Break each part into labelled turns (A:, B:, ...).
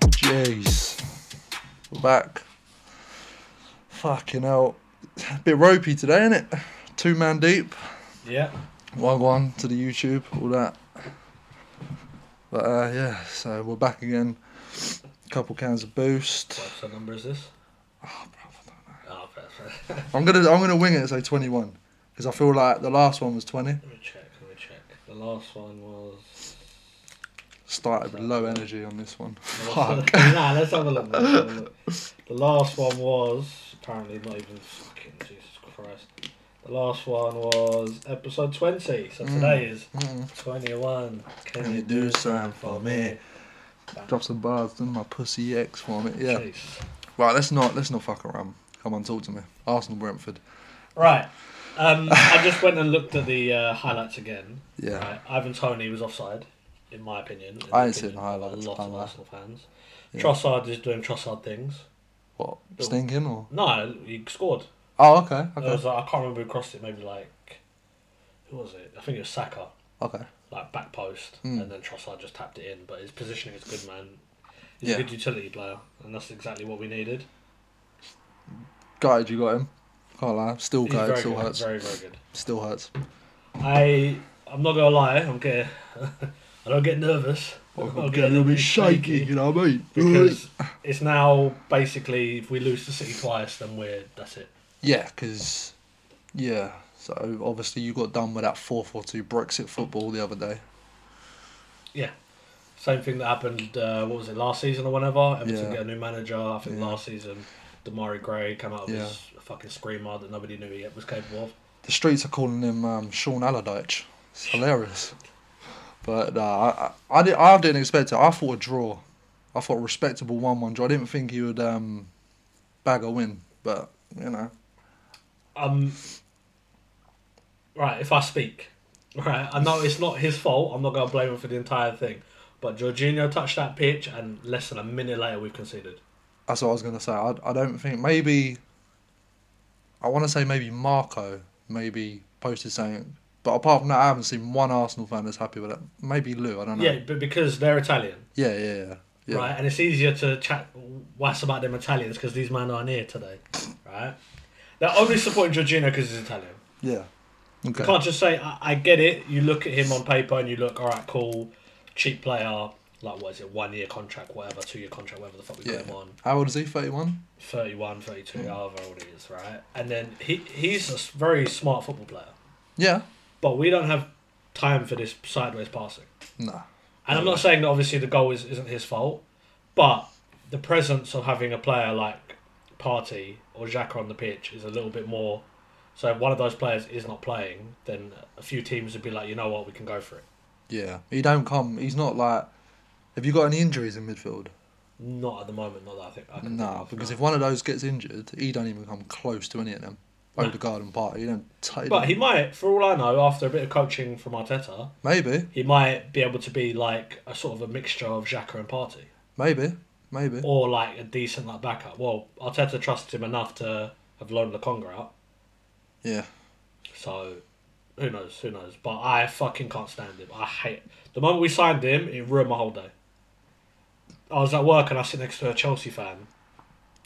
A: Jeez. We're back. Fucking hell. Bit ropey today, innit? Two man deep.
B: Yeah.
A: One one to the YouTube, all that. But uh, yeah, so we're back again. Couple cans of boost.
B: What episode number is this? Oh, bruv, I don't know. Oh, bruv, bruv.
A: I'm gonna I'm gonna wing it and say 21 because I feel like the last one was 20.
B: Let me check, let me check. The last one was...
A: Started with low energy on this one. Fuck.
B: nah, let's have a look. let's have a look. The last one was... Apparently not even fucking... Jesus Christ. The last one was episode 20. So today is
A: Mm.
B: 21. Can,
A: Can you do something for me? Drop some bars, done my pussy X for it. Yeah.
B: Jeez.
A: Right, let's not let's not fuck around. Come on, talk to me. Arsenal Brentford.
B: Right. Um, I just went and looked at the uh, highlights again.
A: Yeah.
B: Right. Ivan Tony was offside, in my opinion. in
A: I
B: the
A: ain't seen
B: opinion
A: the
B: of
A: highlights,
B: A lot
A: I
B: of
A: like.
B: Arsenal fans.
A: Yeah.
B: Trossard is doing Trossard things.
A: What? Stinking or?
B: No, he scored.
A: Oh, okay.
B: It
A: Okay.
B: was like- I can't remember who crossed it. Maybe like who was it? I think it was Saka,
A: Okay.
B: like back post,
A: Hmm.
B: and then Trossard just tapped it in. But his positioning is good, man. He's
A: Yeah.
B: a good utility player, and that's exactly what we needed.
A: Gutted you got him. Can't lie. Still
B: He's very
A: gutted. Still
B: good,
A: hurts.
B: very very good.
A: Still hurts.
B: I I'm not gonna lie, I'm getting I don't get nervous. I get
A: know what I mean?
B: because
A: Mm.
B: it's now basically if we lose to City twice, then we're that's it.
A: Yeah, because yeah. So obviously you got done with that four four two Brexit football the other day.
B: Same thing that happened. Uh, what was it last season or whenever? Everton
A: Yeah.
B: get a new manager. I think
A: Yeah.
B: last season, Damari Gray came out with
A: Yeah.
B: his fucking screamer that nobody knew he was capable of.
A: The streets are calling him um, Sean Allardyce. It's hilarious. But nah, I, I, I, did, I didn't expect it. I thought a draw. I thought a respectable 1 1 draw. I didn't think he would um, bag a win, but, you know.
B: Um. Right, if I speak, right, I know it's not his fault. I'm not going to blame him for the entire thing. But Jorginho touched that pitch, and less than a minute later, we've conceded.
A: That's what I was going to say. I, I don't think maybe. I want to say maybe Marco maybe posted something, but apart from that, I haven't seen one Arsenal fan that's happy with it. Maybe Lou. I don't know.
B: Yeah, but because they're Italian,
A: yeah, yeah, yeah. yeah.
B: right? And it's easier to chat whass about them Italians because these men aren't here today, right? They're only supporting Jorginho because he's Italian.
A: Yeah. Okay.
B: You can't just say, I-, I get it. You look at him on paper and you look, all right, cool, cheap player. Like, what is it, one year contract, whatever, two year contract, whatever the fuck we
A: Yeah.
B: got him on.
A: How old is he? Thirty-one.
B: 31, 32, however old he is, right? And then he he's a s- very smart football player.
A: Yeah.
B: But we don't have time for this sideways passing.
A: Nah.
B: And I'm not saying that obviously the goal is, isn't his fault, but the presence of having a player like Party or Xhaka on the pitch is a little bit more. So if one of those players is not playing, then a few teams would be like, you know what, we can go for it.
A: Yeah. He don't come. He's not like. Have you got any injuries in midfield?
B: Not at the moment, not that I think I can.
A: Nah, because if one of those gets injured, he don't even come close to any of them. Over
B: Nah.
A: the garden party, you don't. T-
B: But he might, for all I know, after a bit of coaching from Arteta,
A: maybe,
B: he might be able to be like a sort of a mixture of Xhaka and Party,
A: maybe, maybe.
B: or like a decent like backup. Well, Arteta trusts him enough to have loaned Lukonga out.
A: Yeah.
B: So, who knows? Who knows? But I fucking can't stand him. I hate the moment we signed him. It ruined my whole day. I was at work and I sit next to a Chelsea fan,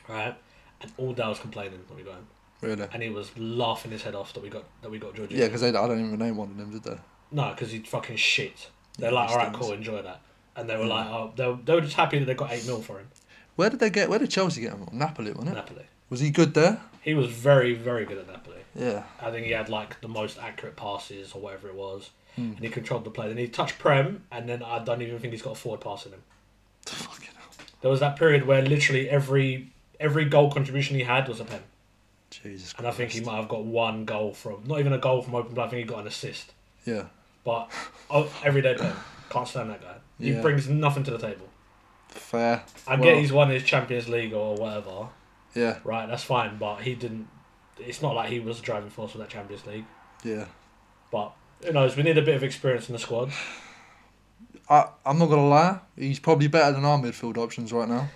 B: right? And all day I was complaining that we got him,
A: Really.
B: and he was laughing his head off that we got that we got Jorginho.
A: Yeah, because I don't even know one of them, did they?
B: No, because he's fucking shit. They're
A: Yeah,
B: like,
A: he
B: all right,
A: stinks.
B: cool, enjoy that. And they were like, oh, they were, they were just happy that they got eight mil for him.
A: Where did they get? Where did Chelsea get him? from? Napoli, wasn't it?
B: Napoli.
A: Was he good there?
B: He was very, very good at Napoli.
A: Yeah.
B: I think he had like the most accurate passes or whatever it was,
A: Hmm.
B: and he controlled the play. Then he touched Prem, and then I don't even think he's got a forward pass in him.
A: Fucking hell.
B: There was that period where literally every every goal contribution he had was a pen,
A: Jesus. Christ.
B: and I think he might have got one goal from not even a goal from open play. I think he got an assist,
A: Yeah.
B: but oh, everyday pen. Can't stand that guy. He
A: Yeah.
B: brings nothing to the table.
A: Fair.
B: I
A: Well,
B: get he's won his Champions League or whatever,
A: Yeah.
B: right? That's fine, but he didn't. It's not like he was the driving force of that Champions League.
A: Yeah.
B: But who knows? We need a bit of experience in the squad.
A: I, I'm not gonna lie, he's probably better than our midfield options right now.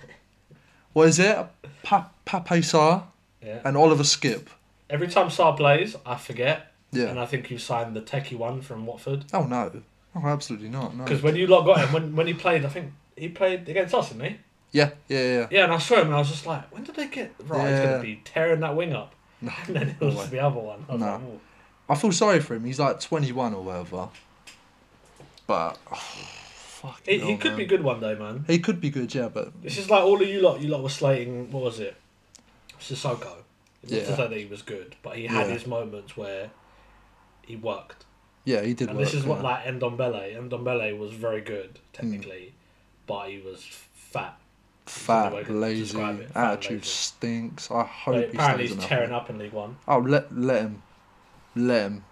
A: What is it? Pa- Pape Sarr
B: Yeah.
A: and Oliver Skip.
B: Every time Saar plays, I forget, and
A: Yeah.
B: I think you signed the techie one from Watford.
A: Oh no. Oh, absolutely not. No.
B: Because when you lot got him, when when he played, I think he played against us, didn't he?
A: Yeah, yeah, yeah.
B: Yeah, and I saw him and I was just like, when did they get right? He's
A: Yeah.
B: gonna be tearing that wing up.
A: No,
B: and then it
A: no
B: was
A: way.
B: the other one. I was
A: No.
B: like, "Ooh."
A: I feel sorry for him. He's like 21 or whatever. But oh, fuck.
B: he, he could be good one day, man.
A: He could be good, yeah. But
B: This is like all of you lot. You lot were slating. What was it? Sissoko. It was
A: Yeah.
B: to say that he was good, but he had
A: Yeah.
B: his moments where he worked.
A: yeah, he did.
B: And
A: work,
B: this is
A: yeah.
B: what like Ndombele. Ndombele was very good technically, but he was fat. way
A: fat,
B: to
A: lazy
B: describe it, fat,
A: attitude
B: lazy.
A: stinks. I hope
B: Like,
A: he
B: apparently
A: stays
B: he's
A: in
B: tearing
A: that.
B: up in League One.
A: Oh, let let him, let him.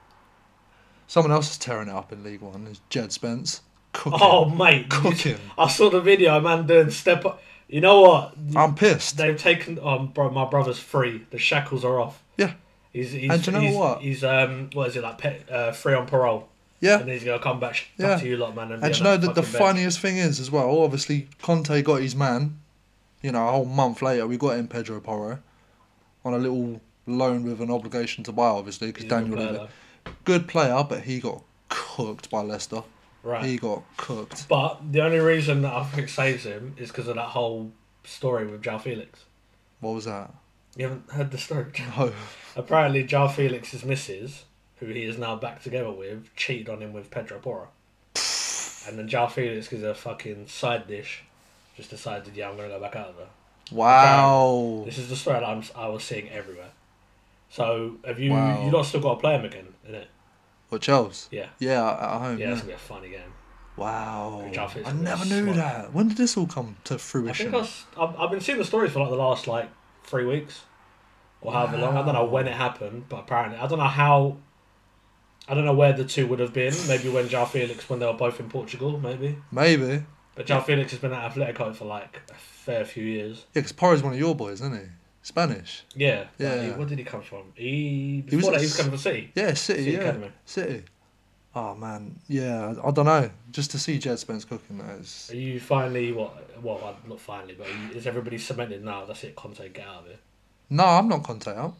A: Someone else is tearing it up in League One. Is Jed Spence? Cook him.
B: Oh mate,
A: Cook him.
B: I saw the video. Man doing step up. You know what?
A: I'm pissed.
B: They've taken. Um, bro, my brother's free. The shackles are off.
A: Yeah,
B: He's, he's,
A: And do you know
B: he's,
A: what?
B: He's um, what is it like? Pe- uh, free on parole,
A: yeah.
B: and he's gonna come back, sh-
A: Yeah.
B: back to you lot, man. And, be
A: And
B: on
A: you know
B: that
A: that the
B: fucking bench.
A: funniest thing is as well. Obviously, Conte got his man. You know, a whole month later, we got in Pedro Porro on a little loan with an obligation to buy, obviously, because
B: He's a good
A: Daniel.
B: player,
A: Levy- Good player, but he got cooked by Leicester.
B: though. right?
A: He got cooked.
B: But the only reason that I think saves him is because of that whole story with Jao Felix.
A: What was that?
B: You haven't heard the story.
A: No.
B: Apparently, Jao Felix's missus, who he is now back together with, cheated on him with Pedro Porro. And then Jao Felix, because a fucking side dish, just decided, yeah, I'm gonna go back out of there.
A: Wow.
B: This is the story that I'm, I was seeing everywhere. So have you
A: Wow.
B: you lot still got to play him again, innit?
A: What Chels?
B: Yeah.
A: Yeah, at home.
B: Yeah,
A: Yeah.
B: it's gonna be a funny game.
A: Wow.
B: Good job, it's
A: I
B: really
A: never knew
B: smart.
A: that. When did this all come to
B: I
A: fruition?
B: think I was, I've, I've been seeing the stories for like the last like three weeks or however long. I don't know when it happened, but apparently I don't know how. I don't know where the two would have been. Maybe when Jao Felix, when they were both in Portugal, maybe.
A: Maybe. Yeah,
B: But Jao Felix has been at Atletico for like a fair few years.
A: because Porro's one of your boys, isn't he? Spanish.
B: Yeah. Like,
A: Yeah.
B: he- where did he come from? He
A: He
B: before
A: was
B: that
A: at
B: he was
A: S-
B: coming from City.
A: Yeah, City.
B: City
A: yeah,
B: Academy.
A: City. Oh man, yeah. I, I don't know. Just to see Jed Spence cooking that is.
B: Are you finally what? Well, not finally, but are you- is everybody cemented now? That's it. Conte, get out of it.
A: No, I'm not Conte out.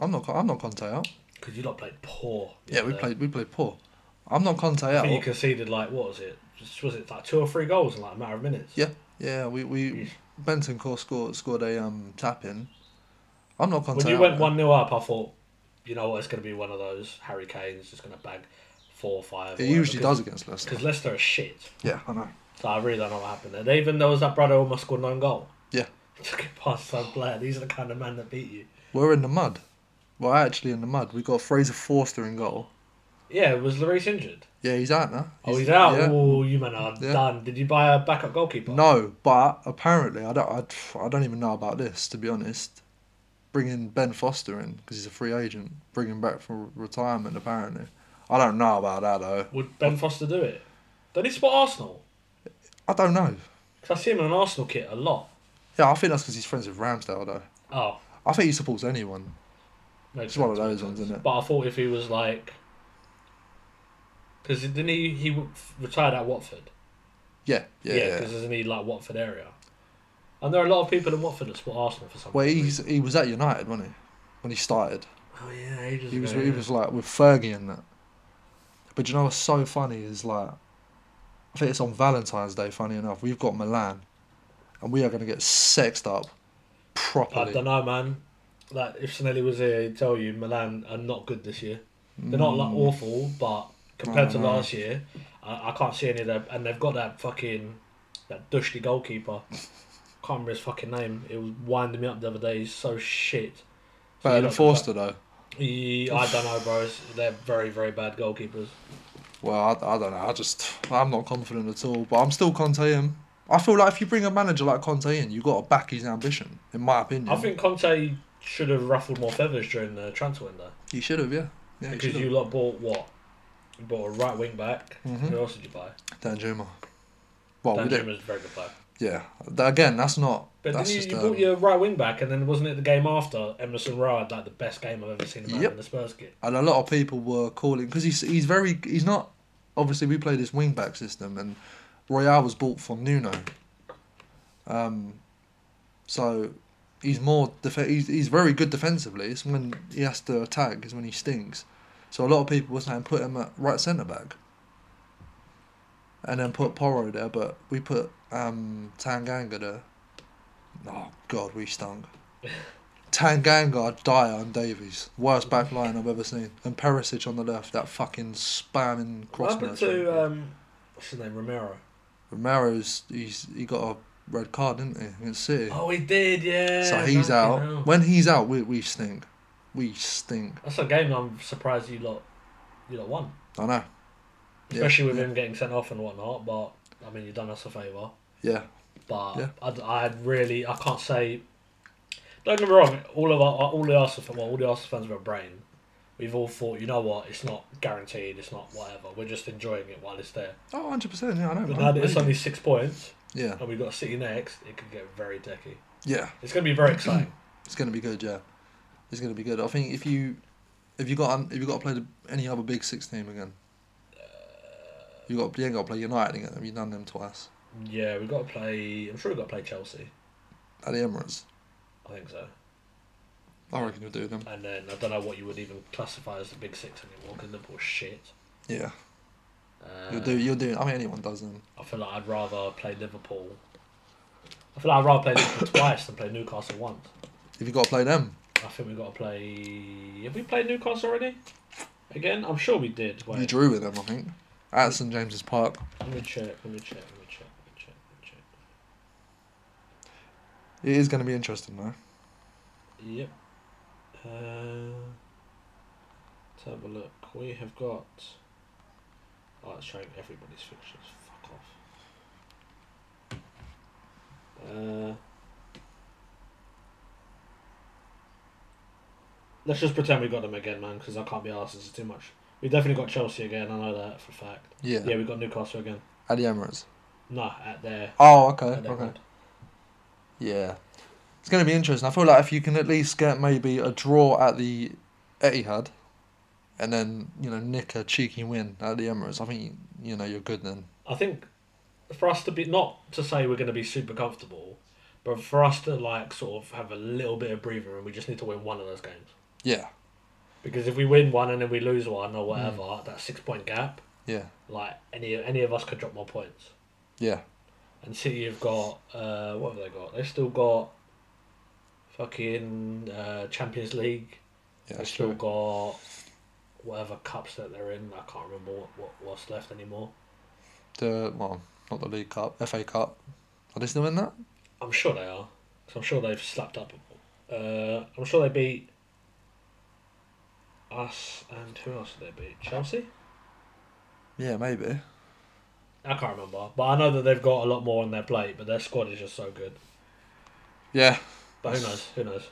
A: I'm not. I'm not Conte out.
B: Because you lot played poor.
A: Yeah, we
B: Uh,
A: played. We played poor. I'm not Conte
B: I think you
A: out.
B: conceded like what was it? Just, was it like two or three goals in like a matter of minutes?
A: Yeah, yeah. We we Benton scored scored a um tap in. I'm not Conte
B: When you
A: out.
B: went
A: man.
B: one 0 up, I thought, you know what, it's going to be one of those Harry Kane's just going to bag four or five.
A: It usually does against Leicester.
B: Because Leicester are shit.
A: Yeah, I know.
B: So I really don't know what happened there. They, even there was that brother who almost scored one goal.
A: Yeah.
B: Took it past some player. These are the kind of men that beat you.
A: We're in the mud. We're actually in the mud. We got Fraser Forster in goal.
B: Yeah, was Lloris injured?
A: Yeah, he's out now.
B: oh, he's out.
A: yeah.
B: Oh, you men are
A: Yeah.
B: done. Did you buy a backup goalkeeper?
A: No, but apparently I don't. I'd, I don't even know about this to be honest. Bringing Ben Foster in because he's a free agent. Bring him back from retirement apparently. I don't know about that though.
B: Would Ben Foster do it? Don't he support Arsenal?
A: I don't know.
B: Because I see him in an Arsenal kit a lot.
A: Yeah, I think that's because he's friends with Ramsdale though.
B: Oh,
A: I think he supports anyone.
B: makes
A: It's one of
B: sense,
A: those
B: makes
A: ones,
B: sense.
A: isn't it?
B: But I thought if he was like, because didn't he he w- retired at Watford?
A: Yeah, yeah. yeah,
B: Because isn't he like Watford area? And there are a lot of people in Watford that support Arsenal for some
A: Well,
B: reason.
A: he's he was at United, wasn't he? When he started.
B: Oh yeah, ages
A: He was
B: ago,
A: he
B: yeah.
A: was like with Fergie and that. But you know what's so funny is like, I think it's on Valentine's Day. Funny enough, we've got Milan, and we are going to get sexed up
B: I
A: properly.
B: don't know, man. Like if Sanelli was here, he'd tell you Milan are not good this year. They're not
A: Mm.
B: like awful, but compared to
A: I know.
B: last year, I, I can't see any of them. And they've got that fucking that dusty goalkeeper. Can't remember his fucking name. It was winding me up the other day. He's so shit. So
A: Better
B: you
A: than
B: don't-
A: Forster though.
B: He- I don't know, bros. They're very, very bad goalkeepers.
A: Well, I, I don't know. I just I'm not confident at all. But I'm still Conte in. I feel like if you bring a manager like Conte in, you got to back his ambition. In my opinion,
B: I think Conte should have ruffled more feathers during the transfer window
A: he should have. Yeah, yeah. he
B: because
A: should've.
B: you lot bought what? You bought a right wing back.
A: Mhm.
B: Who else did you buy?
A: Dan Juma. Well,
B: Dan
A: Oh, we did.
B: Juma is a very good player.
A: Yeah. That- Again, that's not.
B: But
A: that's
B: then you,
A: just.
B: you
A: um,
B: brought your right wing back, and then wasn't it the game after Emerson Rowe had like the best game I've ever seen him have
A: Yep.
B: in the Spurs kit?
A: and a lot of people were calling because he's he's very he's not obviously we play this wing back system and Royale was bought from Nuno, um, so he's more def- he's he's very good defensively. It's when he has to attack is when he stinks. So a lot of people were saying put him at right centre back, and then put Porro there, but we put um, Tanganga there, Oh God, we stunk. Tanganga, Dyer, and Davies. Worst back line I've ever seen. And Perisic on the left, that fucking spamming
B: What
A: cross.
B: happened
A: match.
B: to um, what's his name, Romero?
A: Romero's he's he got a red card, didn't he? Against City.
B: Oh, he did, yeah.
A: so he's
B: fucking
A: out.
B: hell.
A: When he's out, we we stink. We stink.
B: That's a game I'm surprised you lot, you lot won,
A: I know. Yeah,
B: especially with
A: yeah.
B: him getting sent off and whatnot. But I mean, you've done us a favour.
A: Yeah,
B: But
A: Yeah.
B: I, I really, I can't say. Don't get me wrong. All of our, all the Arsenal, fan- well, all the Arsenal fans have a brain. We've all thought, you know what? It's not guaranteed. It's not whatever. We're just enjoying it while it's there.
A: oh, 100 percent. Yeah, I know.
B: But
A: man.
B: now that it's
A: Really.
B: only six points,
A: yeah,
B: and we've got City next, it could get very decky.
A: yeah.
B: It's going to be very exciting.
A: It's gonna be good. Yeah, it's gonna be good. I think if you if you got if you got to play the, any other big six team again, you got you ain't got to play United again. You've done them twice
B: Uh, yeah, we've got to play. I'm sure we've got to play Chelsea.
A: at the Emirates.
B: I think so.
A: I reckon you'll do them.
B: And then I don't know what you would even classify as the big six anymore because Liverpool's shit.
A: Yeah,
B: Uh,
A: you'll do. You'll do. I mean, anyone does them.
B: I feel like I'd rather play Liverpool. I feel like I'd rather play Liverpool twice than play Newcastle once.
A: If you got to play them,
B: I think we've got to play. Have we played Newcastle already? Again, I'm sure we did. Wait,
A: you drew with them. I think at St James's Park.
B: let me check. Let me check. Let me check. Let me check. Let me check.
A: It is going to be interesting though.
B: Yep. Uh, let's have a look. We have got. Oh, it's showing everybody's fixtures. Fuck off. Uh, let's just pretend we got them again, man, because I can't be arsed. This is too much. We definitely got Chelsea again. I know that for a fact.
A: Yeah,
B: Yeah, we got Newcastle again.
A: at the Emirates.
B: No, at their.
A: Oh, okay,
B: At their
A: okay.
B: ground.
A: Yeah, it's going to be interesting. I feel like if you can at least get maybe a draw at the Etihad, and then you know nick a cheeky win at the Emirates, I think you know you're good then.
B: I think for us to be not to say we're going to be super comfortable, but for us to like sort of have a little bit of breather, and we just need to win one of those games.
A: Yeah,
B: Because if we win one and then we lose one or whatever, that six point gap,
A: Mm. yeah,
B: like any any of us could drop more points.
A: yeah.
B: And City have got uh, what have they got? They've still got fucking uh, Champions League.
A: Yeah,
B: They've
A: that's
B: still
A: true.
B: got whatever cups that they're in. I can't remember what, what what's left anymore.
A: The well, not the League Cup, FA Cup. Are they still in that?
B: I'm sure they are. 'cause I'm sure they've slapped up. Uh, I'm sure they beat us and who else did they beat? Chelsea?
A: Yeah, maybe.
B: I can't remember, but I know that they've got a lot more on their plate. But their squad is just so good.
A: Yeah,
B: But who knows? Who knows?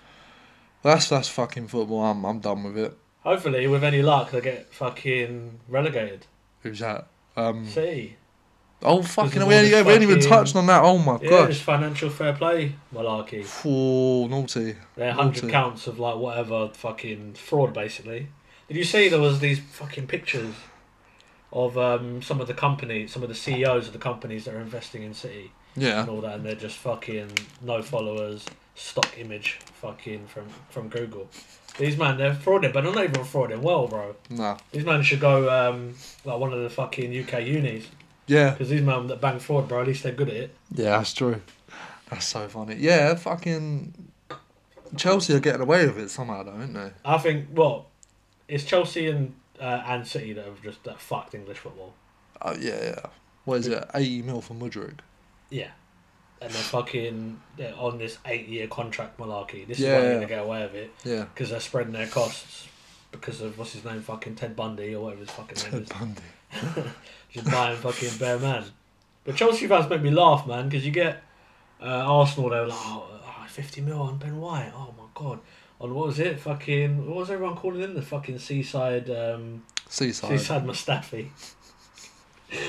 A: that's that's fucking football. I'm I'm done with it.
B: Hopefully, with any luck, they get fucking relegated.
A: Who's that? Um,
B: See,
A: oh
B: of
A: fucking,
B: all
A: we ain't,
B: the
A: we ain't even
B: fucking-
A: touched on that. Oh my
B: yeah, it's
A: gosh.
B: financial fair play malarkey.
A: Oh, naughty.
B: They're
A: Naughty.
B: hundred counts of like whatever fucking fraud, basically. Did you see there was these fucking pictures of um, some of the companies, some of the CEOs of the companies that are investing in City
A: Yeah.
B: and all that, and they're just fucking no followers, stock image, fucking from from Google. These man, they're frauding, but they're not even frauding well, bro.
A: Nah.
B: These man should go um, like one of the fucking UK unis
A: Yeah.
B: because these man that bang fraud, bro. At least they're good at it.
A: Yeah, that's true. That's so funny. Yeah, fucking Chelsea are getting away with it somehow, though, aren't they?
B: I think. Well, it's Chelsea and uh, and City that have just that fucked English football.
A: Oh yeah, yeah. What is it? Eighty mil for Mudrick.
B: Yeah. And they're fucking they're on this eight year contract malarkey. This
A: Yeah,
B: is why
A: yeah.
B: they're going to get away with it.
A: Yeah.
B: Because they're spreading their costs because of what's his name, fucking Ted Bundy or whatever his fucking name
A: Ted
B: is.
A: Bundy.
B: Just buying fucking bare man. But Chelsea fans make me laugh, man, because you get uh, Arsenal, they were like, oh, oh, 50 mil on Ben White. Oh my god. On what was it? Fucking. What was everyone calling him? The fucking seaside. Um,
A: Seaside.
B: Suicide Mustafi.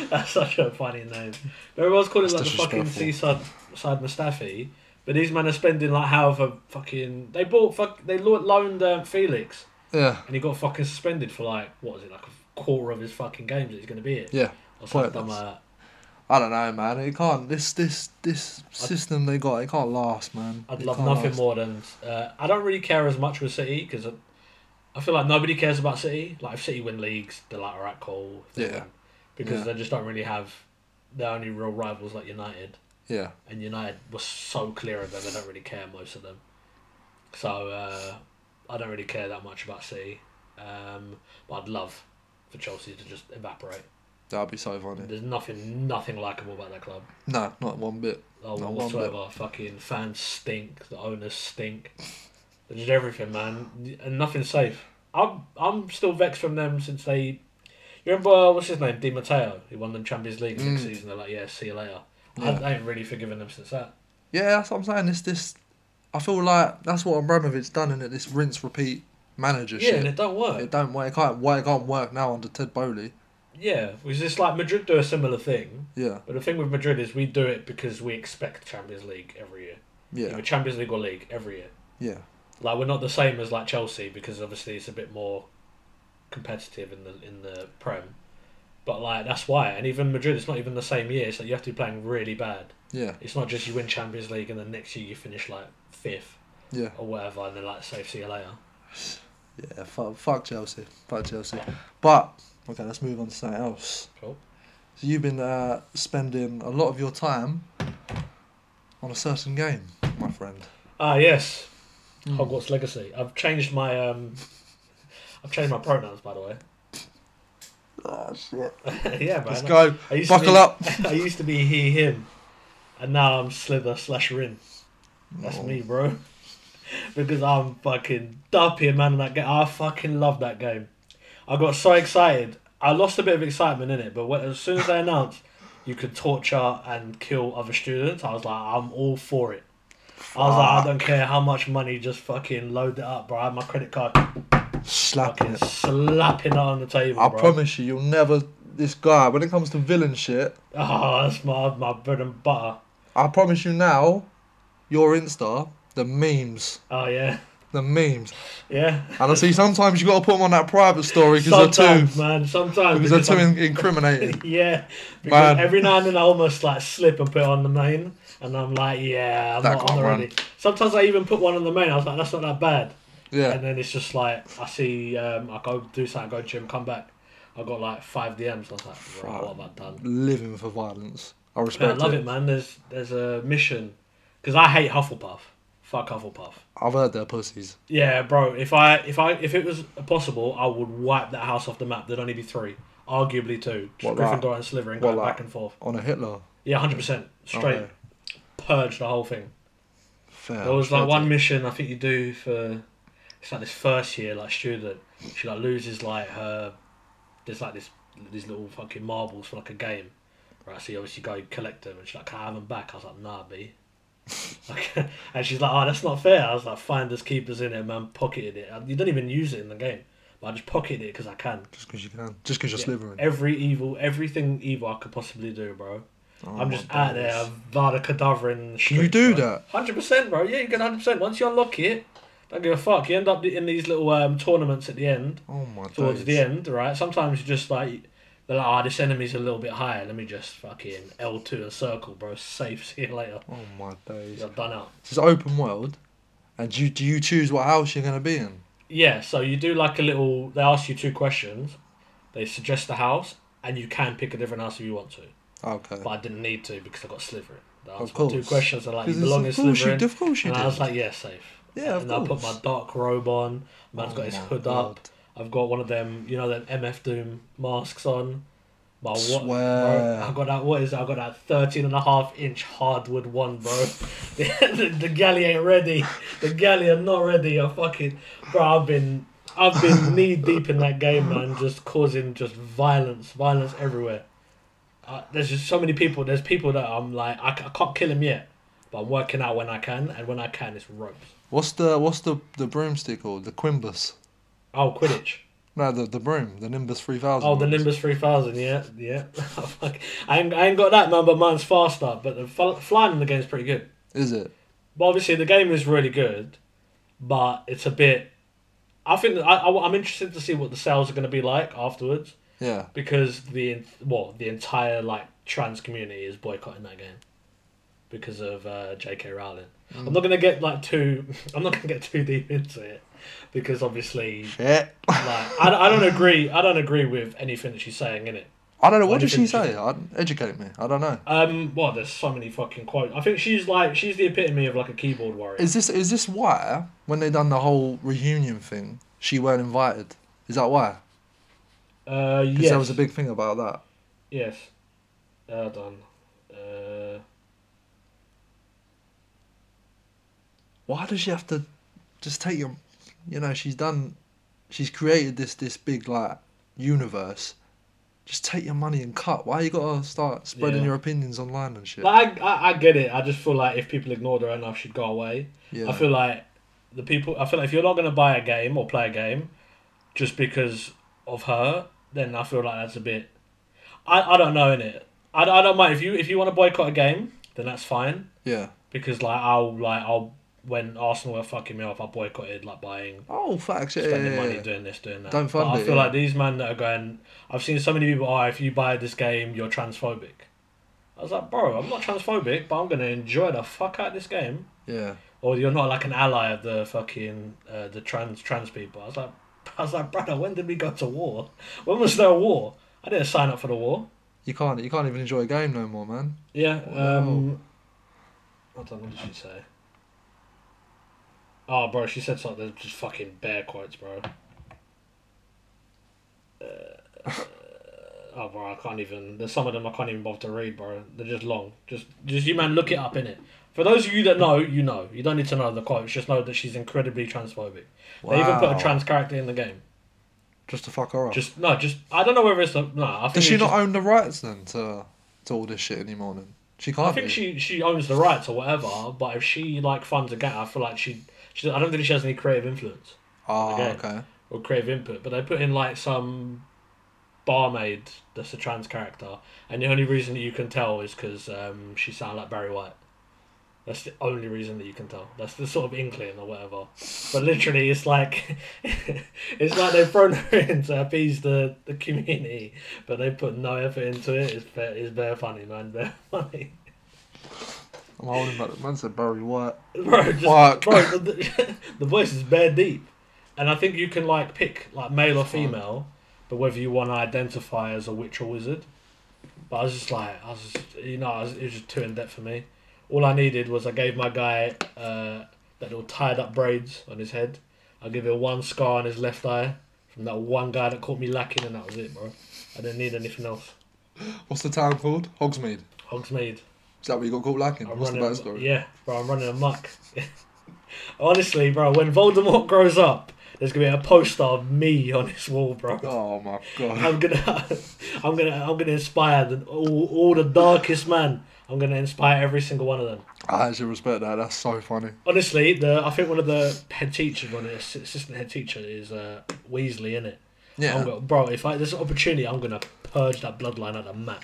B: That's such a funny name. Everyone's calling it like
A: That's
B: the fucking
A: disrespectful.
B: Seaside Side Mustafi, but these men are spending like however fucking they bought fuck they lo- loaned um, Felix
A: Yeah.
B: and he got fucking suspended for like what was it like a quarter of his fucking games that he's gonna be in
A: Yeah.
B: or
A: quite
B: something uh, dumb
A: nice.
B: like that.
A: I don't know, man. It can't. This this this system they got, it can't last, man.
B: I'd
A: It
B: love
A: can't
B: nothing
A: last.
B: more than uh, I don't really care as much with City because I, I feel like nobody cares about City. Like if City win leagues, they're like alright, cool. If they
A: Yeah.
B: win. because
A: Yeah.
B: they just don't really have. They're only real rivals like United.
A: Yeah.
B: and United were so clear of them. I don't really care most of them, so uh, I don't really care that much about City. Um, but I'd love for Chelsea to just evaporate.
A: That'd be so funny.
B: There's nothing, nothing likable about that club.
A: No, not one bit.
B: Oh,
A: Not one
B: whatsoever. Fucking fans stink. The owners stink. They did everything, man, and nothing's safe. I'm I'm still vexed from them since they. You remember what's his name, Di Matteo? He won the Champions League next
A: Mm.
B: season. They're like, yeah, see you later.
A: Yeah.
B: I, I ain't really forgiven them since that.
A: Yeah, that's what I'm saying. This, this, I feel like that's what Abramovich done in it. This rinse repeat manager
B: Yeah, and
A: shit.
B: it don't work.
A: It don't work. It can't work. It can't work now under Ted Bowley.
B: Yeah, was this like Madrid do a similar thing?
A: Yeah,
B: But the thing with Madrid is we do it because we expect Champions League every year.
A: yeah,
B: Either Champions League or league every year.
A: yeah,
B: Like we're not the same as like Chelsea because obviously it's a bit more competitive in the in the Prem. But like that's why, and even Madrid, it's not even the same year. So you have to be playing really bad.
A: yeah,
B: It's not just you win Champions League and then next year you finish like fifth
A: yeah,
B: or whatever, and then like save see you later.
A: yeah. Fuck, fuck Chelsea. Fuck Chelsea. But okay, let's move on to something else.
B: Cool.
A: So you've been uh, spending a lot of your time on a certain game, my friend.
B: Ah yes,
A: Mm.
B: Hogwarts Legacy. I've changed my um, I've changed my pronouns by the way.
A: Oh shit!
B: yeah, man.
A: Let's go.
B: I used to
A: Buckle
B: be,
A: up.
B: I used to be he, him, and now I'm Slither slash Rin. That's
A: Oh,
B: me, bro. because I'm fucking dumpy, man. In that game, I fucking love that game. I got so excited. I lost a bit of excitement in it, but when, as soon as they announced you could torture and kill other students, I was like, I'm all for it. I was like, I don't care how much money, just fucking load it up, bro. I had my credit card
A: Slapping
B: fucking
A: it.
B: slapping it on the table,
A: I
B: bro.
A: promise you, you'll never. This guy, when it comes to villain shit,
B: Oh, that's my, my bread and butter.
A: I promise you now, your Insta, the memes,
B: Oh yeah,
A: the memes.
B: yeah.
A: And I see sometimes you got to put them on that private story because they're too,
B: Sometimes, man. Sometimes
A: because they're too
B: I'm-
A: in- incriminating.
B: yeah, because
A: Man.
B: every now and then I almost like slip and put it on the main, and I'm like, yeah, I'm
A: That
B: not
A: can't
B: on
A: run.
B: already. Sometimes I even put one on the main. I was like, that's not that bad,
A: Yeah,
B: and then it's just like I see, um, I go do something, I go gym, come back, I got like five DMs. I was like, right, what have I done?
A: living for violence. I
B: Man, I
A: respect
B: love it, man. There's there's a mission, because I hate Hufflepuff. Fuck Hufflepuff.
A: I've heard their pussies.
B: Yeah, bro. If I if I if it was possible, I would wipe that house off the map. There'd only be three, arguably two. Just
A: What, like-
B: Gryffindor and Slytherin
A: what,
B: going
A: like-
B: back and forth.
A: On a Hitler.
B: Yeah, hundred percent straight.
A: Okay.
B: Purge the whole thing.
A: Fair.
B: There was like
A: fair
B: one
A: to-
B: mission I think you do for it's like this first year like student. She like loses like her. There's like this these little fucking marbles for like a game, right? So you obviously go collect them, and she's like, "Can I have them back?" I was like, "Nah, b." like, and she's like, "Oh, that's not fair." I was like, "Finders keepers in it, man. Pocketed it. You don't even use it in the game, but I just pocketed it because I can."
A: Just because you can. Just because
B: Yeah,
A: you're Slytherin.
B: Every evil, everything evil I could possibly do, bro.
A: Oh
B: I'm
A: my
B: just out
A: days.
B: there, I'm Vada Cadaver in the
A: Can you do that?
B: Hundred percent, bro. Yeah, you can hundred percent. Once you unlock it, don't give a fuck. You end up in these little um, tournaments at the end,
A: Oh my
B: towards
A: days.
B: the end, right? Sometimes you just like, they're like, oh, this enemy's a little bit higher. Let me just fucking L two a circle, bro. Safe. See you later.
A: Oh my days.
B: You're done out.
A: It's open world, and you do you choose what house you're gonna be in?
B: Yeah. So you do like a little. They ask you two questions. They suggest a house, and you can pick a different house if you want to.
A: Okay.
B: But I didn't need to because I got Slytherin. They
A: Of
B: asked me two
A: course.
B: questions. They're like, you
A: 'Cause
B: belong in
A: it's- of course you,
B: Slytherin.
A: of course you
B: and
A: did.
B: I was like, yeah, safe.
A: Yeah, of
B: and I put my
A: course.
B: dark robe on. Man's
A: Oh
B: got his
A: my
B: hood
A: God.
B: up. I've got one of them, you know, them MF Doom masks on. My what?
A: Swear.
B: I got that. What is it? I got that 13 and a half inch hardwood one, bro. the, the, the galley ain't ready. The galley are not ready. I fucking, bro. I've been, I've been knee deep in that game, man. Just causing just violence, violence everywhere. Uh, there's just so many people. There's people that I'm like, I, ca- I can't kill him yet, but I'm working out when I can, and when I can, it's ropes.
A: What's the what's the the broomstick called? The Quimbus.
B: Oh, Quidditch.
A: No, the the broom, the Nimbus three thousand.
B: Oh, the Nimbus 3000, yeah, yeah. Oh, Fuck. I, ain't, I ain't got that, man, but mine's faster. But the fl- flying in the game's pretty good.
A: Is it?
B: But obviously, the game is really good, but it's a bit. I think I, I, am interested to see what the sales are going to be like afterwards
A: Yeah.
B: because the well the entire like trans community is boycotting that game because of uh, J.K. Rowling. I'm not going to get like too. I'm not going to get too deep into it because obviously
A: Shit.
B: like I, I don't agree I don't agree with anything that she's saying in it.
A: I don't know. What
B: do
A: did
B: you
A: she
B: think
A: say? I, educate me. I don't know.
B: Um, well, there's so many fucking quotes. I think she's like she's the epitome of like a keyboard warrior.
A: Is this is this why when they done the whole reunion thing, she weren't invited? Is that why?
B: uh,
A: Because
B: yes.
A: there was a big thing about that.
B: Yes. Uh, done. Uh,
A: Why does she have to just take your? You know, she's done. She's created this this big like universe. Just take your money and cut. Why you gotta start spreading
B: Yeah.
A: your opinions online and shit?
B: like I, I, I get it. I just feel like if people ignored her enough, she'd go away.
A: yeah.
B: I feel like the people. I feel like if you're not gonna buy a game or play a game, just because of her, then I feel like that's a bit. I, I don't know in it. I, I don't mind if you if you want to boycott a game, then that's fine
A: yeah.
B: because like I'll like I'll when Arsenal were fucking me off, I boycotted like buying.
A: Oh, facts. Yeah,
B: Spending
A: yeah,
B: money
A: yeah.
B: doing this, doing that.
A: Don't
B: but
A: fund
B: I
A: it,
B: feel
A: yeah.
B: like these men that are going. I've seen so many people. Oh, if you buy this game, you're transphobic. I was like, bro, I'm not transphobic, but I'm gonna enjoy the fuck out of this game
A: Yeah.
B: or you're not like an ally of the fucking uh, the trans trans people. I was like, I was like, brother, when did we go to war? When was there a war? I didn't sign up for the war.
A: You can't. You can't even enjoy a game no more, man.
B: Yeah. Um, I don't know what did she say. Oh, bro, she said something. There's just fucking bear quotes, bro. Uh, oh, bro, I can't even. There's some of them I can't even bother to read, bro. They're just long. Just, just you, man. Look it up in it. For those of you that know, you know. You don't need to know the quotes. Just know that she's incredibly transphobic. They even put
A: Wow.
B: a trans character in the game.
A: Just to fuck her up.
B: Just no, just I don't know whether it's a, no. I think
A: Does she
B: it's
A: not
B: just-
A: own the rights then to to all this shit anymore? Then she can't.
B: I think
A: do.
B: she she owns the rights or whatever, but if she like funds a game, I feel like she she I don't think she has any creative influence
A: Ah,
B: again.
A: okay.
B: or creative input. But they put in like some barmaid that's a trans character, and the only reason that you can tell is because um, she sounded like Barry White. That's the only reason that you can tell. That's the sort of inkling or whatever. But literally, it's like it's like they've thrown her in to appease the, the community, but they put no effort into it. It's bare, it's bare funny, man. Bare funny.
A: I'm holding back. Man said Barry White.
B: bro, just,
A: Fuck.
B: bro the, the, the voice is bare deep, and I think you can like pick like male or female, but whether you want to identify as a witch or wizard. But I was just like, I was, just, you know, I was, it was just too in depth for me. All I needed was I gave my guy uh, that little tied up braids on his head. I give him one scar on his left eye from that one guy that caught me lacking, and that was it, bro. I didn't need anything else.
A: What's the town called? Hogsmeade.
B: Hogsmeade.
A: Is that where you got caught lacking?
B: I'm
A: What's the
B: running-
A: backstory?
B: Yeah, bro, I'm running amok. Honestly, bro, when Voldemort grows up, there's gonna be a poster of me on his wall, bro.
A: Oh my god.
B: I'm gonna, I'm gonna, I'm gonna inspire the, all, all the darkest man. I'm gonna inspire every single one of them.
A: I actually respect that. That's so funny.
B: Honestly, the I think one of the head teachers, one of the ass- assistant head teacher, is uh, Weasley, innit? it?
A: Yeah.
B: I'm gonna, bro, if I, there's an opportunity, I'm gonna purge that bloodline out of the map.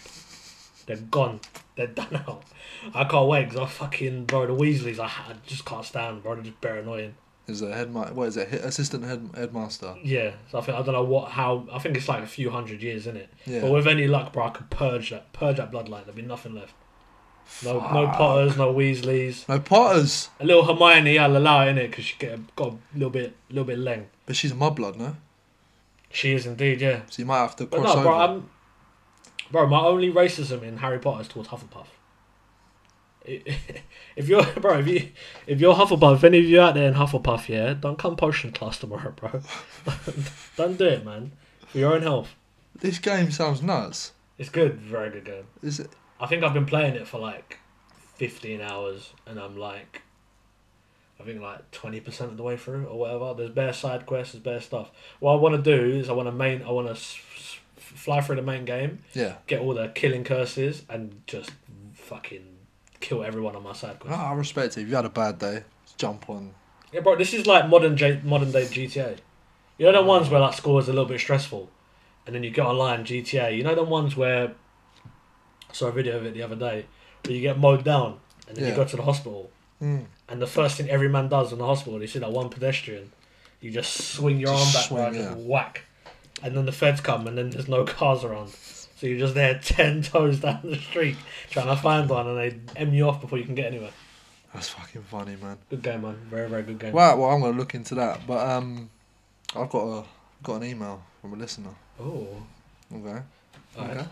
B: They're gone. They're done out. I can't wait because I fucking bro the Weasleys. I, I just can't stand bro. They're just bare annoying.
A: Is a headmaster? What is it? Head- Assistant head headmaster.
B: Yeah. So I think I don't know what how. I think it's like a few hundred years in it.
A: Yeah.
B: But with any luck, bro, I could purge that purge that bloodline. There'd be nothing left. No, no Potters, no Weasleys.
A: No Potters.
B: A little Hermione, I'll allow in it because she get a, got a little bit, little bit leng.
A: But she's a mudblood, no?
B: She is indeed, yeah.
A: So you might have to
B: But
A: cross
B: no,
A: over.
B: bro, I'm, bro, my only racism in Harry Potter is towards Hufflepuff. If you're, bro, if you, if you're Hufflepuff, if any of you out there in Hufflepuff, yeah, don't come potion class tomorrow, bro. don't do it, man. For your own health.
A: This game sounds nuts.
B: It's good, very good game.
A: Is it?
B: I think I've been playing it for like fifteen hours, and I'm like, I think like twenty percent of the way through or whatever. There's bare side quests, there's bare stuff. What I want to do is I want to main, I want to s- s- fly through the main game,
A: Yeah.
B: get all the killing curses, and just fucking kill everyone on my side quest.
A: No, I respect it. If you had a bad day, jump on.
B: Yeah, bro, this is like modern J- modern day GTA. You know the ones where that score is a little bit stressful, and then you get online GTA. You know the ones where I saw a video of it the other day where you get mowed down and then you
A: Yeah.
B: go to the hospital,
A: Mm.
B: and the first thing every man does in the hospital, you see that one pedestrian, you just swing your
A: Just
B: arm back,
A: swing,
B: right, just
A: yeah.
B: whack, and then the feds come, and then there's no cars around. So you're just there ten toes down the street trying to find one, and they em you off before you can get anywhere.
A: That's fucking funny, man.
B: Good game, man. Very, very good game.
A: Right, well, I'm going to look into that. But um, I've got a got an email from a listener.
B: Oh.
A: Okay.
B: Alright.
A: Okay.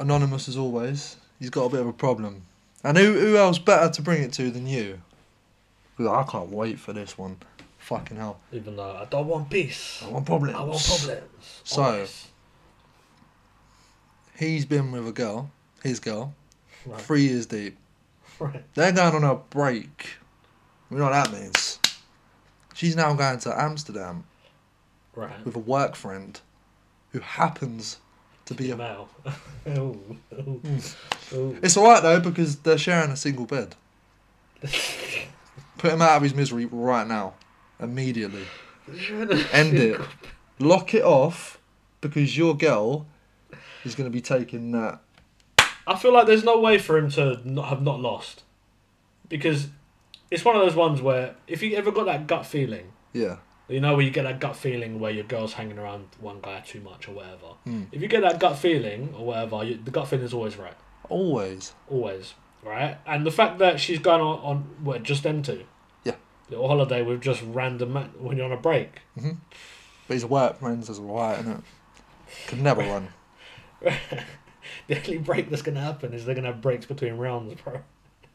A: Anonymous, as always, he's got a bit of a problem. And who, who else better to bring it to than you? 'Cause I can't wait for this one. Fucking hell.
B: Even though I don't want peace.
A: I want problems.
B: I want problems.
A: So-
B: Always.
A: He's been with a girl, his girl,
B: Right.
A: three years deep.
B: Right.
A: They're going on a break. We know what that means. She's now going to Amsterdam
B: Right.
A: with a work friend who happens to be a. Hmm.
B: Male. Ooh, ooh, ooh.
A: It's alright though, because they're sharing a single bed. Put him out of his misery right now. Immediately. End it. Lock it off because your girl is going to be taking that.
B: I feel like there's no way for him to not have not lost, because it's one of those ones where if you ever got that gut feeling,
A: Yeah.
B: you know, where you get that gut feeling where your girl's hanging around one guy too much or whatever.
A: Hmm.
B: If you get that gut feeling or whatever, you, the gut feeling is always right,
A: Always.
B: always right. And the fact that she's going on on well, just them two,
A: Yeah.
B: little holiday with just random man when you're on a break.
A: But his work friends is alright, innit? Could never run.
B: The only break that's gonna happen is they're gonna have breaks between rounds, bro.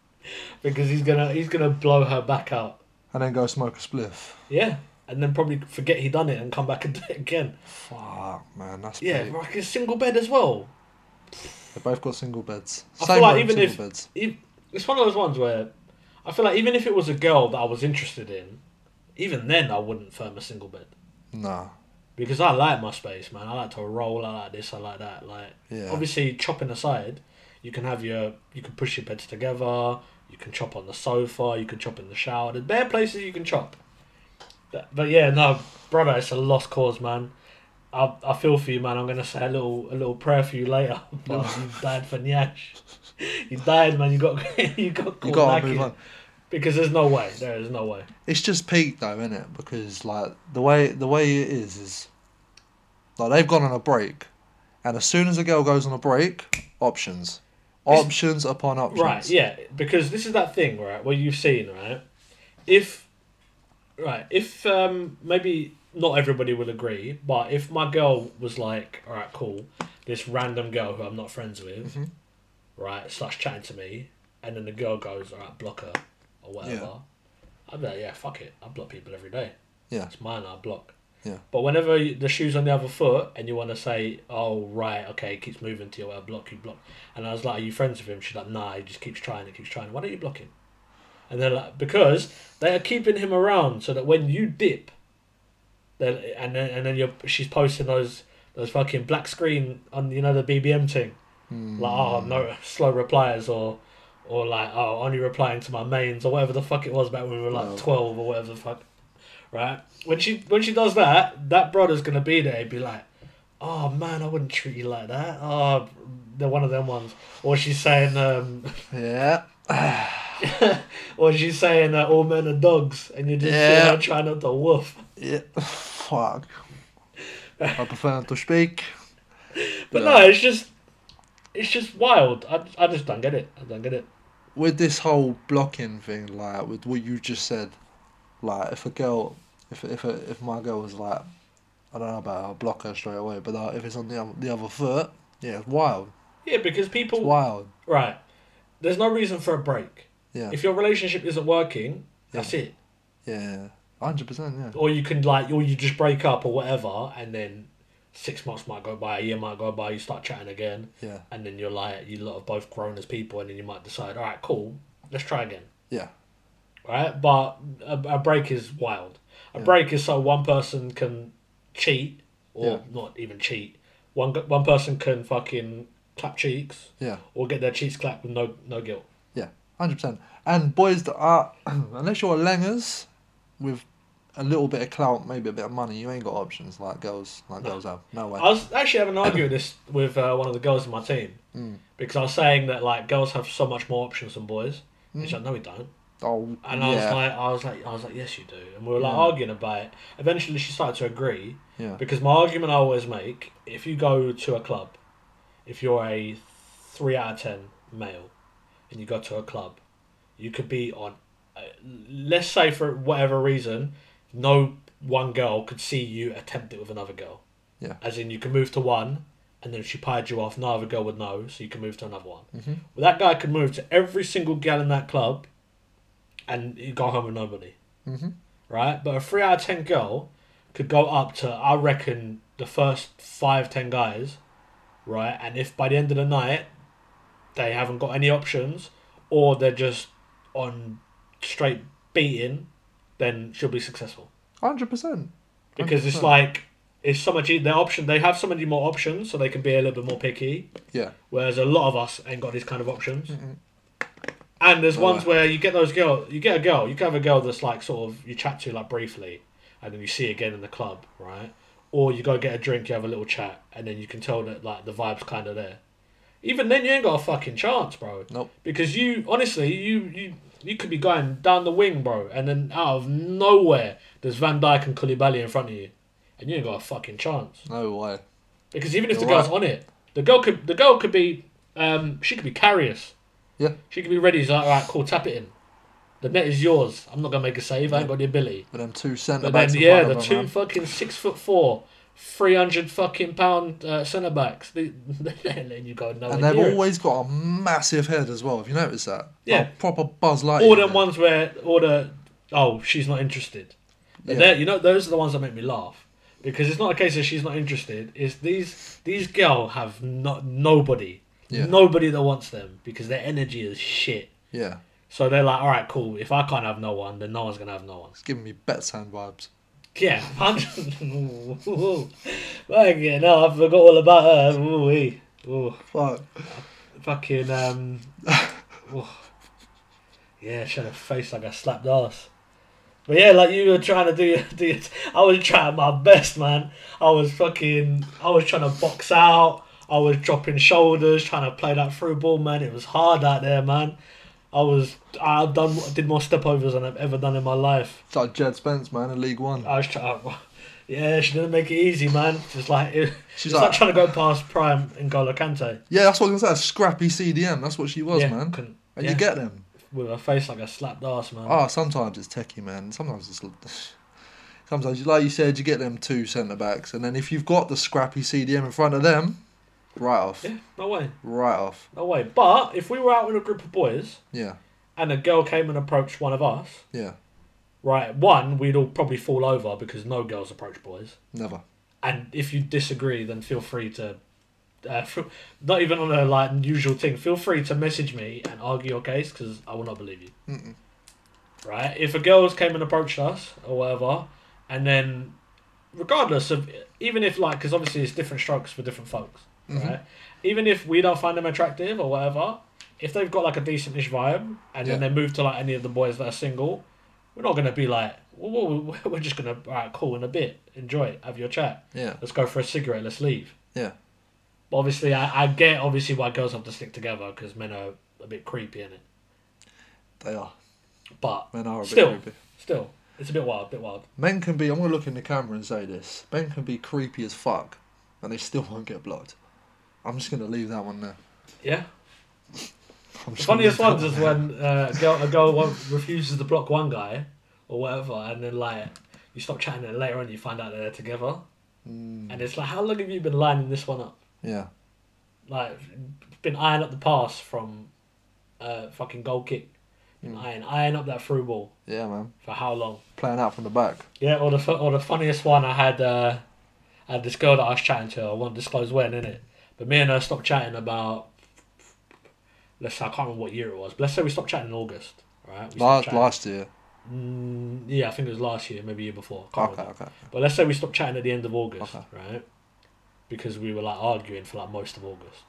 B: because he's gonna he's gonna blow her back out.
A: And then go smoke a spliff.
B: Yeah. And then probably forget he done it and come back and do it again.
A: Fuck, man. That's
B: Yeah,
A: big.
B: like a single bed as well.
A: They both got single beds.
B: I feel like
A: room,
B: even
A: single
B: if-
A: beds.
B: E- It's one of those ones where I feel like even if it was a girl that I was interested in, even then I wouldn't firm a single bed.
A: Nah.
B: Because I like my space, man. I like to roll, I like this, I like that. Like
A: Yeah.
B: obviously chopping aside, you can have your you can push your beds together, you can chop on the sofa, you can chop in the shower. There's bare places you can chop. But, but yeah, no, brother, it's a lost cause, man. I, I feel for you, man. I'm gonna say a little a little prayer for you later. But you died for Nyash. You died, man. You got you got
A: You
B: caught
A: gotta
B: lacking.
A: move on.
B: because there's no way. There is no way.
A: It's just peak though, isn't it? Because like the way the way it is is like they've gone on a break, and as soon as a girl goes on a break, options,
B: It's-
A: options upon options.
B: Right, yeah, because this is that thing, right, where you've seen, right? If right, if um maybe not everybody will agree, but if my girl was like, Alright, cool, this random girl who I'm not friends with,
A: Mhm.
B: right, starts chatting to me and then the girl goes, Alright, block her or whatever I'd be like, Yeah, fuck it, I block people every day.
A: Yeah.
B: It's mine, I block.
A: Yeah.
B: But whenever you- the shoe's on the other foot and you want to say, oh, right, okay, it keeps moving to you, well, block, you block. And I was like, are you friends with him? She's like, nah, he just keeps trying, it keeps trying. Why don't you block him? And they're like, because they are keeping him around so that when you dip, then and then and then you're she's posting those those fucking black screen on you know the BBM thing, like oh no slow replies or or like oh only replying to my mains or whatever the fuck it was back when we were like
A: No.
B: twelve or whatever the fuck, right? When she when she does that, that brother's gonna be there. He'd be like, oh man, I wouldn't treat you like that. Oh, they're one of them ones. Or she's saying um,
A: Yeah.
B: or she's saying that all men are dogs, and you're just sitting
A: Yeah.
B: there trying not to woof.
A: Yeah. Fuck. I prefer not to speak.
B: But
A: Yeah.
B: no, it's just it's just wild. I, I just don't get it. I don't get it.
A: with this whole blocking thing, like with what you just said, like if a girl, if if a, if my girl was like, I don't know about her, I'll block her straight away. But like, if it's on the other, the other foot, yeah, it's wild,
B: Yeah, because people
A: it's wild,
B: right. There's no reason for a break.
A: yeah,
B: If your relationship isn't working, that's it.
A: yeah, hundred percent, yeah,
B: Or you can like, or you just break up or whatever, and then six months might go by, a year might go by, you start chatting again,
A: yeah,
B: and then you're like, you lot have both grown as people, and then you might decide, all right, cool, let's try again.
A: yeah,
B: right? But a, a break is wild. A
A: Yeah.
B: break is so one person can cheat, or
A: Yeah.
B: not even cheat. One g- one person can fucking clap cheeks
A: yeah,
B: or get their cheeks clapped with no no guilt.
A: yeah, hundred percent. And boys that are, unless you're langers, with a little bit of clout, maybe a bit of money, you ain't got options like girls, like
B: No.
A: girls have. No way.
B: I was actually having an argument this with uh, one of the girls in my team
A: Mm.
B: because I was saying that like girls have so much more options than boys.
A: Mm.
B: And She's like, no, we don't.
A: Oh,
B: And I was
A: yeah,
B: like, I was like, I was like, yes, you do. And we were like
A: Yeah.
B: arguing about it. Eventually, she started to agree.
A: yeah,
B: Because my argument I always make, if you go to a club, if you're a three out of ten male, and you go to a club, you could be on. Uh, let's say for whatever reason, no one girl could see you attempt it with another girl.
A: Yeah.
B: As in, you can move to one, and and then if she pied you off, neither girl would know, so you can move to another one.
A: Mhm.
B: Well, that guy could move to every single gal in that club, and he'd go home with nobody,
A: Mm-hmm.
B: right? But a three out of ten girl could go up to, I reckon, the first five ten guys, right? And if by the end of the night they haven't got any options, or they're just on straight beating, then she'll be successful
A: Hundred percent.
B: because it's
A: 100%.
B: like it's so much. e- Their option, they have so many more options, so they can be a little bit more picky.
A: Yeah.
B: Whereas a lot of us ain't got these kind of options. And there's
A: Oh,
B: ones
A: wow.
B: where you get those girl, you get a girl, you can have a girl that's like sort of you chat to like briefly, and then you see again in the club, right? Or you go get a drink, you have a little chat, and then you can tell that like the vibe's kind of there. Even then, you ain't got a fucking chance, bro.
A: Nope.
B: Because you honestly, you you you could be going down the wing, bro, and then out of nowhere, there's Van Dyke and Koulibaly in front of you, and you ain't got a fucking chance.
A: No way.
B: Because even if the
A: You're right.
B: girl's on it, the girl could the girl could be um she could be carious.
A: Yeah.
B: She could be ready. She's like, all right, cool, tap it in. The net is yours. I'm not gonna make a save. I ain't got the ability.
A: But them two centre
B: But
A: backs.
B: then yeah, the
A: and
B: two
A: Parma,
B: fucking six foot four, three hundred fucking pound uh, centre backs. They they're letting you go nowhere
A: man. and they've
B: near it.
A: always got a massive head as well. If you notice that,
B: Yeah.
A: Like, proper Buzz Lightyear.
B: all them
A: head.
B: ones where all the oh she's not interested.
A: Yeah.
B: They're- you know those are the ones that make me laugh because it's not a case of she's not interested. It's these these girl have not nobody,
A: Yeah.
B: nobody that wants them because their energy is shit.
A: Yeah,
B: So they're like, all right, cool. If I can't have no one, then no one's gonna have no one.
A: it's giving me Betsand vibes.
B: Yeah, hundred. Fucking no, I forgot all about her. Ooh, wee. Ooh,
A: Fuck.
B: fucking um. ooh. Yeah, she had a face like I slapped ass. But yeah, like you were trying to do your, do your I was trying my best, man. I was fucking, I was trying to box out. I was dropping shoulders, trying to play that through ball, man. It was hard out there, man. I was, I done, did more step overs than I've ever done in my life.
A: It's like Jed Spence, man, in League One.
B: I was trying. Yeah, she didn't make it easy, man. Just like it,
A: She's
B: it's like,
A: like-
B: trying to go past Prime and Golo Kante.
A: yeah, that's what I was gonna say. a Scrappy CDM. That's what she was,
B: yeah,
A: man.
B: couldn't-
A: And
B: yeah,
A: you get them.
B: with her face like a slapped ass, man.
A: Ah, sometimes it's techie, man. Sometimes it's. Sometimes, like you said, you get them two centre backs, and then if you've got the scrappy CDM in front of them, right off,
B: Yeah, no way,
A: right off,
B: no way. But if we were out with a group of boys
A: yeah,
B: and a girl came and approached one of us,
A: yeah,
B: right? One, we'd all probably fall over because no girls approach boys.
A: never.
B: And if you disagree, then feel free to. Uh, f- not even on a like usual thing. Feel free to message me and argue your case because I will not believe you.
A: Mm-mm.
B: right? If a girl came and approached us or whatever, and then, regardless of, even if like, because obviously it's different strokes for different folks,
A: Mhm.
B: right? Even if we don't find them attractive or whatever, if they've got like a decentish vibe, and then
A: Yeah.
B: they move to like any of the boys that are single, we're not gonna be like, "Whoa, whoa, whoa," we're just gonna alright, cool in a bit, enjoy it, have your chat,
A: Yeah,
B: let's go for a cigarette, let's leave.
A: yeah,
B: But obviously, I, I get obviously why girls have to stick together because men are a bit creepy in it,
A: they are.
B: but
A: Men are a bit
B: Still.
A: creepy.
B: still, it's a bit wild, bit wild.
A: Men can be. I'm gonna look in the camera and say this. Men can be creepy as fuck, and they still won't get blocked. I'm just gonna leave that one there.
B: Yeah.
A: I'm
B: The
A: just gonna
B: funniest
A: leave that
B: ones is
A: there.
B: when uh, a girl, a girl won't, refuses to block one guy or whatever, and then like you stop chatting, and later on you find out that they're together,
A: Mm,
B: and it's like, how long have you been lining this one up?
A: yeah,
B: Like, been eyeing up the pass from, uh, fucking goal kick, been
A: Mm.
B: eyeing eyeing up that through ball
A: yeah, man.
B: for how long?
A: Playing out from the back.
B: Yeah, or the fu- or the funniest one I had, uh, I had this girl that I was chatting to. I won't disclose when, innit? But me and her stopped chatting about. Let's say I can't remember what year it was. But let's say we stopped chatting in August, right? We stopped
A: Last
B: chatting-
A: last year.
B: Mm, yeah, I think it was last year, maybe year before. I Can't
A: Okay,
B: remember.
A: okay.
B: But let's say we stopped chatting at the end of August,
A: Okay.
B: right? Because we were like arguing for like most of August,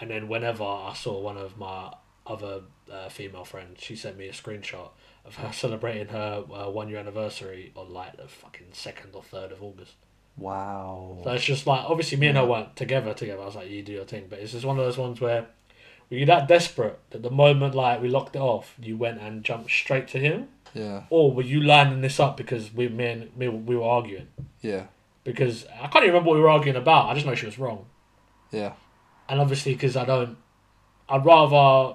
B: and then whenever I saw one of my other uh, female friends, she sent me a screenshot of her celebrating her uh, one year anniversary on like the fucking second or third of August.
A: Wow.
B: So it's just like obviously me and her weren't together together. I was like, you do your thing, but it's just one of those ones where we're that desperate that the moment like we locked it off, you went and jumped straight to him
A: Yeah,
B: or were you lining this up because we me and me we were arguing?
A: yeah,
B: Because I can't even remember what we were arguing about. I just know she was wrong,
A: yeah,
B: and obviously because I don't, I'd rather,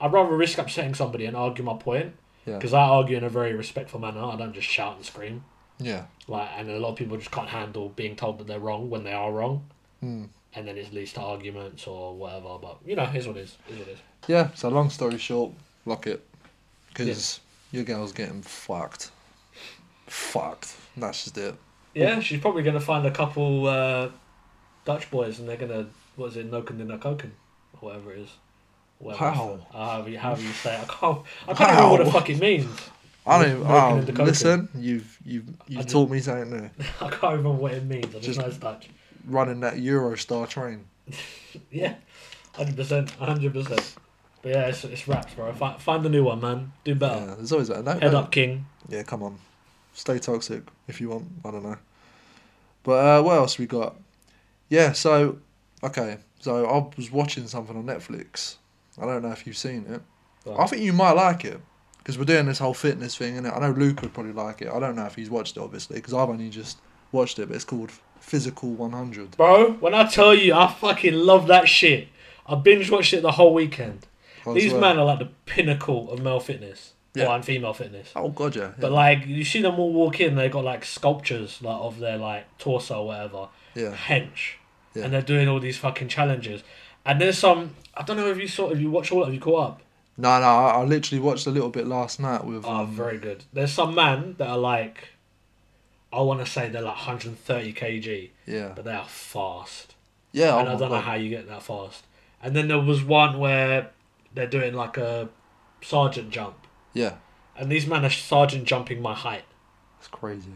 B: I'd rather risk upsetting somebody and argue my point
A: Yeah.
B: because I argue in a very respectful manner. I don't just shout and scream
A: yeah.
B: like, and a lot of people just can't handle being told that they're wrong when they are wrong.
A: Mm.
B: and then it leads to arguments or whatever. But you know, here's what it is. Here's what it is.
A: Yeah, so long story short, lock it. Because your girl's getting fucked. Fucked. That's just it.
B: Yeah, she's probably gonna find a couple uh, Dutch boys, and they're gonna what is it, Noken de Nokoken, or whatever it is. Whatever
A: Wow.
B: Uh, however, you, however you say it, I can't. I can't remember what the
A: Wow.
B: fuck it means.
A: I don't even,
B: Noken and
A: oh,
B: Nokoken.
A: listen, you've you've
B: I
A: you've
B: did-
A: taught me something there.
B: I can't remember what it means. I just,
A: Just-
B: know it's Dutch.
A: Running that Eurostar train.
B: Yeah, hundred percent, hundred percent. But yeah, it's, it's raps, bro. Find, find the new one, man. Do better.
A: Yeah, there's always that. No,
B: Head
A: no.
B: up, King.
A: Yeah, come on. Stay toxic if you want. I don't know. But uh, what else we got? Yeah, so okay, so I was watching something on Netflix. I don't know if you've seen it. I think you might like it because we're doing this whole fitness thing, and I know Luke would probably like it. I don't know if he's watched it obviously because I've only just watched it, but it's called Physical One Hundred.
B: Bro, when I tell you, I fucking love that shit. I binge watched it the whole weekend. These men are like the pinnacle of male fitness
A: Yeah.
B: or and female fitness.
A: Oh god, yeah.
B: But like, you see them all walk in, they got like sculptures like of their like torso or whatever,
A: yeah,
B: hench,
A: Yeah.
B: and they're doing all these fucking challenges. And there's some. I don't know if you saw, if you watched all, have you caught up?
A: no, no. I, I literally watched a little bit last night with.
B: Oh,
A: um,
B: very good. There's some man that are like, I want to say they're like 130 kg,
A: yeah,
B: but they are fast.
A: yeah. Oh
B: and I
A: my
B: don't know
A: god.
B: how you get that fast. And then there was one where they're doing like a sergeant jump,
A: Yeah,
B: and these men are sergeant jumping my height.
A: it's crazy.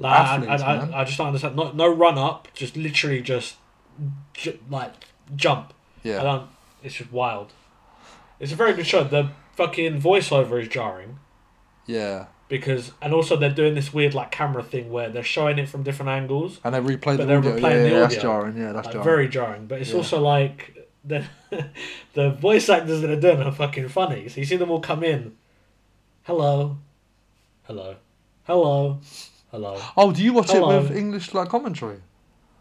B: Like I-
A: Athletes,
B: I,
A: man.
B: I, I, just don't understand. No, no run up, just literally just ju- like jump. I
A: Yeah,
B: don't. It's just wild. It's a very good show. The fucking voiceover is jarring
A: yeah.
B: because, and also they're doing this weird like camera thing where they're showing it from different angles.
A: And they replay
B: But
A: the
B: they're
A: audio.
B: replaying
A: Yeah,
B: the
A: yeah, that's
B: audio.
A: jarring. Yeah, that's
B: like,
A: jarring.
B: very jarring. But it's
A: Yeah.
B: also like the the voice actors that are doing it are fucking funny. So you see them all come in. Hello, hello, hello, hello.
A: Oh, do you watch
B: Hello.
A: it with English like commentary?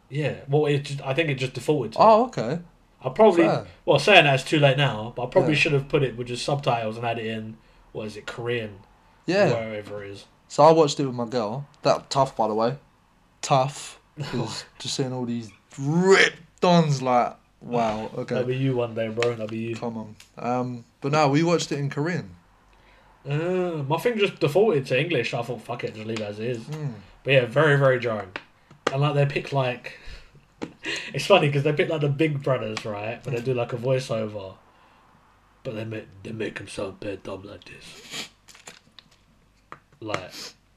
B: Yeah. Well, it just, I think it just defaulted. To
A: Oh, okay.
B: I probably
A: fair.
B: well saying that it's too late now, but I probably
A: Yeah.
B: should have put it with just subtitles and had it in. What is it Korean?
A: Yeah.
B: Wherever it is.
A: So I watched it with my girl. That tough, by the way. Tough. 'cause just seeing all these ripped dons like, wow.
B: That'll
A: Okay.
B: be you one day, bro. That'll be you.
A: Come on. Um, but no, we watched it in Korean.
B: Uh, my thing just defaulted to English. I thought, fuck it, just leave it as it is.
A: Mm.
B: But yeah, very very jarring. And like they pick like, it's funny because they pick like the Big Brothers, right? But they do like a voiceover, but they make they make them sound bad dumb like this. Like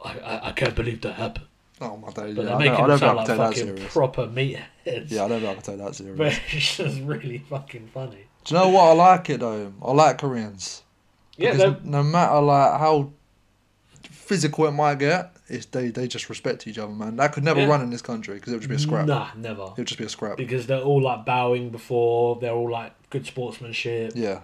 B: I I, I can't believe that happened.
A: Oh my days.
B: But
A: Yeah, I,
B: they make
A: don't, I don't
B: them
A: think
B: sound
A: I can take
B: like
A: that
B: fucking
A: serious.
B: proper meatheads.
A: yeah, I don't think I can take that serious.
B: but it's just really fucking funny.
A: Do you know what? I like it though. I like Koreans.
B: Yeah,
A: Because
B: they're-
A: no matter like how physical it might get, it's, they they just respect each other, man. That could never
B: Yeah.
A: run in this country because it would just be a scrap.
B: nah, never.
A: It would just be a scrap.
B: Because they're all like bowing before. They're all like good sportsmanship.
A: Yeah,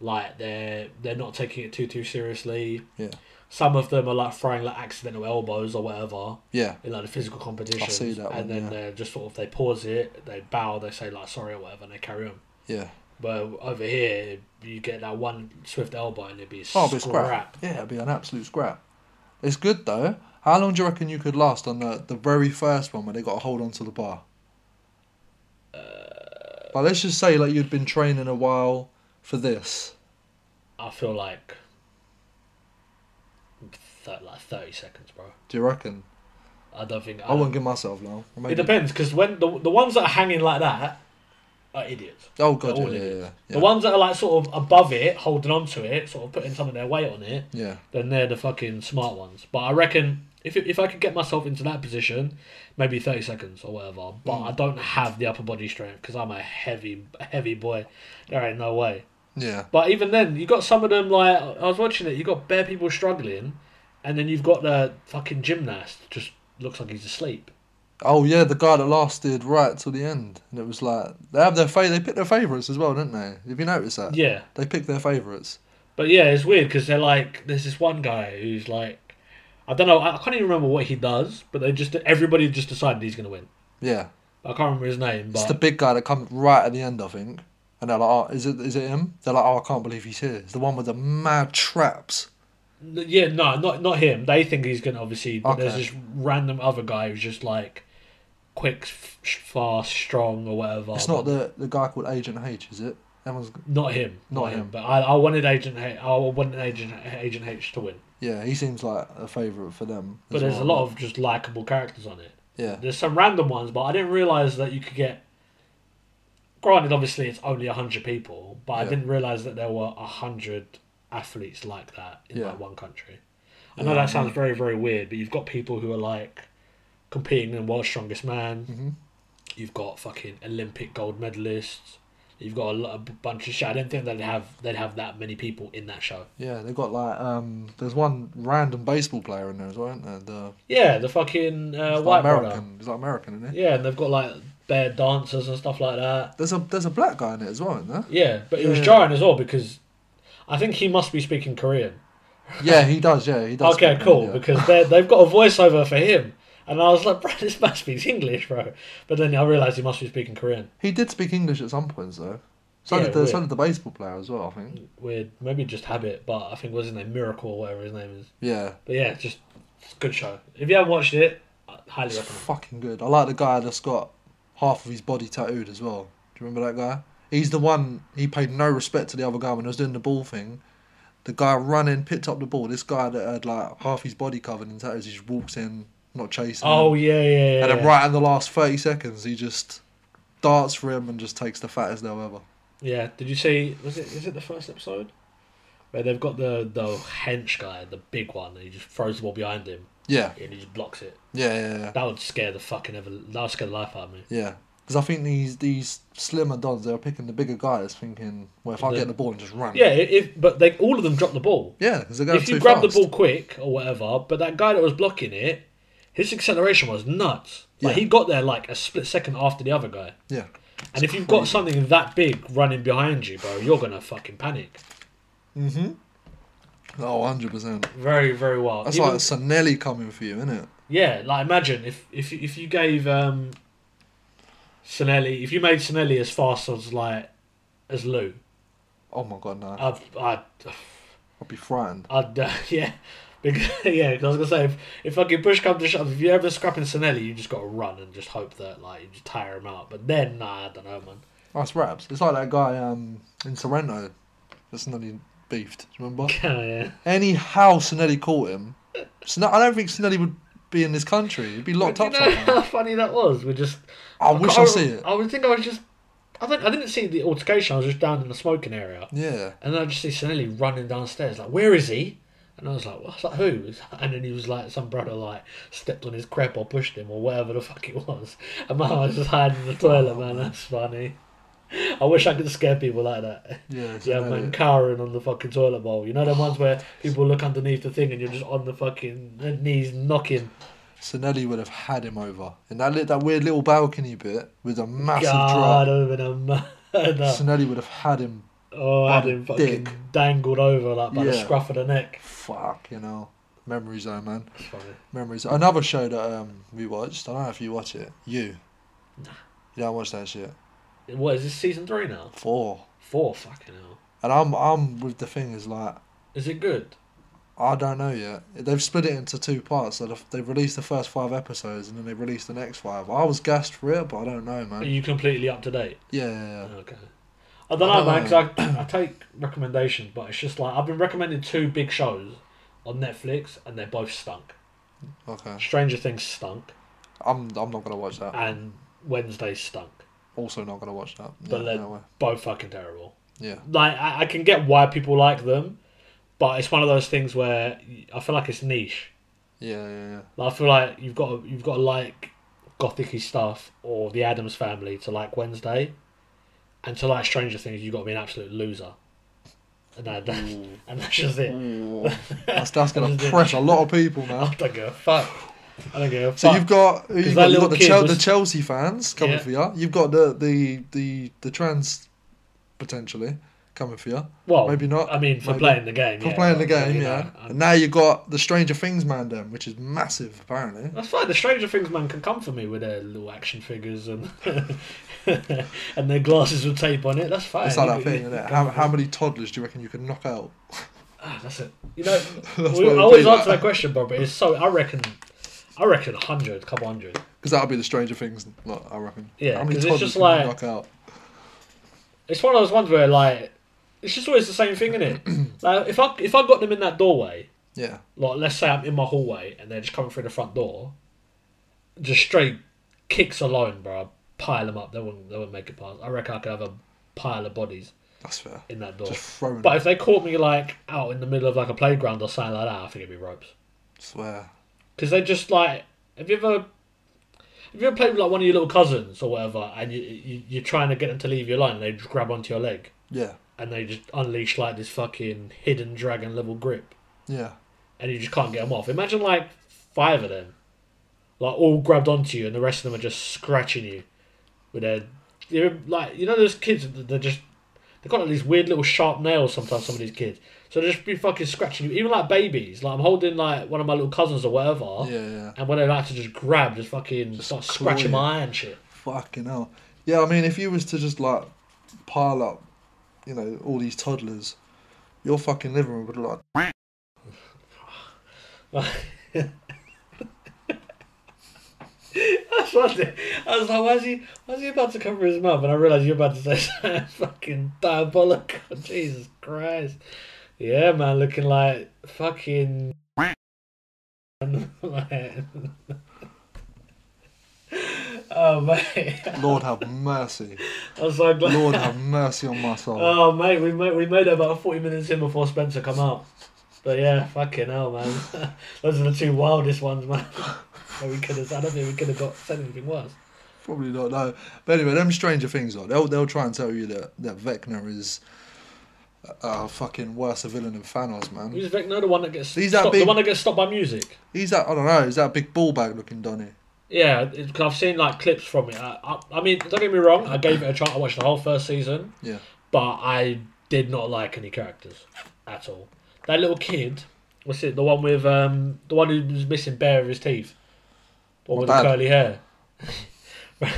B: like they're they're not taking it too too seriously.
A: Yeah.
B: Some of them are like throwing like accidental elbows or whatever
A: yeah,
B: in like the physical competition.
A: see that one,
B: and then
A: yeah.
B: they're just sort of they pause it, they bow, they say like sorry or whatever, and they carry on.
A: yeah.
B: But over here, you get that one swift elbow and it'd be
A: Oh, it'd be a
B: scrap.
A: scrap. Yeah, it'd be an absolute scrap. It's good though. How long do you reckon you could last on the, the very first one when they got to hold on to the bar?
B: Uh,
A: But let's just say like you'd been training a while for this.
B: I feel like th- like thirty seconds, bro.
A: Do you reckon?
B: I don't think
A: I wouldn't give myself long.
B: Uh, It
A: Maybe.
B: depends because when the the ones that are hanging like that are idiots.
A: Oh god,
B: They're
A: yeah,
B: all
A: yeah,
B: idiots.
A: yeah,
B: The
A: yeah.
B: ones that are like sort of above it, holding on to it, sort of putting some of their weight on it,
A: yeah.
B: then they're the fucking smart ones. But I reckon if if I could get myself into that position, maybe thirty seconds or whatever. But
A: Mm.
B: I don't have the upper body strength because I'm a heavy heavy boy. There ain't no way.
A: Yeah.
B: But even then, you got some of them like I was watching it. You got bare people struggling, and then you've got the fucking gymnast just looks like he's asleep.
A: Oh yeah, the guy that lasted right till the end, and it was like they have their fa- they pick their favourites as well, didn't they? If you notice that,
B: Yeah.
A: they pick their favourites.
B: But yeah, it's weird because they're like, there's this one guy who's like, I don't know, I I can't even remember what he does, but they just everybody just decided he's gonna win.
A: Yeah,
B: I can't remember his name,
A: it's the
B: but
A: big guy that comes right at the end, I think. And they're like, oh, is it is it him? They're like, oh, I can't believe he's here. It's the one with the mad traps.
B: N- yeah, no, not not him. They think he's gonna obviously, but there's
A: Okay.
B: this random other guy who's just like, quick, f- fast, strong, or whatever.
A: It's not the the guy called Agent H, is it? Everyone's
B: Not him. Not,
A: Not
B: him.
A: him.
B: But I, I wanted Agent H. I wanted Agent Agent H to win.
A: yeah, he seems like a favourite for them.
B: But
A: as
B: there's
A: well.
B: a lot of just likable characters on it.
A: yeah,
B: There's some random ones, but I didn't realize that you could get. Granted, obviously it's only hundred people, but I
A: Yeah.
B: didn't realize that there were hundred athletes like that in
A: Yeah.
B: like one country. I know that sounds very very weird, but you've got people who are like competing in World's Strongest Man.
A: Mhm.
B: You've got fucking Olympic gold medalists. You've got a, lot, a bunch of shit. I didn't think they'd have they'd have that many people in that show.
A: yeah. They got like um. There's one random baseball player in there as well, isn't there? The
B: Yeah, the fucking uh,
A: he's
B: white
A: like
B: brother.
A: American. He's like American, isn't he?
B: Yeah, and they've got like bare dancers and stuff like that.
A: There's a there's a black guy in it as well, isn't there?
B: Yeah, but it was
A: Yeah.
B: jarring as well because I think he must be speaking Korean.
A: Yeah, he does. Yeah, he does.
B: okay,
A: speak
B: cool,
A: Korean,
B: because they they've got a voiceover for him. And I was like, bro, this man speaks English, bro. But then I realised he must be speaking Korean.
A: He did speak English at some points though. So
B: Yeah,
A: did the so
B: weird. Mm.
A: did the baseball player as well. I think.
B: Weird. Maybe just habit, but I think was his name Miracle or whatever his name is.
A: Yeah,
B: But yeah, just it's a good show. If you haven't watched it, I highly
A: it's
B: recommend.
A: fucking good. I like the guy that's got half of his body tattooed as well. Do you remember that guy? He's the one. He paid no respect to the other guy when he was doing the ball thing. The guy running picked up the ball. This guy that had like half his body covered in tattoos, he just walks in, not chasing.
B: Oh
A: him.
B: yeah, yeah, yeah.
A: and then
B: yeah.
A: right in the last thirty seconds, he just darts for him and just takes the fattest they'll ever.
B: Yeah. Did you see? Was it? Is it the first episode? Where they've got the the hench guy, the big one, and he just throws the ball behind him
A: Yeah,
B: and he just blocks it.
A: yeah, yeah, yeah.
B: That would scare the fucking ever. That would scare the life out of me.
A: Yeah, because I think these these slimmer dons they were picking the bigger guys, thinking, well, if I
B: The-
A: get the ball and just run.
B: Yeah, i- if but they all of them drop the ball.
A: Yeah, because they're going
B: If
A: too
B: you grab
A: fast.
B: the ball quick or whatever, but that guy that was blocking it, his acceleration was nuts. Like
A: Yeah.
B: he got there like a split second after the other guy.
A: Yeah,
B: And if you've got something that big running behind you, bro, you're gonna fucking panic.
A: oh, 100 percent.
B: Very, very wild.
A: That's
B: Even-
A: like Sanelli coming for you, isn't it?
B: yeah, like imagine if if you- if you gave um, Sinelli, if you made Sinelli as fast as like as Lou,
A: Oh my god, no,
B: I'd, I'd
A: I'd be frightened.
B: I'd uh, yeah, because yeah, 'cause I was gonna say if, if fucking push comes to shove, if you ever scrapping Sonelli, you just gotta run and just hope that like you just tire him out. But then nah, I don't know, man.
A: Nice raps. It's like that guy um in Sorrento, that's Sanelli beefed. Do you remember?
B: Oh, yeah.
A: Anyhow, Sanelli caught him. Sine- I don't think Sanelli would be in this country. He'd be
B: But
A: locked
B: do
A: up
B: you know how
A: somewhere.
B: funny that was? We just
A: I wish I
B: can't-
A: see it.
B: I would think I was just I don't I didn't see the altercation. I was just down in the smoking area,
A: Yeah,
B: and then I just see Sonelli running downstairs. Like where is he? And I was like, what's that? Who? And then he was like, some brother like stepped on his crap or pushed him or whatever the fuck it was. And man, I was just hiding in the toilet, man. That's funny. I wish I could scare people like that.
A: yeah,
B: Yeah,
A: Sanelli.
B: man, cowering on the fucking toilet bowl. You know the ones where people look underneath the thing and you're just on the fucking knees knocking.
A: Sinelli would have had him over. In that li- that weird little balcony bit with a massive
B: God,
A: drop,
B: that would have been a murder.
A: Sinelli would have had him.
B: Oh, I had
A: What a
B: him fucking
A: dick.
B: dangled over like by the
A: Yeah.
B: scruff of the neck.
A: Fuck, you know. Memories though, man.
B: That's funny.
A: Memories. Another show that um, we watched, I don't know if you watch it. You.
B: Nah.
A: You don't watch that shit.
B: What is this season three now?
A: Four.
B: Four, fucking hell.
A: And I'm I'm with the thing is like
B: Is it good?
A: I don't know yet. They've split it into two parts. So they've- they've released the first five episodes and then they released the next five. I was gassed for it, but I don't know,
B: Are
A: man.
B: you completely up to date?
A: Yeah, yeah, yeah.
B: Okay. I don't know,
A: I
B: man,
A: don't
B: 'cause man, because I, I take recommendations, but it's just like I've been recommended two big shows on Netflix, and they both stunk.
A: Okay.
B: Stranger Things stunk,
A: I'm I'm not gonna watch that.
B: and Wednesday stunk.
A: Also not gonna watch that. Yeah,
B: But then-
A: no way.
B: Both fucking terrible.
A: Yeah.
B: Like I, I can get why people like them, but it's one of those things where I feel like it's niche.
A: Yeah, yeah, yeah.
B: Like, I feel like you've got to, you've got to like gothicy stuff or the Adams Family to like Wednesday, and to like Stranger Things, you've got to be an absolute loser. And, that, that- and that's just it.
A: that's that's gonna
B: That was it.
A: press a lot of people
B: I
A: now.
B: don't give a fuck. I don't give a
A: So
B: fuck.
A: you've got who
B: that
A: you've got, you've
B: little
A: got the,
B: kid
A: Chel-
B: was-
A: the Chelsea fans coming
B: Yeah.
A: for you. You've got the the the, the trans potentially coming for you
B: well,
A: maybe not,
B: I mean, for
A: maybe.
B: playing the game.
A: for
B: yeah,
A: playing the
B: but,
A: game.
B: you know,
A: Yeah,
B: I'm-
A: and now you got the Stranger Things man, then, which is massive apparently.
B: That's fine. The Stranger Things man can come for me with their little action figures and and their glasses with tape on it. That's fine.
A: It's like
B: You
A: that
B: can-
A: thing,
B: you
A: isn't
B: can
A: it?
B: come
A: How,
B: for
A: how
B: me.
A: many toddlers do you reckon you can knock out?
B: Ah, that's it. You know,
A: That's
B: we
A: what it
B: always
A: would be
B: answer
A: like.
B: that question, Bob. But it's so I reckon, I reckon hundred, couple hundred.
A: Because that'll be the Stranger Things, like, I reckon.
B: Yeah,
A: How many
B: 'cause it's
A: toddlers
B: just
A: can you
B: like-
A: knock out?
B: It's one of those ones where like it's just always the same thing, is it? like if I if I got them in that doorway,
A: Yeah,
B: like let's say I'm in my hallway and they're just coming through the front door, just straight kicks alone, bro. I'd pile them up. They wouldn't. They wouldn't make it past. I reckon I could have a pile of bodies
A: that's fair.
B: in that door.
A: Just throwing.
B: Oh. But if they caught me like out in the middle of like a playground or something like that, I think it'd be ropes.
A: Swear.
B: Because they just like, have you ever, have you ever played with like one of your little cousins or whatever, and you, you you're trying to get them to leave you alone, and they just grab onto your leg,
A: Yeah,
B: and they just unleash like this fucking hidden dragon level grip,
A: yeah.
B: and you just can't get them off. Imagine like five of them, like all grabbed onto you, and the rest of them are just scratching you, with their, you're like you know those kids that they're just. They've got like these weird little sharp nails sometimes, some of these kids. So they'll just be fucking scratching you. Even like babies. Like I'm holding like one of my little cousins or whatever.
A: Yeah, yeah.
B: And when they like to just grab, just fucking
A: Just
B: start
A: claw
B: scratching
A: you.
B: my eye and shit.
A: Fucking hell. Yeah, I mean, if you was to just like pile up, you know, all these toddlers, your fucking living room would look like
B: That's what I did. I was like, why is he, why is he about to cover his mouth? And I realised you're about to say something fucking diabolical. Jesus Christ. Yeah, man, looking like fucking. oh, mate.
A: Lord have mercy.
B: I was so glad.
A: Lord have mercy on my soul.
B: Oh mate, we made we made it about forty minutes in before Spencer come out. But yeah, fucking hell, man. Those are the two wildest ones, man. that we could have. I don't think we could have got said anything worse.
A: Probably not, no. But anyway, them Stranger Things, lot, they'll, they'll try and tell you that, that Vecna is a, a fucking worse villain than Thanos, man.
B: Who's Vecna, the one that gets
A: He's that
B: stopped, the
A: big-
B: one that gets stopped by music?
A: He's that, I don't know, he's that big ball bag looking Donnie.
B: Yeah, it, 'cause I've seen like clips from it. I, I, I mean, don't get me wrong. I gave it a chance. I watched the whole first season,
A: Yeah.
B: but I did not like any characters at all. That little kid, what's it? The one with um, the one who's missing bare of his teeth, or
A: My
B: with
A: dad.
B: the curly hair.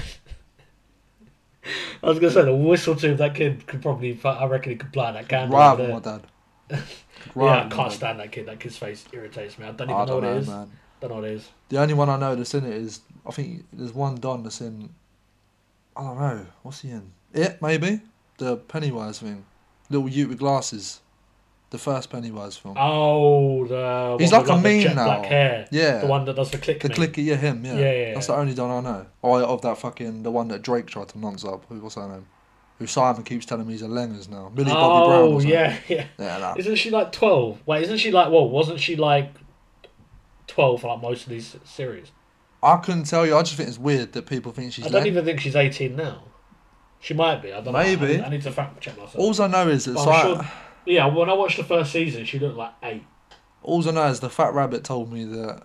B: I was gonna say the whistle tube. That kid could probably. fu- I reckon he could blow that candle.
A: Right
B: there.
A: with my dad.
B: yeah, I
A: Rival my
B: can't
A: dad.
B: stand that kid. That kid's face irritates me. I don't even
A: I
B: know
A: don't
B: what it
A: know,
B: is.
A: man.
B: Don't know what it is.
A: The only one I know that's in it is I think there's one Don that's in. I don't know what's he in. It maybe the Pennywise thing, little Ute with glasses, the first Pennywise film.
B: Oh, the
A: He's
B: one
A: like
B: with,
A: a
B: the
A: meme
B: jet
A: now.
B: Black hair.
A: yeah,
B: The one that does the click.
A: the
B: meme.
A: clicker, yeah, him, yeah.
B: Yeah, yeah,
A: That's
B: yeah.
A: the only Don I know. Or of that fucking the one that Drake tried to nonce up. Who was her name? Who Simon keeps telling me he's a Lengers now. Billy Bobby Brown.
B: Oh
A: or something.
B: yeah, yeah.
A: Yeah, nah.
B: Isn't she like twelve? Wait, isn't she like well? Wasn't she like twelve for like most of these series?
A: I couldn't tell you. I just think it's weird that people think she's.
B: I don't
A: Leng-
B: even think she's eighteen now. She might be. I don't know. I
A: Maybe.
B: need- I, need to fact check myself.
A: Alls I know is that.
B: But I'm
A: Si-
B: sure- yeah, when I watched the first season, she looked like eight.
A: All I know is the fat rabbit told me that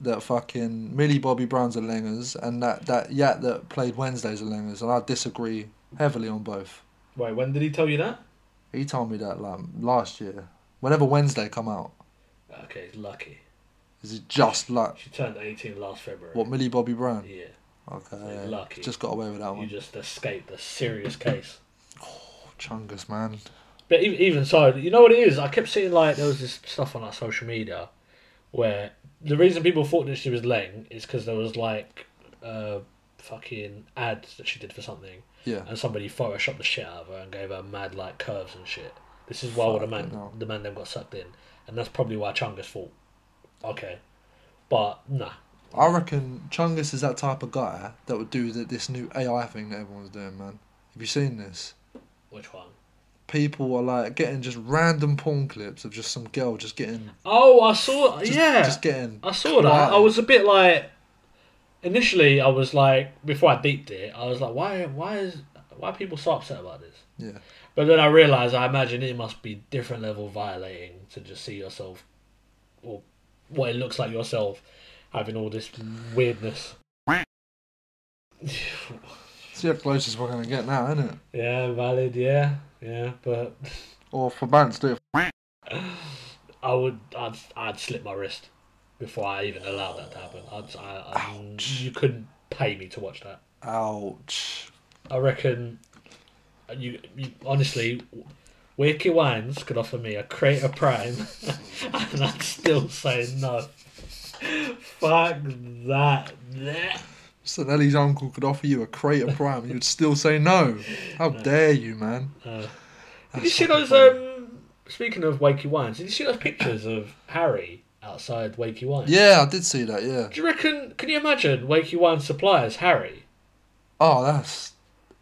A: that fucking Millie Bobby Brown's a Lingers and that that Yat that played Wednesday's a Lingers, and I disagree heavily on both.
B: Wait, when did he tell you that?
A: He told me that like last year, whenever Wednesday come out,
B: Okay, he's lucky.
A: is it just like
B: She turned eighteen last February.
A: what Millie Bobby Brown?
B: Yeah,
A: Okay,
B: Lucky.
A: just got away with that
B: you
A: one.
B: just escaped a serious case.
A: Oh, Chungus man,
B: But even, even so, you know what it is? I kept seeing like there was this stuff on like social media where the reason people thought that she was Leng is because there was like uh, fucking ads that she did for something,
A: yeah,
B: and somebody photoshopped the shit out of her and gave her mad like curves and shit. This is why all the
A: Fucking
B: man
A: hell.
B: the man then got sucked in, and that's probably why Chungus thought, okay, but nah,
A: I reckon Chungus is that type of guy that would do the, this new AI thing that everyone's doing, man. Have you seen this?
B: which one?
A: people are like getting just random porn clips of just some girl just getting
B: Oh, I saw.
A: just,
B: yeah,
A: just getting
B: I saw that. I
A: Why?
B: was a bit like, initially, I was like, before I deeped it, I was like, why, why is, why are people so upset about this?
A: yeah
B: But then I realized, I imagine it must be different level violating to just see yourself, or what it looks like yourself, having all this weirdness.
A: see how close as we're gonna get now isn't it
B: yeah, valid. Yeah, yeah, but
A: or for bands do it
B: I would, I'd, I'd slip my wrist before I even allowed that to happen. I'd, I, I,
A: Ouch.
B: you couldn't pay me to watch that.
A: ouch
B: I reckon you, you honestly, Wakey Wines could offer me a crate of prime, and I'd still say no. Fuck that. Blech.
A: Sanelli's uncle could offer you a crate of prime, and you'd still say no. How dare you, man?
B: Uh, did
A: That's
B: you see
A: fucking
B: those?
A: funny.
B: Um, speaking of Wakey Wines, did you see those pictures of Harry outside Wakey Wines?
A: Yeah, I did see that. Yeah.
B: Do you reckon? Can you imagine Wakey Wine suppliers Harry?
A: Oh, that's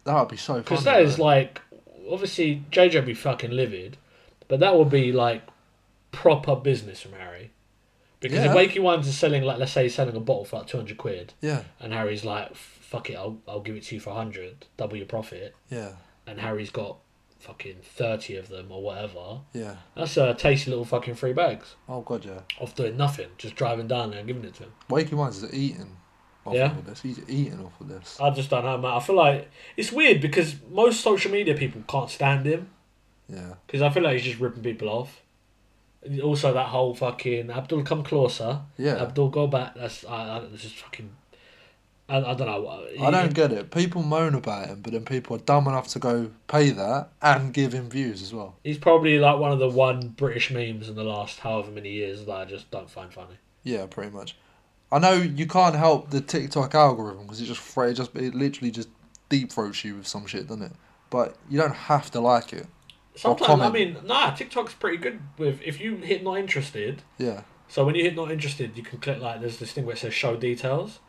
A: that would be so.
B: Because
A: Because
B: that is like, obviously JJ would be fucking livid, but that would be like proper business from Harry. Because
A: Yeah.
B: if Wakey Wines is selling like, let's say he's selling a bottle for like two hundred quid,
A: yeah,
B: and Harry's like, fuck it, I'll I'll give it to you for hundred, double your profit,
A: yeah,
B: and Harry's got fucking thirty of them or whatever.
A: yeah.
B: That's a tasty little fucking free bags
A: Oh god, yeah.
B: of doing nothing, just driving down there and giving it to him.
A: Wakey Wines is eating off
B: Yeah.
A: of this. He's eating off of this.
B: I just don't know, man. I feel like it's weird because most social media people can't stand him
A: Yeah.
B: because I feel like he's just ripping people off. And Also, that whole fucking Abdul come closer,
A: Yeah.
B: Abdul go back. That's I, I that's just fucking. I, I don't know.
A: I don't get it. People moan about him, but then people are dumb enough to go pay that and give him views as well.
B: He's probably like one of the one British memes in the last however many years that I just don't find funny.
A: Yeah, pretty much. I know you can't help the TikTok algorithm because it just fr- it just it literally just deep throats you with some shit, doesn't it? But you don't have to like it.
B: Sometimes I
A: comment.
B: mean, nah, TikTok's pretty good with if you hit not interested.
A: Yeah,
B: So when you hit not interested, you can click like there's this thing where it says show details,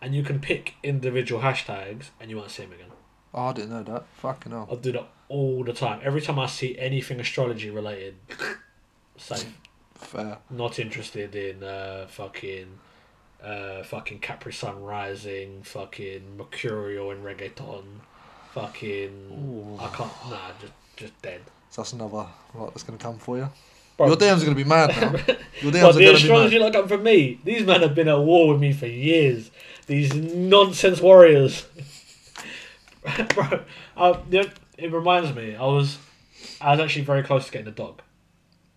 B: and you can pick individual hashtags, and you won't see them again.
A: oh, I didn't know that. Fucking
B: I
A: hell.
B: do that all the time. Every time I see anything astrology related, same.
A: Fair.
B: Not interested in uh, fucking, uh, fucking Capri Sun rising, fucking mercurial and reggaeton, fucking.
A: Ooh.
B: I can't. Nah, just just dead.
A: So that's another what that's gonna come for you.
B: Bro,
A: Your DMs are gonna be mad now. Your DMs
B: But
A: are
B: the
A: gonna be mad.
B: astrology like up for me. These men have been at war with me for years. These nonsense warriors. Bro, um, you know, it reminds me. I was, I was actually very close to getting a dog.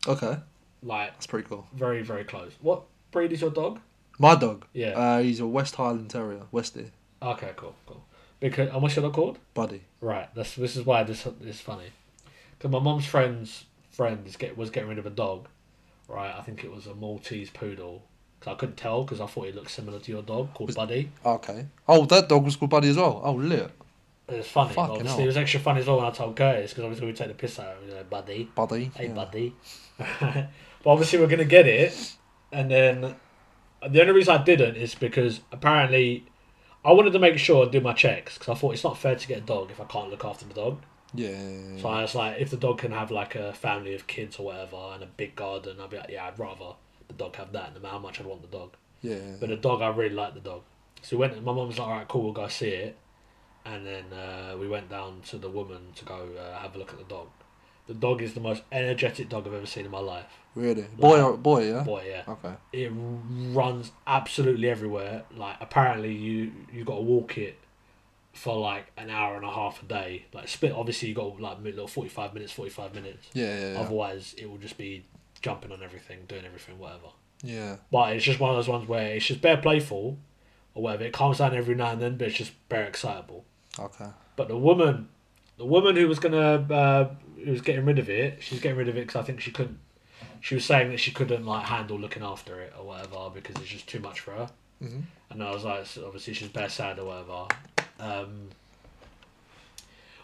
A: Okay,
B: Like
A: that's pretty cool.
B: very, very close. What breed is your dog?
A: My dog.
B: Yeah.
A: Uh, he's a West Highland Terrier, Westie,
B: okay, cool, cool. Because and what's your dog called?
A: buddy.
B: Right. That's this is why this is funny. Because my mum's friend's friend is get was getting rid of a dog. Right. I think it was a Maltese poodle. 'Cause I couldn't tell because I thought it looked similar to your dog called
A: Was-
B: Buddy.
A: Okay. Oh, that dog was called Buddy as well. Oh, lit.
B: It was funny.
A: Fucking
B: obviously,
A: hell.
B: it was extra funny as well when I told Curtis because obviously we take the piss out of him. You know, buddy,
A: Buddy.
B: hey
A: yeah.
B: buddy. but obviously we're gonna get it, and then the only reason I didn't is because apparently I wanted to make sure I do my checks because I thought it's not fair to get a dog if I can't look after the dog.
A: Yeah. yeah,
B: So
A: yeah.
B: I was like, if the dog can have like a family of kids or whatever and a big garden, I'd be like, yeah, I'd rather the dog have that no matter how much I want the dog.
A: yeah. yeah.
B: But the dog, I really liked the dog. So we went, my mum was like, all right, cool, we'll go see it. And then uh, we went down to the woman to go uh, have a look at the dog. The dog is the most energetic dog I've ever seen in my life.
A: Really? Boy, or boy, yeah?
B: Boy, yeah.
A: Okay.
B: It runs absolutely everywhere. Like, apparently, you you got to walk it for like an hour and a half a day. Like, split, obviously, you got like little 45 minutes, 45 minutes.
A: Yeah, yeah, yeah.
B: Otherwise, it will just be jumping on everything, doing everything, whatever.
A: yeah.
B: But it's just one of those ones where it's just bare playful or whatever. It calms down every now and then, but it's just bare excitable.
A: Okay.
B: But the woman, the woman who was gonna, uh, who was getting rid of it, she's getting rid of it because I think she couldn't. She was saying that she couldn't like handle looking after it or whatever because it's just too much for her.
A: Mhm.
B: And I was like, so obviously she's bare sad or whatever. Um,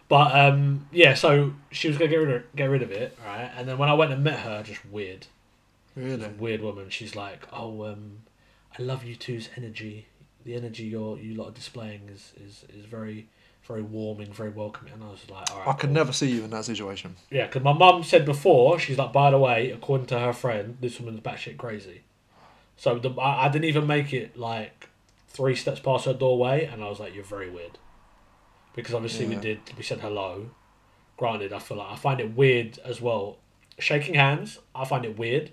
B: but um, yeah, so she was gonna get rid of get rid of it, right? And then when I went and met her, just weird
A: Really?
B: this weird woman. She's like, "Oh, um, I love you two's energy. The energy you're you lot are displaying is is, is very very warming, very welcoming." And I was like, "All right."
A: I could
B: cool."
A: never see you in that situation.
B: Yeah, because my mum said before, she's like, "By the way, according to her friend, this woman's batshit crazy." So the, I, I didn't even make it like three steps past her doorway, and I was like, "You're very weird," because obviously we
A: Yeah.
B: did we said hello. Granted, I feel like I find it weird as well. Shaking hands, I find it weird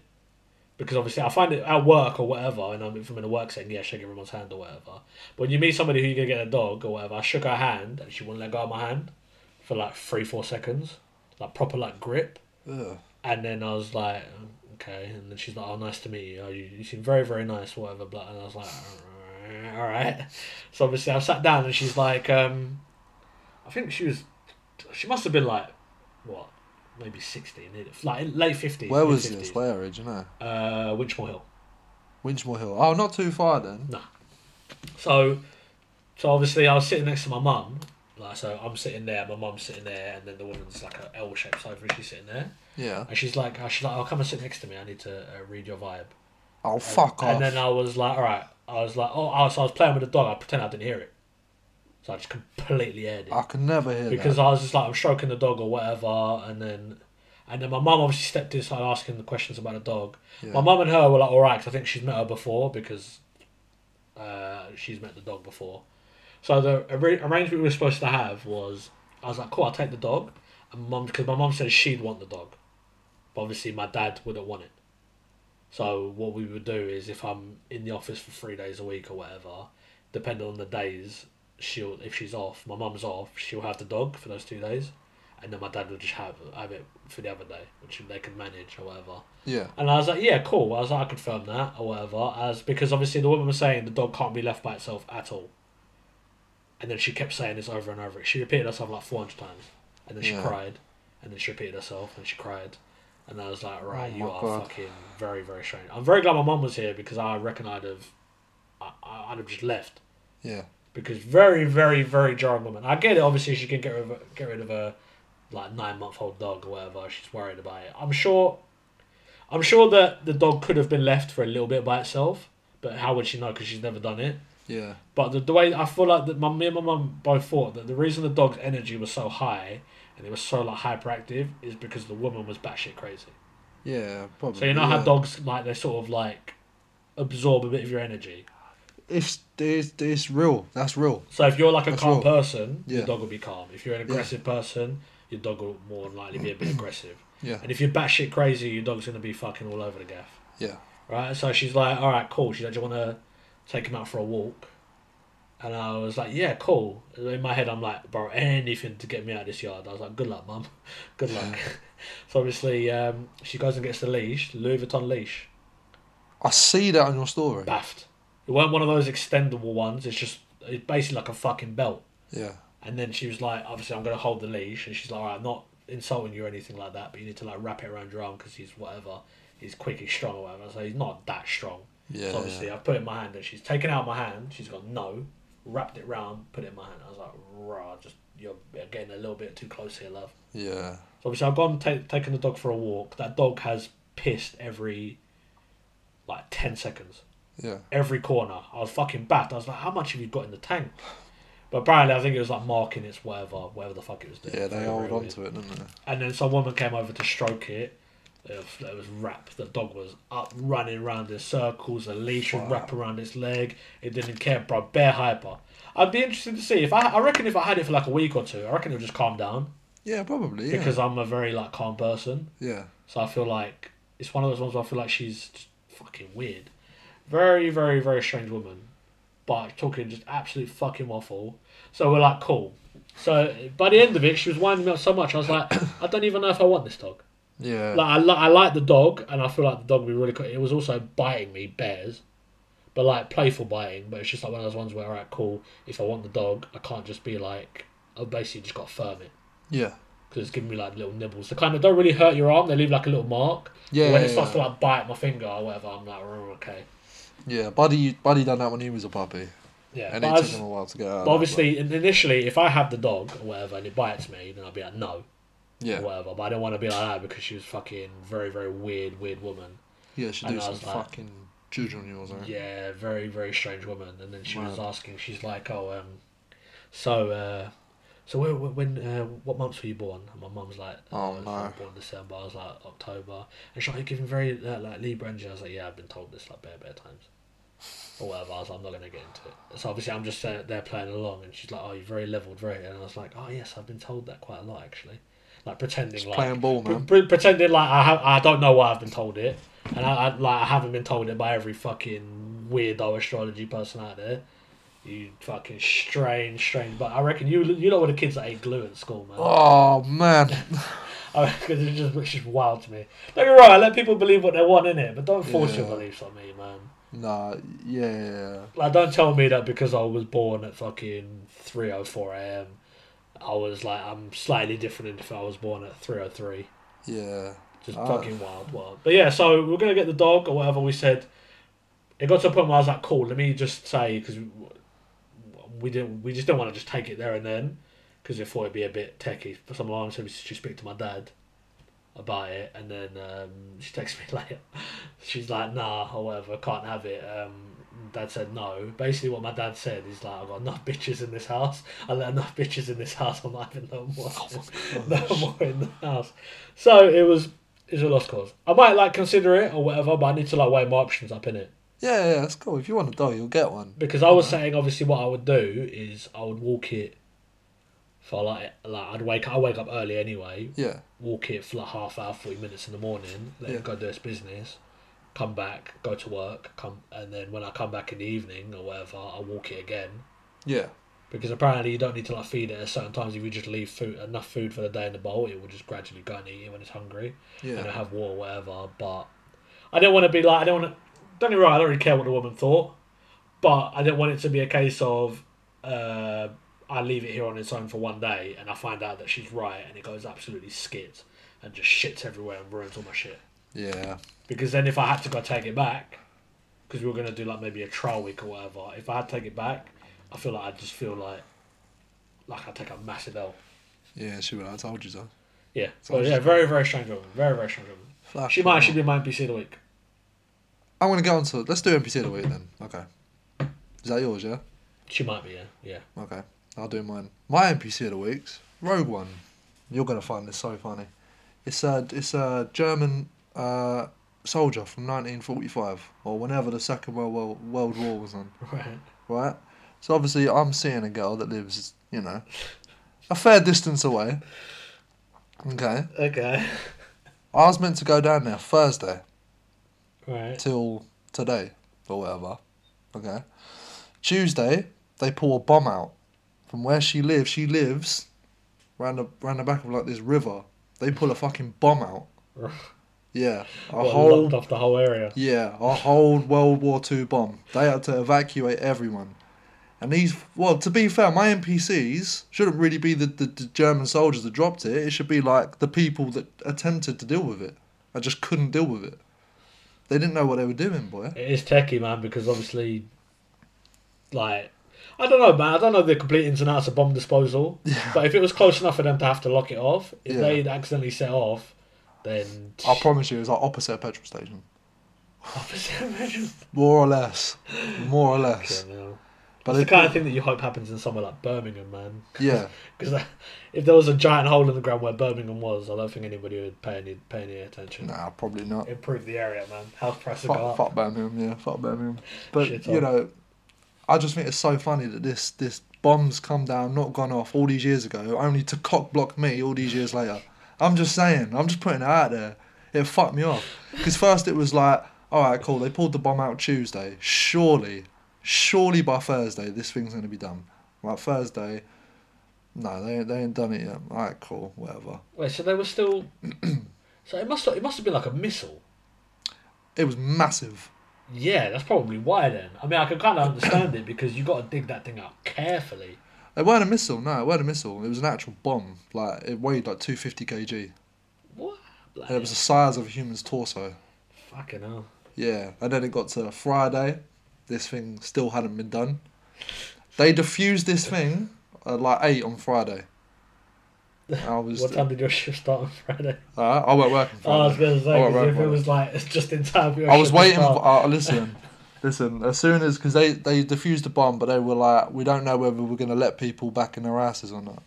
B: because obviously I find it at work or whatever, and I'm if I'm in a work setting, yeah, shake everyone's hand or whatever. But when you meet somebody who you're gonna get a dog or whatever, I shook her hand and she wouldn't let go of my hand for like three, four seconds, like proper like grip.
A: Ugh.
B: And then I was like, okay. And then she's like, oh, nice to meet you. Oh, you, you seem very, very nice, whatever. Blah. And I was like, all right. So obviously I sat down and she's like, um, I think she was, she must have been like, what, maybe 16, like late 50s.
A: Where was
B: mid- 50s.
A: this? Where, do you know?
B: Uh, Winchmore Hill.
A: Winchmore Hill. Oh, not too far then.
B: So So obviously, I was sitting next to my mum. Like, so I'm sitting there, my mum's sitting there, and then the woman's like an L shaped sofa, and she's sitting there.
A: Yeah.
B: And she's like, I she's like, I'll come and sit next to me. I need to uh, read your vibe.
A: Oh fuck
B: and
A: off.
B: then I was like, all right. I was like, oh, I was, I was playing with the dog. I pretend I didn't hear it. So I just completely aired it
A: I can never hear
B: because
A: that.
B: I was just like, I'm stroking the dog or whatever, and then, and then my mum obviously stepped in, started asking the questions about the dog.
A: Yeah.
B: My mum and her were like, all right, 'cause I think she's met her before because uh, she's met the dog before. So the arra- arrangement we were supposed to have was, I was like, cool, I'll take the dog, and mum because my mum said she'd want the dog, but obviously my dad wouldn't want it. So what we would do is if I'm in the office for three days a week or whatever, depending on the days, she'll if she's off, my mum's off, she'll have the dog for those two days, and then my dad will just have have it for the other day, which they can manage or whatever.
A: Yeah.
B: And I was like, yeah, cool. I was like, I confirm that or whatever, as because obviously the woman was saying the dog can't be left by itself at all. And then she kept saying this over and over. She repeated herself like four hundred times, and then she
A: Yeah.
B: cried, and then she repeated herself and she cried, and I was like, right,
A: Oh
B: you
A: my
B: are
A: God.
B: fucking very very strange. I'm very glad my mum was here because I reckon I'd have, I, I- I'd have just left
A: Yeah.
B: because very, very, very jarring woman. I get it. Obviously, she can get rid of, get rid of a like nine month old dog or whatever. She's worried about it. I'm sure. I'm sure that the dog could have been left for a little bit by itself, but how would she know? Because she's never done it.
A: Yeah.
B: But the, the way I feel like that, my me and my mum both thought that the reason the dog's energy was so high and it was so like hyperactive is because the woman was batshit crazy.
A: Yeah. Probably.
B: So you know
A: yeah.
B: how dogs like they sort of like absorb a bit of your energy.
A: It's, it's it's real. That's real.
B: So if you're like a
A: That's
B: calm
A: all.
B: person,
A: Yeah.
B: your dog will be calm. If you're an aggressive person, your dog will more than likely be a bit aggressive.
A: Yeah.
B: And if you're batshit crazy, your dog's gonna be fucking all over the gaff.
A: Yeah.
B: Right? So she's like, All right, cool. She's like, Do you wanna take him out for a walk? And I was like, Yeah, cool. In my head I'm like, bro, anything to get me out of this yard. I was like, Good luck, mum. Good luck. so obviously, um, she goes and gets the leash, Louis Vuitton leash.
A: I see that on your story.
B: Baffed. It weren't one of those extendable ones, it's just it's basically like a fucking belt.
A: Yeah.
B: And then she was like, obviously, I'm going to hold the leash. And she's like, all right, I'm not insulting you or anything like that, but you need to like wrap it around your arm because he's whatever. He's quick, he's strong or whatever. So he's not that strong.
A: Yeah.
B: so obviously, I put it in my hand and she's taken it out of my hand. She's gone, no, wrapped it round, put it in my hand. I was like, rah, just, you're getting a little bit too close here, love.
A: Yeah.
B: So obviously, I've gone ta taken the dog for a walk. That dog has pissed every like 10 seconds
A: Yeah.
B: every corner. I was fucking baffed. I was like, how much have you got in the tank? But apparently, I think it was like marking its whatever, whatever the fuck it was doing.
A: Yeah. They
B: Very
A: hold on
B: weird.
A: to it, don't they?
B: And then some woman came over to stroke it. It was- it was wrapped. The dog was up, running around in circles. The leash would wrap around its leg. It didn't care, bro. Bear hyper. I'd be interested to see if I. I reckon if I had it for like a week or two, I reckon it would just calm down
A: Yeah. Probably. Yeah.
B: because I'm a very like calm person.
A: yeah.
B: So I feel like it's one of those ones where I feel like she's just fucking weird. Very, very, very strange woman. But talking just absolute fucking waffle. So we're like, cool. So by the end of it, she was winding me up so much. I was like, I don't even know if I want this dog.
A: Yeah.
B: Like I, li- I like the dog, and I feel like the dog would be really cool. It was also biting me bears, but like playful biting. But it's just like one of those ones where, alright, cool. If I want the dog, I can't just be like, I basically just got to firm it
A: yeah.
B: because it's giving me like little nibbles. They kind of don't really hurt your arm; they leave like a little mark.
A: Yeah,
B: But when it
A: yeah,
B: starts
A: yeah.
B: to like bite my finger or whatever, I'm like, oh, okay,
A: Yeah. Buddy. Buddy done that when he was a puppy,
B: yeah.
A: and
B: but
A: it
B: I
A: took
B: was-
A: him a while to get out. of
B: but
A: that,
B: obviously, in- initially, if I have the dog or whatever and it bites me, then I'll be like, no,
A: but- yeah.
B: or whatever. But I don't want to be like that because she was fucking very, very weird, weird woman.
A: Yeah. She
B: and
A: do
B: I
A: some
B: was like-
A: fucking children yours, right?
B: Yeah, very, very strange woman. And then she was
A: Wow.
B: asking, she's like, oh, um, so, uh, so when, when uh, what months were you born? And my mum's like,
A: Oh,
B: I was
A: no.
B: born December. I was like October. And she's like, you're giving very uh, like Libra energy. I was like, yeah, I've been told this like bare, bare times. Or whatever. I was like, I'm not gonna get into it. So obviously, I'm just uh, there playing along, and she's like, oh, you're very leveled, very. And I was like, oh yes, I've been told that quite a lot actually. Like pretending
A: Just
B: like
A: playing ball,
B: pre-
A: man.
B: pre- pretending like I have, I don't know why I've been told it, and I, I like I haven't been told it by every fucking weirdo astrology person out there. You fucking strange, strange. But I reckon you you know what the kids that ate glue at school, man.
A: Oh man.
B: I reckon it's just it's just wild to me. Don't get me wrong. I let people believe what they want in it, but don't force
A: Yeah.
B: your beliefs on me, man.
A: Nah. Yeah. yeah, yeah.
B: Like, don't tell me that because I was born at fucking three o four a.m. I was like I'm slightly different than if I was born at three o three.
A: Yeah.
B: Just
A: Ah.
B: fucking wild, wild. But yeah, so we we're gonna get the dog or whatever we said. It got to a point where I was like, cool. Let me just say because we didn't. We just don't want to just take it there and then, because we thought it'd be a bit techie for some alarm. So we should speak to my dad about it, and then um, she texts me later. She's like, "Nah, or whatever, can't have it." Um, dad said no. Basically, what my dad said is like, "I've got enough bitches in this house. I let enough bitches in this house. I'm not having no more, no more in the house." So it was. It's a lost cause. I might like consider it or whatever, but I need to like weigh my options up in it.
A: Yeah, yeah, that's cool. If you want to die, you'll get one.
B: Because I was saying, obviously, what I would do is I would walk it for like like I'd wake I wake up early anyway,
A: Yeah,
B: walk it for like half hour, forty minutes in the morning, let
A: Yeah.
B: it go do its business, come back, go to work, come and then when I come back in the evening or whatever, I walk it again.
A: yeah,
B: Because apparently you don't need to like feed it at certain times. If you just leave food enough food for the day in the bowl, it will just gradually go and eat it when it's hungry and
A: yeah.
B: have water, whatever. But I don't want to be like I don't want to. Don't get me wrong, I don't really care what the woman thought, but I don't want it to be a case of uh, I leave it here on its own for one day and I find out that she's right and it goes absolutely skit and just shits everywhere and ruins all my shit.
A: Yeah,
B: Because then if I had to go take it back, because we were gonna do like maybe a trial week or whatever, if I had to take it back, I feel like I just feel like like I take a massive L.
A: yeah, she would. I told you so.
B: Yeah,
A: So
B: but yeah,
A: just-
B: very very strange woman, very very strange woman.
A: Fuck
B: She might
A: it.
B: actually be my NPC of the week.
A: I'm gonna go on to. Let's do NPC of the week then. Okay. Is that yours? Yeah.
B: She might be, yeah. Yeah.
A: Okay. I'll do mine. My NPC of the week's Rogue One. You're gonna find this so funny. It's a it's a German uh, soldier from 1945 or whenever the Second World War, World War was on.
B: Right.
A: Right. So obviously I'm seeing a girl that lives, you know, a fair distance away. Okay.
B: Okay.
A: I was meant to go down there Thursday.
B: Right.
A: till today or whatever. Okay. Tuesday, they pull a bomb out from where she lives. She lives round the round the back of like this river. They pull a fucking bomb out. Yeah, a
B: Well,
A: whole
B: locked off the whole area.
A: yeah, a whole World War Two bomb. They had to evacuate everyone. And these, well, to be fair, my NPCs shouldn't really be the, the, the German soldiers that dropped it. It should be like the people that attempted to deal with it. I just couldn't deal with it. They didn't know what they were doing, boy.
B: It is techie, man, because obviously, like, I don't know, man. I don't know the complete ins and outs of bomb disposal. But if it was close enough for them to have to lock it off, if
A: Yeah.
B: they'd accidentally set off, then.
A: I promise you, it was like opposite a petrol station,
B: Opposite
A: more or less, more or less. But
B: But
A: they
B: the kind of thing that you hope happens in somewhere like Birmingham, man.
A: yeah,
B: Because if there was a giant hole in the ground where Birmingham was, I don't think anybody would pay any pay any attention.
A: nah, probably not.
B: Improve the area, man. House prices go
A: Fuck,
B: up.
A: fuck Birmingham, yeah, fuck Birmingham. But
B: Shit
A: you
B: on.
A: know, I just think it's so funny that this this bomb's come down, not gone off all these years ago, only to cock block me all these years later. I'm just saying, I'm just putting it out there. It fucked me off because first it was like, all right, cool, they pulled the bomb out Tuesday. Surely, surely by Thursday this thing's gonna be done. Like Thursday, no, they ain't- they ain't done it yet. All right, cool, whatever.
B: Wait, so they were still. so it must it must have been like a missile.
A: It was massive.
B: Yeah, that's probably why then. I mean, I can kind of understand it because you got to dig that thing out carefully.
A: It weren't a missile, no, it weren't a missile. It was an actual bomb. Like it weighed like two fifty kg.
B: What? Like,
A: And it was the size of a human's torso.
B: Fucking hell.
A: Yeah. And then it got to Friday. This thing still hadn't been done. They defused this thing at like 8 on Friday. I was.
B: What time did your shift start on Friday?
A: Uh, I weren't working
B: Oh,
A: Friday.
B: I was going to say,
A: Oh,
B: 'cause
A: right,
B: if
A: right.
B: it was like, it's just in time for your
A: I was
B: shift to
A: waiting.
B: start.
A: Uh, listen, listen. As soon as because they they defused the bomb, but they were like, we don't know whether we're gonna let people back in their asses or not.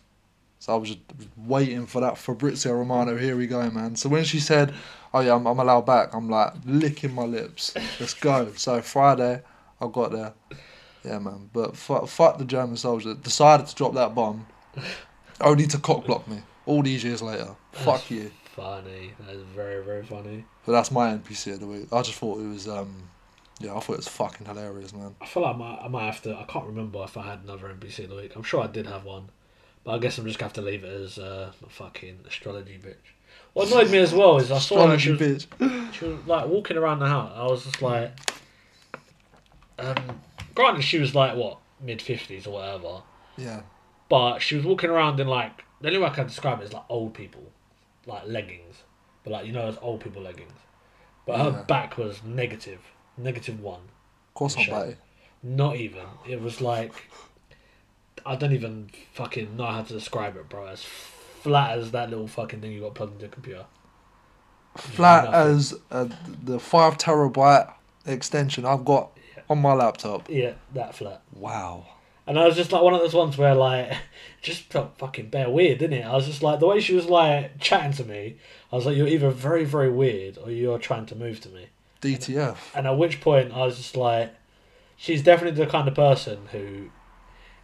A: So I was just waiting for that Fabrizio Romano. Here we go, man. So when she said, "Oh yeah, I'm, I'm allowed back," I'm like licking my lips. Let's go. So Friday, I got there. Yeah, man. But fuck, fuck the German soldier. Decided to drop that bomb, only to cock block me all these years later. oh, Fuck you.
B: Funny. That is very, very funny.
A: But that's my NPC of the week. I just thought it was, um, yeah, I thought it was fucking hilarious, man.
B: I feel like I might, I might have to. I can't remember if I had another NPC of the week. I'm sure I did have one, but I guess I'm just gonna have to leave it as uh, a fucking astrology bitch. What annoyed me as well is I saw her. She
A: Astrology
B: was,
A: bitch.
B: she was like walking around the house. I was just like, um, granted she was like what mid fifties or whatever,
A: Yeah,
B: but she was walking around in like the only way I can describe it is like old people, like leggings, but like you know those old people leggings. But her
A: Yeah.
B: back was negative, negative one.
A: of course I'm
B: Sure.
A: bae.
B: Not even. It was like I don't even fucking know how to describe it, bro. As flat as that little fucking thing you got plugged into your computer.
A: Flat
B: Nothing.
A: as uh, the five terabyte extension I've got
B: Yeah.
A: on my laptop.
B: Yeah, that flat.
A: Wow.
B: And I was just like one of those ones where like just felt fucking bare weird, didn't it? I was just like the way she was like chatting to me, I was like, You're either very, very weird or you're trying to move to me.
A: DTF.
B: And at which point I was just like she's definitely the kind of person who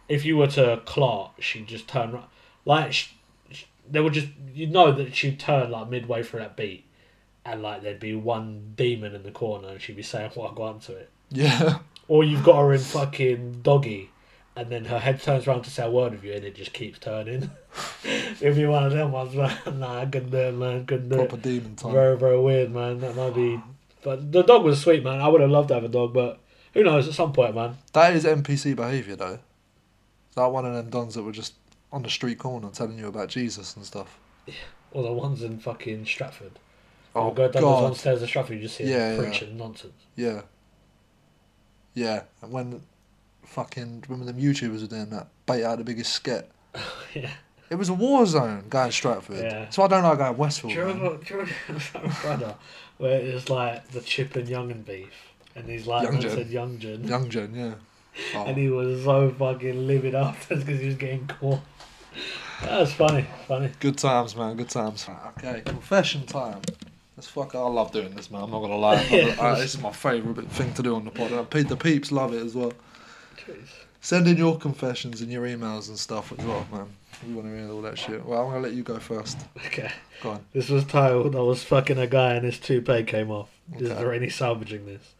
B: if you were to clot, she'd just turn ri- like sh sh they would just you know that she'd turn like midway through that beat and like there'd be one demon in the corner and she'd be saying what I want to it.
A: Yeah.
B: Or you've got her in fucking doggy, and then her head turns around to say a word with you, and it just keeps turning. It'd be one of them ones, man. Nah, I couldn't do it, man. Couldn't do
A: Proper
B: it.
A: demon time.
B: Very, very weird, man. That might be. But the dog was sweet, man. I would have loved to have a dog, but who knows? At some point, man.
A: That is NPC behaviour, though. That one of them dons that were just on the street corner telling you about Jesus and stuff.
B: Or the ones in fucking Stratford.
A: Oh
B: You go
A: God!
B: down those one stairs of Stratford, you just hear
A: Yeah,
B: them
A: yeah.
B: preaching nonsense.
A: Yeah. Yeah, and when fucking remember them YouTubers were doing that, bait out the biggest skit.
B: yeah.
A: It was a war zone going Stratford.
B: Yeah.
A: So I don't like going Westfield.
B: Do you
A: man.
B: remember, do you remember brother, where it was like the chip and young and beef, and he's like,
A: Young
B: "That's
A: Jun.
B: a young Jun."
A: Young Gen, yeah. Oh,
B: And he was so fucking livid afterwards because he was getting caught. That was funny, funny.
A: Oh, Good times, man. Good times. Okay, confession time. Let's fuck. I love doing this, man. I'm not gonna lie.
B: Yeah.
A: I- Uh, this is my favourite thing to do on the pod. and pe- The peeps love it as well.
B: Jeez.
A: Send in your confessions and your emails and stuff as well, man. We want to hear all that shit. Well, I'm gonna let you go first.
B: Okay,
A: Go on.
B: this was titled "I was fucking a guy and his toupee came off." Is
A: Okay.
B: there any salvaging this?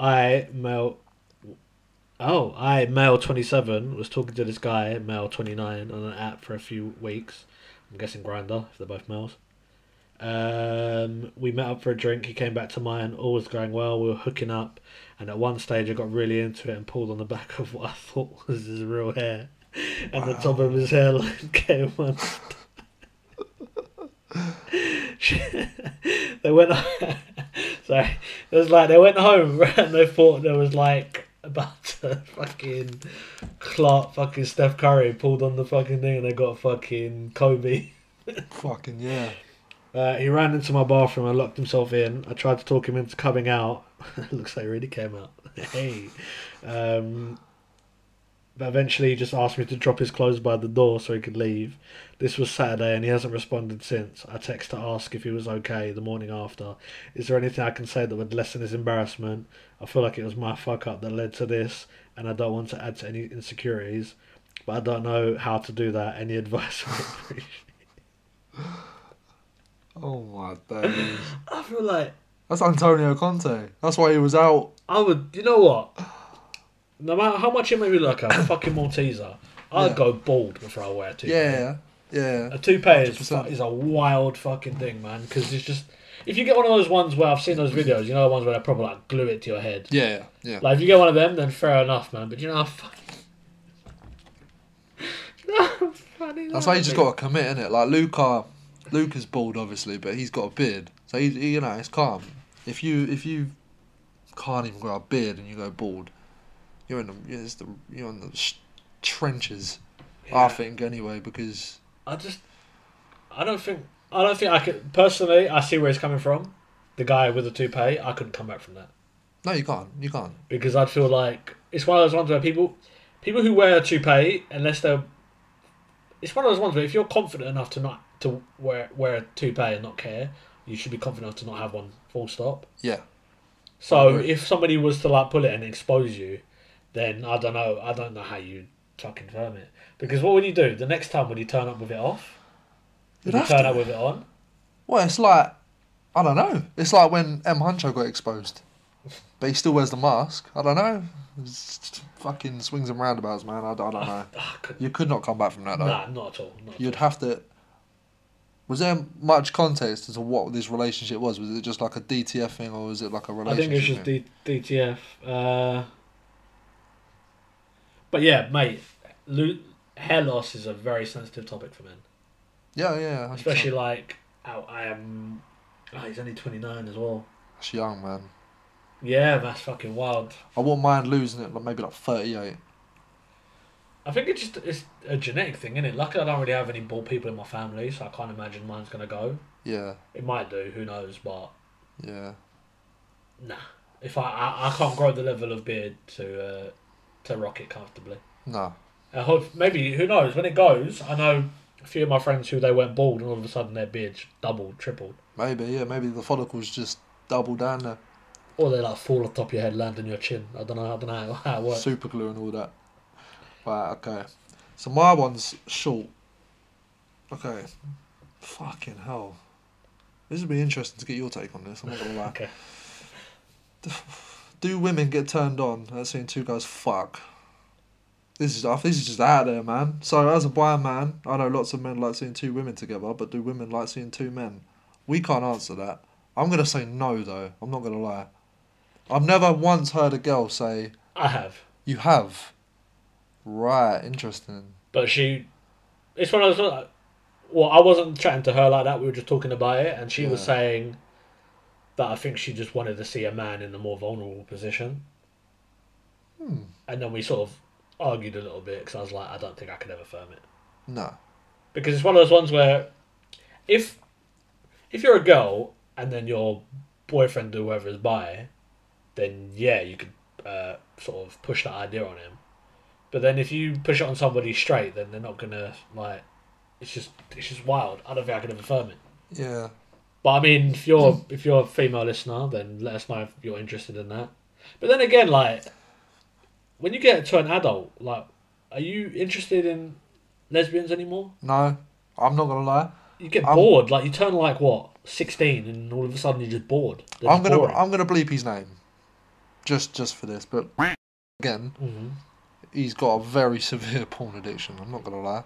B: I male. Oh, I male twenty seven was talking to this guy male twenty nine on an app for a few weeks. I'm guessing Grinder if they're both males. Um, we met up for a drink. He came back to mine. All was going well. We were hooking up, and at one stage, I got really into it and pulled on the back of what I thought was his real hair, and the top of his hairline came on. they went. Sorry, it was like they went home and they thought there was like about to fucking Clark fucking Steph Curry pulled on the fucking thing and they got fucking Kobe.
A: Fucking yeah.
B: Uh, he ran into my bathroom and locked himself in. I tried to talk him into coming out. Looks like he really came out. hey. Um, but eventually, he just asked me to drop his clothes by the door so he could leave. This was Saturday and he hasn't responded since. I text to ask if he was okay the morning after. Is there anything I can say that would lessen his embarrassment? I feel like it was my fuck up that led to this and I don't want to add to any insecurities, but I don't know how to do that. Any advice? I appreciate.
A: Oh my days.
B: I feel like
A: That's Antonio Conte. That's why he was out.
B: I would. You know what? No matter how much it may be like a fucking Malteser, I'd
A: Yeah.
B: go bald before I wear a toupee.
A: Yeah, yeah.
B: A toupee is, fu-
A: 100%.
B: is a wild fucking thing, man. Because it's just if you get one of those ones where I've seen those videos, you know the ones where they probably like glue it to your head.
A: Yeah, yeah.
B: Like if you get one of them, then fair enough, man. But you know, how fucking. No, funny.
A: That's
B: that
A: why you just
B: would be.
A: got to commit, innit? Like Luca, Luca's bald obviously, but he's got a beard, so he, he, you know it's calm. If you if you can't even grow a beard and you go bald, you're in the you're, it's the, you're in the sh- trenches. I
B: Yeah.
A: think anyway because
B: I just, I don't think, I don't think I could personally. I see where he's coming from. The guy with the toupee, I couldn't come back from that.
A: no, you can't, you can't.
B: because I feel like it's one of those ones where people people who wear a toupee, unless they're it's one of those ones where if you're confident enough to not to wear wear a toupee and not care, you should be confident enough to not have one. Full stop.
A: Yeah, I
B: So
A: agree.
B: if somebody was to like pull it and expose you, then I don't know. I don't know how you fucking firm it because what would you do the next time? Would you turn up with it off?
A: You'd
B: Would you
A: have
B: turn
A: to.
B: up with it on?
A: well, it's like I don't know. It's like when M Huncho got exposed, but he still wears the mask. I don't know. It's just fucking swings and roundabouts, man. I, I don't know.
B: Ah, could-
A: You could not come back from that though.
B: Nah, not at all. Not at
A: you'd
B: all.
A: have to. Was there much context as to what this relationship was? Was it just like a DTF thing, or was it like a
B: I
A: relationship?
B: think it's just
A: thing?
B: D- DTF. Uh, but yeah, mate, lo- hair loss is a very sensitive topic for men,
A: yeah, yeah.
B: especially like oh, I am. Oh, he's only twenty nine as well.
A: It's young man.
B: Yeah, that's fucking wild.
A: I wouldn't mind losing it, like maybe like thirty-eight.
B: I think it's just it's a genetic thing, isn't it? Luckily, I don't really have any bald people in my family, so I can't imagine mine's gonna go.
A: Yeah,
B: It might do, who knows? But
A: yeah.
B: nah, if I I, I can't grow the level of beard to uh, to rock it comfortably.
A: No.
B: I hope maybe who knows when it goes. I know a few of my friends who they went bald and all of a sudden their beard doubled, tripled,
A: Maybe, yeah, maybe the follicles just double down there.
B: or they like fall off top of your head, land on your chin. I don't know. I don't know how, how it works.
A: Super glue and all that. Right, okay. So my one's short. Okay. Fucking hell. This would be interesting to get your take on this, I'm not gonna lie.
B: Okay.
A: Do women get turned on at seeing two guys fuck? This is off this is just out there, man. So as a blind man, I know lots of men like seeing two women together, but do women like seeing two men? We can't answer that. I'm gonna say no though, I'm not gonna lie. I've never once heard a girl say,
B: I have,
A: You have. Right, interesting.
B: but she. It's one of those. Like, well, I wasn't chatting to her like that. We were just talking about it, and she was
A: Yeah.
B: saying that I think she just wanted to see a man in a more vulnerable position.
A: Hmm.
B: And then we sort of argued a little bit because I was like, I don't think I could ever firm it.
A: No.
B: because it's one of those ones where if if you're a girl and then your boyfriend or whoever is bi, then yeah, you could uh, sort of push that idea on him. But then if you push it on somebody straight, then they're not gonna like. It's just it's just wild. I don't think I could ever firm it.
A: Yeah.
B: But I mean, if you're if you're a female listener, then let us know if you're interested in that. But then again, like when you get to an adult, like, are you interested in lesbians anymore?
A: No. I'm not gonna lie.
B: You get
A: I'm-
B: bored, like you turn like what sixteen, and all of a sudden you're just bored. They're
A: I'm
B: just
A: gonna
B: boring.
A: I'm gonna bleep his name. Just just for this, but again,
B: Mhm.
A: he's got a very severe porn addiction, I'm not gonna lie.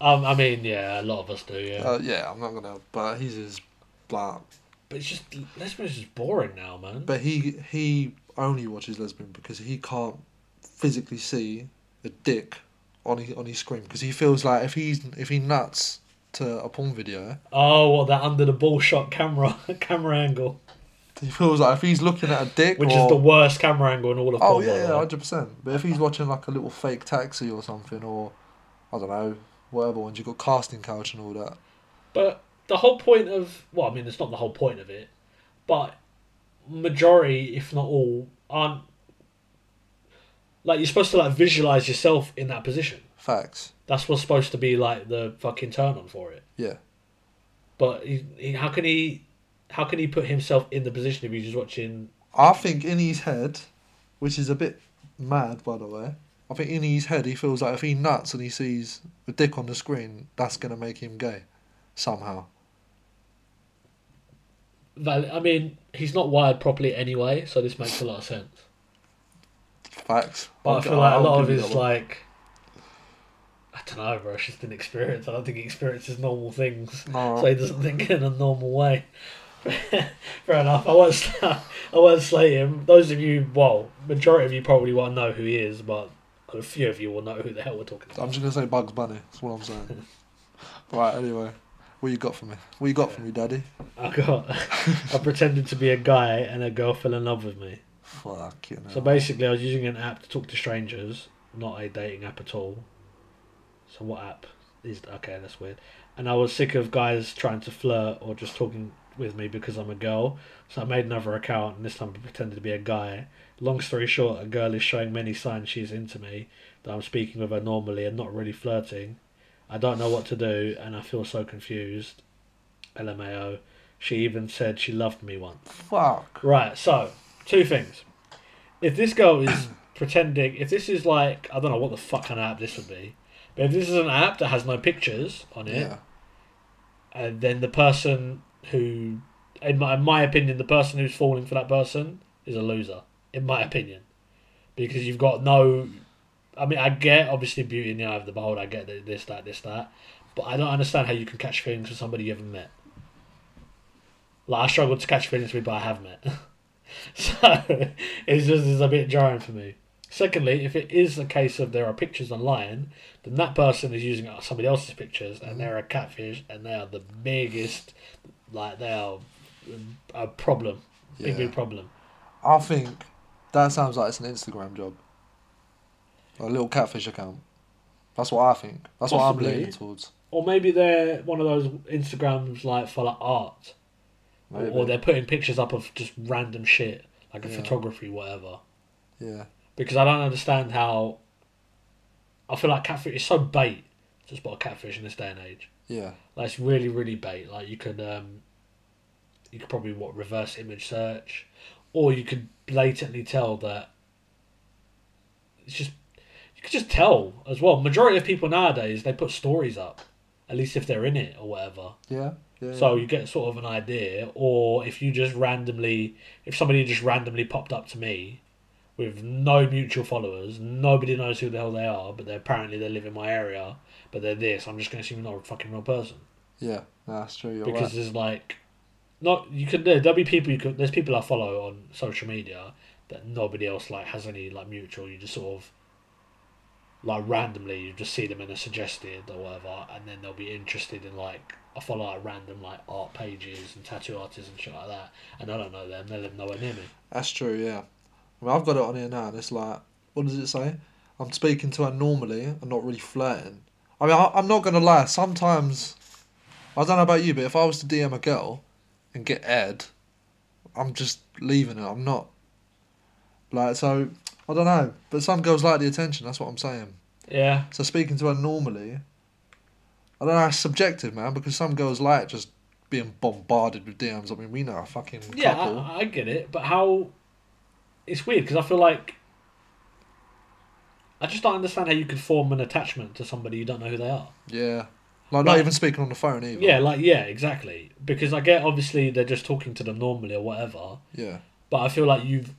B: Um, I mean, yeah, a lot of us do, yeah.
A: Uh, yeah, I'm not gonna but he's his blah
B: but it's just lesbians is boring now, man.
A: but he he only watches lesbian because he can't physically see a dick on his on his screen because he feels like if he's if he nuts to a porn video
B: oh, what that under the ball shot camera camera angle,
A: he feels like if he's looking at a dick
B: which
A: or,
B: is the worst camera angle in all of
A: Oh
B: porn, by
A: yeah,
B: the
A: yeah,
B: way.
A: hundred percent. But if he's watching like a little fake taxi or something, or I don't know, whatever ones you got casting couch and all that.
B: But the whole point of well, I mean, it's not the whole point of it, but majority, if not all, aren't like you're supposed to like visualize yourself in that position.
A: Facts.
B: That's what's supposed to be like the fucking turn on for it.
A: Yeah.
B: But he, he, how can he, how can he put himself in the position if he's just watching?
A: I think in his head, which is a bit mad by the way, I think in his head he feels like if he nuts and he sees a dick on the screen, that's gonna make him gay, somehow.
B: Val- I mean, he's not wired properly anyway, so this makes a lot of sense.
A: Facts.
B: But
A: I'll
B: I
A: gi-
B: feel like a
A: I'll
B: lot of
A: give you
B: his
A: that one.
B: like, I don't know, bro. It's just an experience. I don't think he experiences normal things,
A: No.
B: so he doesn't think in a normal way. Fair enough. I won't. Sl- I won't slay him. Those of you, well, majority of you probably won't know who he is, but a few of you will know who the hell we're talking about.
A: I'm just gonna say Bugs Bunny. That's what I'm saying. right. Anyway, what you got for me? What you got for me, Daddy?
B: I got. I pretended to be a guy, and a girl fell in love with me.
A: Fuck you know.
B: So basically, I was using an app to talk to strangers, not a dating app at all. So what app is okay? That's weird. And I was sick of guys trying to flirt or just talking with me because I'm a girl. So I made another account, and this time I pretended to be a guy. Long story short, a girl is showing many signs she's into me. That I'm speaking with her normally and not really flirting. I don't know what to do, and I feel so confused. LMAO. She even said she loved me once.
A: Fuck.
B: Right, so two things. If this girl is pretending, if this is like, I don't know what the fuck kind of app this would be, but if this is an app that has no pictures on it,
A: Yeah.
B: and then the person who, in my, in my opinion, the person who's falling for that person is a loser, in my opinion. Because you've got no. I mean, I get obviously beauty in the eye of the beholder, I get that this, that, this, that, but I don't understand how you can catch feelings for somebody you haven't met. Like, I struggled to catch feelings for people I have met. so, it's just it's a bit jarring for me. Secondly, if it is a case of there are pictures online, then that person is using somebody else's pictures and they're a catfish and they are the biggest, like, they are a problem. Big,
A: Yeah.
B: big problem.
A: I think that sounds like it's an Instagram job. A little catfish account. That's what I think. That's what I'm
B: Possibly.
A: leaning towards.
B: Or maybe they're one of those Instagrams like for like art, or,
A: Maybe.
B: or they're putting pictures up of just random shit like a
A: Yeah.
B: photography, whatever.
A: Yeah.
B: Because I don't understand how. I feel like catfish is so bait to spot a catfish in this day and age.
A: Yeah.
B: Like it's really, really bait. Like you could, um, you could probably what reverse image search, or you could blatantly tell that. It's just, you could just tell as well. Majority of people nowadays they put stories up, at least if they're in it or whatever.
A: Yeah. Yeah.
B: So you get sort of an idea, or if you just randomly, if somebody just randomly popped up to me, with no mutual followers, nobody knows who the hell they are, but they apparently they live in my area, but they're this. I'm just gonna assume they're not a fucking real person
A: yeah. Nah, that's true. You're
B: because
A: right.
B: there's like not you could there, there'll be people you could there's people I follow on social media that nobody else like has any like mutual you just sort of like randomly you just see them in a suggested or whatever and then they'll be interested in like I follow like random like art pages and tattoo artists and shit like that and I don't know them they live nowhere near me
A: That's true. Yeah. Well, I've got it on here now, and it's like, what does it say? I'm speaking to her normally. I'm not really flirting. I mean, I, I'm not gonna lie. Sometimes, I don't know about you, but if I was to DM a girl, and get aired, I'm just leaving her. I'm not. Like so, I don't know. But some girls like the attention. That's what I'm saying.
B: yeah
A: So speaking to her normally, I don't know. It's subjective, man, because some girls like just being bombarded with DMs. I mean, we know a fucking
B: yeah
A: couple.
B: I, I get it but how it's weird because I feel like I just don't understand how you could form an attachment to somebody you don't know who they are
A: yeah, like not
B: Like-
A: even speaking on the phone either.
B: Yeah, like yeah, exactly. Because I get obviously they're just talking to them normally or whatever,
A: yeah,
B: but I feel like you've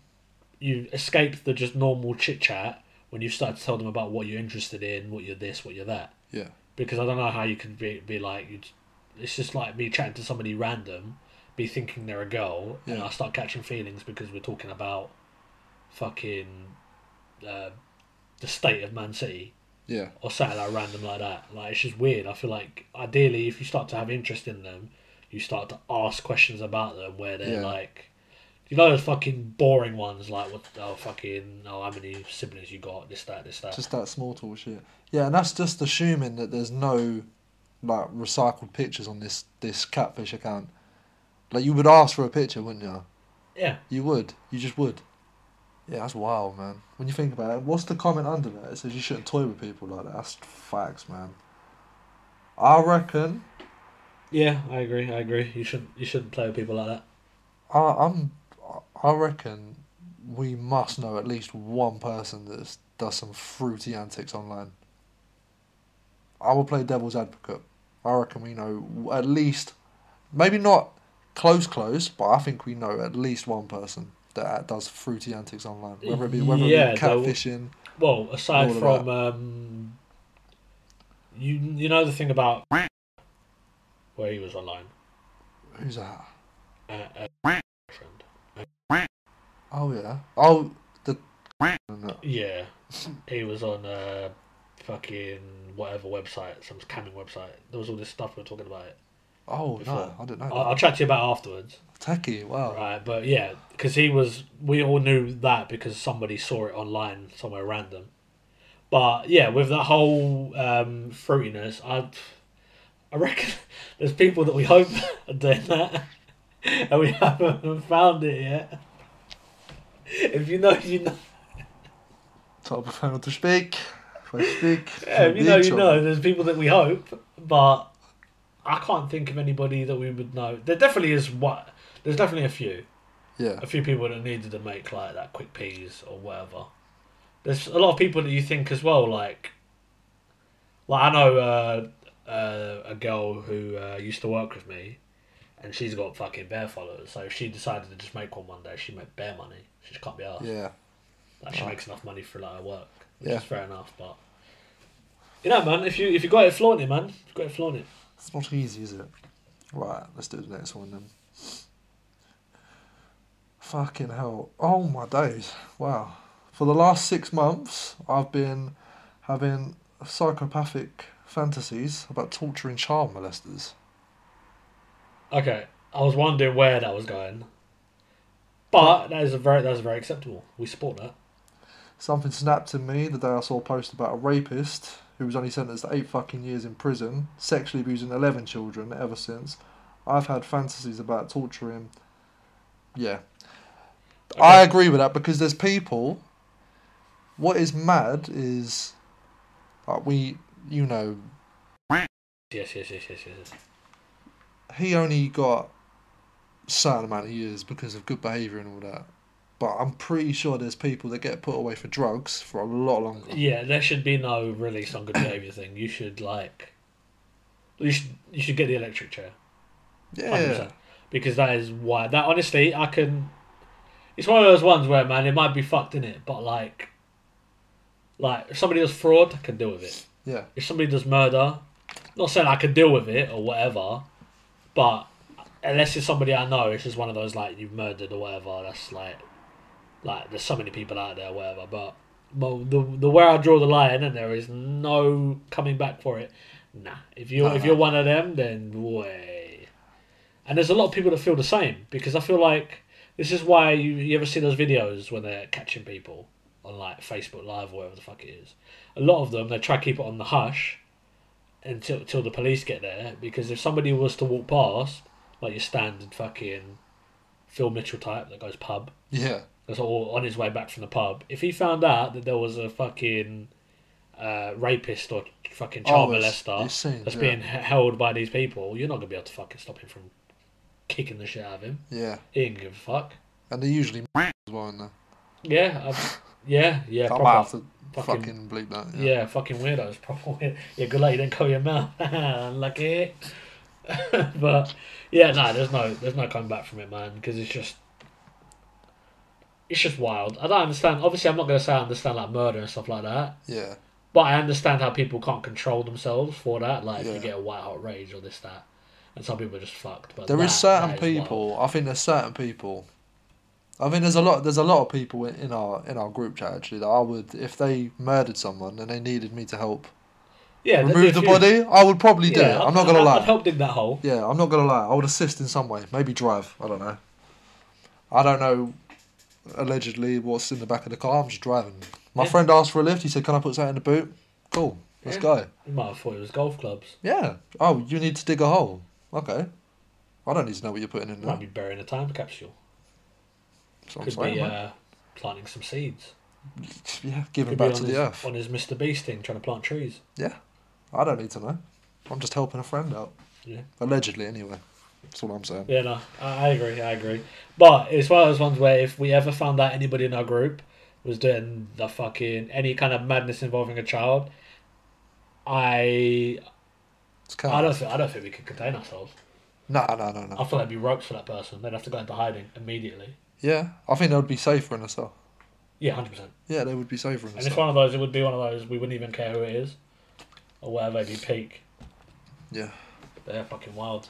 B: you escaped the just normal chit chat when you start to tell them about what you're interested in, what you're this, what you're that.
A: Yeah.
B: Because I don't know how you could be be like you. It's just like me chatting to somebody random, be thinking they're a girl, and
A: Yeah.
B: I start catching feelings because we're talking about fucking uh, the state of Man City
A: yeah,
B: or something like random like that. Like it's just weird. I feel like ideally, if you start to have interest in them, you start to ask questions about them where they're
A: Yeah.
B: like, you know, those fucking boring ones like what oh fucking oh how many siblings you got this that this that.
A: just that small talk shit. Yeah, and that's just assuming that there's no like recycled pictures on this this catfish account. Like you would ask for a picture, wouldn't you?
B: Yeah.
A: You would. You just would. Yeah, that's wild, man. When you think about it, what's the comment under that? It says you shouldn't toy with people like that. That's facts, man. I reckon
B: Yeah, I agree. I agree. You shouldn't you shouldn't play with people like that.
A: I, I'm. I reckon we must know at least one person that does some fruity antics online. I will play devil's advocate. I reckon we know at least, maybe not close close, but I think we know at least one person that does fruity antics online. Whether it be whether
B: Yeah,
A: it be
B: though-
A: catfishing.
B: Well, aside
A: All of
B: from um, you you know the thing about where he was online.
A: Who's that?
B: Uh, uh, friend.
A: Oh yeah. Oh the. No.
B: Yeah, he was on uh, fucking whatever website, some scamming website. There was all this stuff we were talking about. It.
A: Oh no,
B: Before.
A: I didn't
B: I'll,
A: know.
B: I'll chat to you about it afterwards,
A: That. Techie. Wow.
B: right? But yeah, because he was, we all knew that because somebody saw it online somewhere random. But yeah, with that whole um, fruitiness, I, I reckon there's people that we hope are doing that, and we haven't found it yet. If you know, you know.
A: Top of panel to speak. If I speak.
B: Yeah,
A: you'll
B: you
A: be
B: know,
A: in
B: you
A: trouble.
B: know, there's people that we hope, but I can't think of anybody that we would know. There definitely is what. There's definitely a few,
A: Yeah.
B: a few people that needed to make like that quick peas or whatever. There's a lot of people that you think as well, like, like I know uh, uh, a girl who uh, used to work with me, and she's got fucking bear followers. So if she decided to just make one one day, she made bear money. She just can't be asked.
A: Yeah.
B: Like she
A: Right.
B: makes enough money for like her work, which
A: Yeah.
B: is fair enough. But you know, man, if you if you got it flaunt it, man, you got it flaunt it.
A: It's not easy, is it? Right, let's do the next one then. Fucking hell. Oh my days. Wow. For the last six months, I've been having psychopathic fantasies about torturing child molesters.
B: Okay, I was wondering where that was going, but that is a very that's very acceptable. We support that.
A: Something snapped in me the day I saw a post about a rapist who was only sentenced to eight fucking years in prison, sexually abusing 11 children ever since. I've had fantasies about torturing. Yeah. I agree with that because there's people. What is mad is. Like we, you know,
B: Yes, yes, yes, yes, yes.
A: he only got certain amount of years because of good behaviour and all that. But I'm pretty sure there's people that get put away for drugs for a lot longer.
B: Yeah, there should be no release on good behaviour thing. You should like, you should you should get the electric chair.
A: Yeah.
B: 100%. Because that is why that honestly I can. It's one of those ones where man, it might be fucked in it, but like, like if somebody does fraud, I can deal with it.
A: Yeah.
B: If somebody does murder, not saying I can deal with it or whatever, but unless it's somebody I know, it's just one of those like you've murdered or whatever. That's like, like there's so many people out there, whatever. But well, the the where I draw the line, and there is no coming back for it. Nah, if you
A: No,
B: if
A: no.
B: you're one of them, then way. And there's a lot of people that feel the same because I feel like this is why you, you ever see those videos when they're catching people on like Facebook Live or whatever the fuck it is. A lot of them they try to keep it on the hush until till the police get there because if somebody was to walk past, like your standard fucking Phil Mitchell type that goes pub,
A: Yeah.
B: that's all on his way back from the pub. If he found out that there was a fucking uh, rapist or fucking child
A: Oh, it's-
B: molester
A: it's scenes,
B: that's
A: yeah.
B: being h- held by these people, you're not gonna be able to fucking stop him from kicking the shit out of him.
A: Yeah.
B: He didn't give a fuck.
A: And they usually as well in there.
B: Yeah, I've, yeah, yeah.
A: I
B: proper-
A: might have to
B: Fucking-
A: fucking, bleep that.
B: yeah. fucking weirdos, proper weird. Yeah, good luck you didn't cover your mouth. Lucky. but yeah, no, there's no, there's no coming back from it, man. Because it's just, it's just wild. I don't understand. Obviously, I'm not gonna say I understand like murder and stuff like that,
A: Yeah.
B: but I understand how people can't control themselves for that. Like if
A: Yeah.
B: you get a white hot rage or this that, and some people are just fucked. But
A: There is
B: that-
A: certain
B: that is wild.
A: people. I think there's certain people. I think there's a lot. There's a lot of people in in our in our group chat actually that I would, if they murdered someone and they needed me to help
B: yeah, there'd be a
A: remove the
B: few.
A: body, I would probably do it.
B: I'd-
A: I'm not gonna
B: I'd-
A: lie.
B: I'd help dig that hole.
A: Yeah, I'm not gonna lie. I would assist in some way. Maybe drive. I don't know. I don't know. Allegedly, what's in the back of the car? I'm just driving. My
B: Yeah.
A: friend asked for a lift. He said, "Can I put something in the boot?" Cool. Let's
B: Yeah.
A: go.
B: You might have thought it was golf clubs.
A: Yeah. Oh, you need to dig a hole. Okay. I don't need to know what you're putting in there.
B: Might be burying a time capsule.
A: That's what I'm
B: Could
A: saying,
B: be
A: mate.
B: uh, planting some seeds.
A: yeah, give it
B: Could
A: back
B: be
A: to
B: on
A: the
B: his,
A: earth.
B: on his Mr. Beast thing, trying to plant trees.
A: I don't need to know. I'm just helping a friend out.
B: Yeah.
A: Allegedly, anyway. That's all I'm saying.
B: Yeah, no, I, I agree, I agree. But it's one of those ones where if we ever found out anybody in our group was doing the fucking any kind of madness involving a child, I
A: It's kind
B: I don't
A: of.
B: think I don't think we could contain ourselves.
A: Nah, nah, nah,
B: I
A: nah.
B: feel there'd be ropes for that person. They'd have to go into hiding immediately.
A: Yeah, I think they would be safer in a cell.
B: Yeah, hundred percent.
A: Yeah, they would be safer in a
B: And it's
A: cell.
B: one of those. It would be one of those. We wouldn't even care who it is, or whatever. It'd be peak.
A: Yeah.
B: They're fucking wild.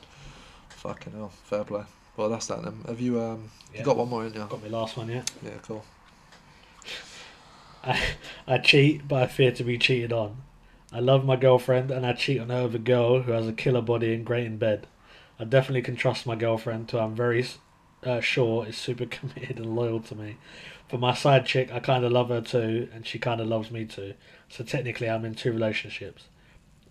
A: Fucking hell, fair play. Well, that's that then. Have you um
B: Yeah.
A: you got one more in you?
B: Got me last one, yeah.
A: Yeah, cool.
B: I cheat, but I fear to be cheated on. I love my girlfriend, and I cheat on her with a girl who has a killer body and great in bed. I definitely can trust my girlfriend, who I'm very uh, sure is super committed and loyal to me. But my side chick, I kind of love her too, and she kind of loves me too. So technically, I'm in two relationships.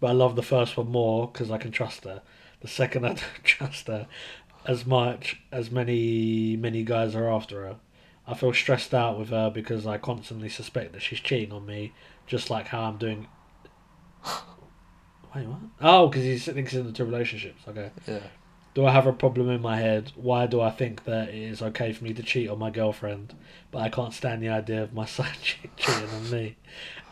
B: But I love the first one more because I can trust her. The second, I don't trust her as much as many, many guys are after her. I feel stressed out with her because I constantly suspect that she's cheating on me, just like how I'm doing. Wait, what? Oh, because he thinks he's in the two relationships. Okay.
A: Yeah.
B: Do I have a problem in my head? Why do I think that it is okay for me to cheat on my girlfriend, but I can't stand the idea of my side chick cheating on me?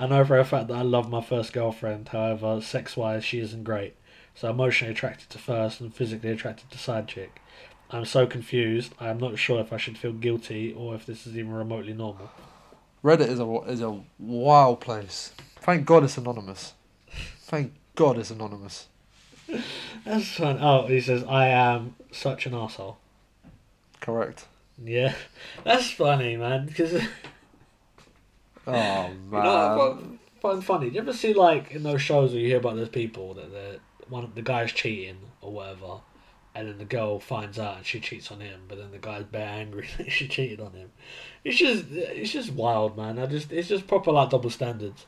B: I know for a fact that I love my first girlfriend, however, sex wise, she isn't great. So emotionally attracted to first and physically attracted to side chick. I'm so confused. I'm not sure if I should feel guilty or if this is even remotely normal.
A: Reddit is a is a wild place. Thank God it's anonymous. Thank God it's anonymous.
B: That's fun. Oh, he says, I am such an asshole.
A: Correct.
B: Yeah, that's funny, man. Because
A: Oh man.
B: You know, what I find- find funny. Do you ever see like in those shows where you hear about those people that they're one of the guy's cheating or whatever, and then the girl finds out and she cheats on him, but then the guy's bare angry that she cheated on him. It's just it's just wild, man. I just it's just proper like double standards.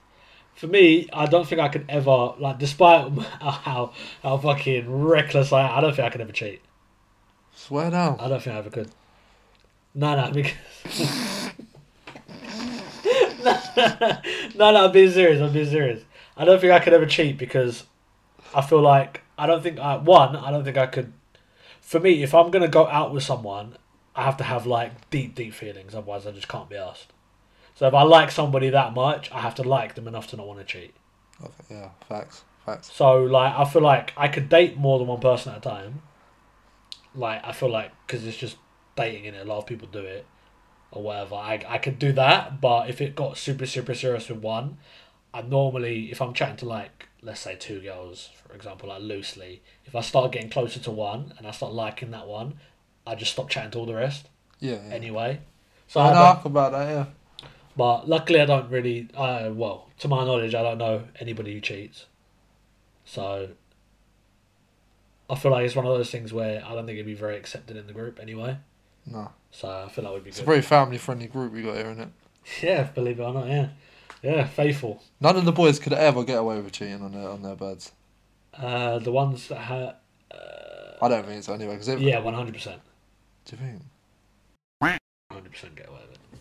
B: For me, I don't think I could ever like, despite how how fucking reckless I am, I don't think I could ever cheat.
A: Swear down.
B: I don't think I ever could. No, no, because. no, no, I'm being serious. I'm being serious. I don't think I could ever cheat because I feel like I don't think I one. I don't think I could. For me, if I'm gonna go out with someone, I have to have like deep, deep feelings. Otherwise, I just can't be asked. So if I like somebody that much, I have to like them enough to not want to cheat.
A: Okay, yeah, facts, facts.
B: So like, I feel like I could date more than one person at a time. Like I feel like because it's just dating in it, a lot of people do it or whatever. I I could do that, but if it got super super serious with one, I normally if I'm chatting to like let's say two girls for example, like loosely, if I start getting closer to one and I start liking that one, I just stop chatting to all the rest
A: Yeah, yeah.
B: anyway. So
A: I
B: I
A: know
B: don't-
A: about that. Yeah,
B: but luckily, I don't really. Uh, well, to my knowledge, I don't know anybody who cheats. So I feel like it's one of those things where I don't think it'd be very accepted in the group anyway.
A: no,
B: So I feel like we'd be
A: it's a
B: good.
A: very family-friendly group we got here, isn't it?
B: Yeah, believe it or not, yeah, yeah, faithful.
A: None of the boys could ever get away with cheating on their on their birds.
B: Uh, the ones that ha uh,
A: I don't think so anyway. Because
B: yeah, one hundred percent,
A: do you think?
B: one hundred percent get away with it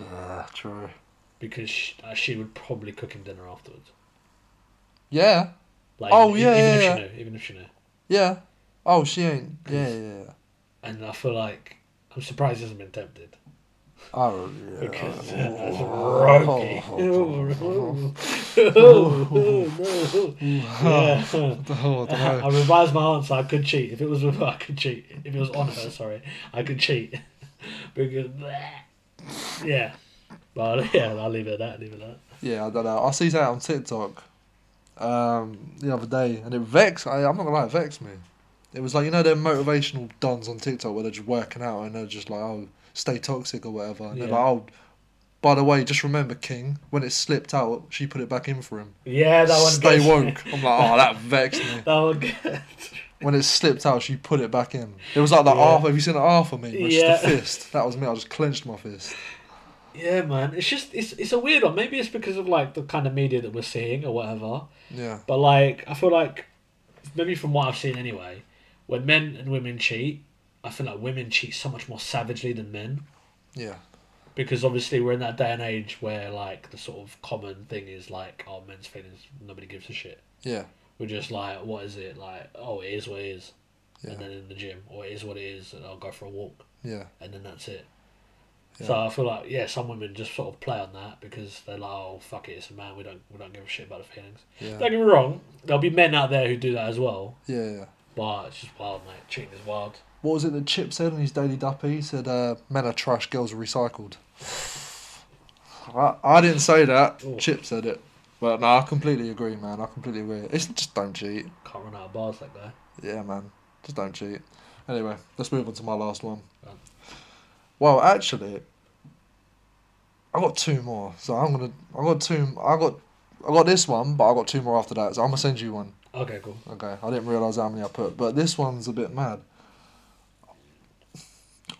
A: Yeah, true.
B: because she, uh, she would probably cook him dinner afterwards.
A: Yeah,
B: Like,
A: Oh,
B: e-
A: yeah,
B: even
A: yeah,
B: if
A: yeah.
B: she knew, even if she knew.
A: yeah. Oh, she ain't. Yeah, yeah. yeah.
B: And I feel like I'm surprised he hasn't been tempted.
A: Oh, yeah.
B: Because
A: Oh.
B: Oh,
A: Oh, I
B: I
A: dunno.
B: revised my answer. I could cheat if it was with her. I could cheat if it was on her. Sorry, I could cheat because yeah, but yeah, I'll leave it at that. Leave it at that.
A: yeah, I don't know. I see that on TikTok um, the other day, and it vexed. I, I'm not gonna lie, it vexed me. It was like you know them motivational dons on TikTok where they're just working out and they're just like, oh, stay toxic or whatever. And they're
B: Yeah.
A: like, oh, by the way, just remember King. When it slipped out, she put it back in for him.
B: Yeah, that one.
A: stay
B: gets-
A: woke. I'm like, oh, that vexed me.
B: That one. gets-
A: When it slipped out, she put it back in. It was like the
B: Yeah.
A: Arthur. Have you seen the Arthur meme? Which
B: Yeah.
A: is the fist. That was me. I just clenched my fist.
B: Yeah, man. It's just it's it's a weird one. Maybe it's because of like the kind of media that we're seeing or whatever.
A: Yeah.
B: But like, I feel like maybe from what I've seen anyway, when men and women cheat, I feel like women cheat so much more savagely than men
A: Yeah.
B: because obviously we're in that day and age where like the sort of common thing is like, oh, men's feelings, nobody gives a shit.
A: Yeah.
B: We're just like, what is it like? Oh, it is what it is,
A: Yeah.
B: and then in the gym, or it is what it is, and I'll go for a walk,
A: Yeah.
B: and then that's it. So
A: Yeah.
B: I feel like yeah, some women just sort of play on that because they're like, oh fuck it, it's a man. We don't we don't give a shit about the feelings.
A: Yeah.
B: Don't get me wrong, there'll be men out there who do that as well.
A: Yeah. yeah.
B: Wow, it's just wild, mate. Cheating is wild.
A: What was it that Chip said in his Daily Duppy? He said, uh, men are trash, girls are recycled. I, I didn't say that.
B: Ooh.
A: Chip said it. But no, I completely agree, man. I completely agree. It's just don't cheat.
B: Can't run out of bars like that.
A: Yeah, man. Just don't cheat. Anyway, let's move on to my last one.
B: Go on.
A: Well, actually, I got two more. So I'm gonna. I got two. I got. I got this one, but I got two more after that. So I'm gonna send you one.
B: Okay, cool.
A: Okay, I didn't realize how many I put, but this one's a bit mad.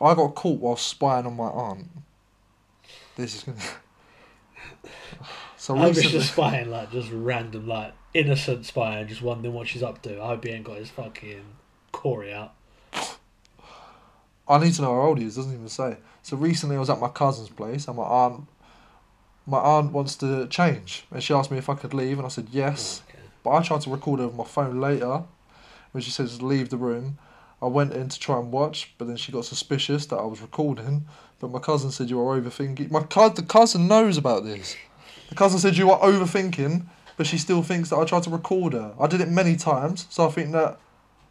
A: I got caught while spying on my aunt. This is gonna. so
B: I wish
A: recently,
B: the spying, like, just random, like, innocent spying, just wondering what she's up to. I hope he ain't got his fucking Corey out.
A: I need to know how old he is. Doesn't even say. So recently, I was at my cousin's place, and my aunt, my aunt wants to change, and she asked me if I could leave, and I said yes.
B: Okay.
A: But I tried to record it with my phone later, when she says leave the room. I went in to try and watch, but then she got suspicious that I was recording. But my cousin said you are overthinking. My cou- the cousin knows about this. The cousin said you are overthinking, but she still thinks that I tried to record her. I did it many times, so I think that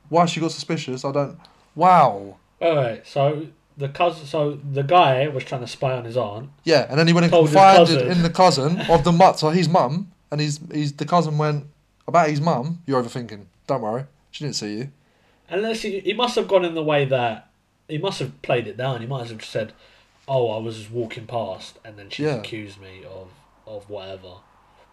A: why she got suspicious, I don't. Wow.
B: Wait, wait, so the cousin, so the guy was trying to spy on his aunt.
A: Yeah, and then he went and
B: Told his
A: confided
B: cousin.
A: in the cousin of the mut, so his mum, and his he's the cousin went about his mum. You're overthinking. Don't worry, she didn't see you.
B: And let's see, he must have gone in the way that he must have played it down. He might as have just said, "Oh, I was just walking past, and then she
A: Yeah.
B: accused me of of whatever."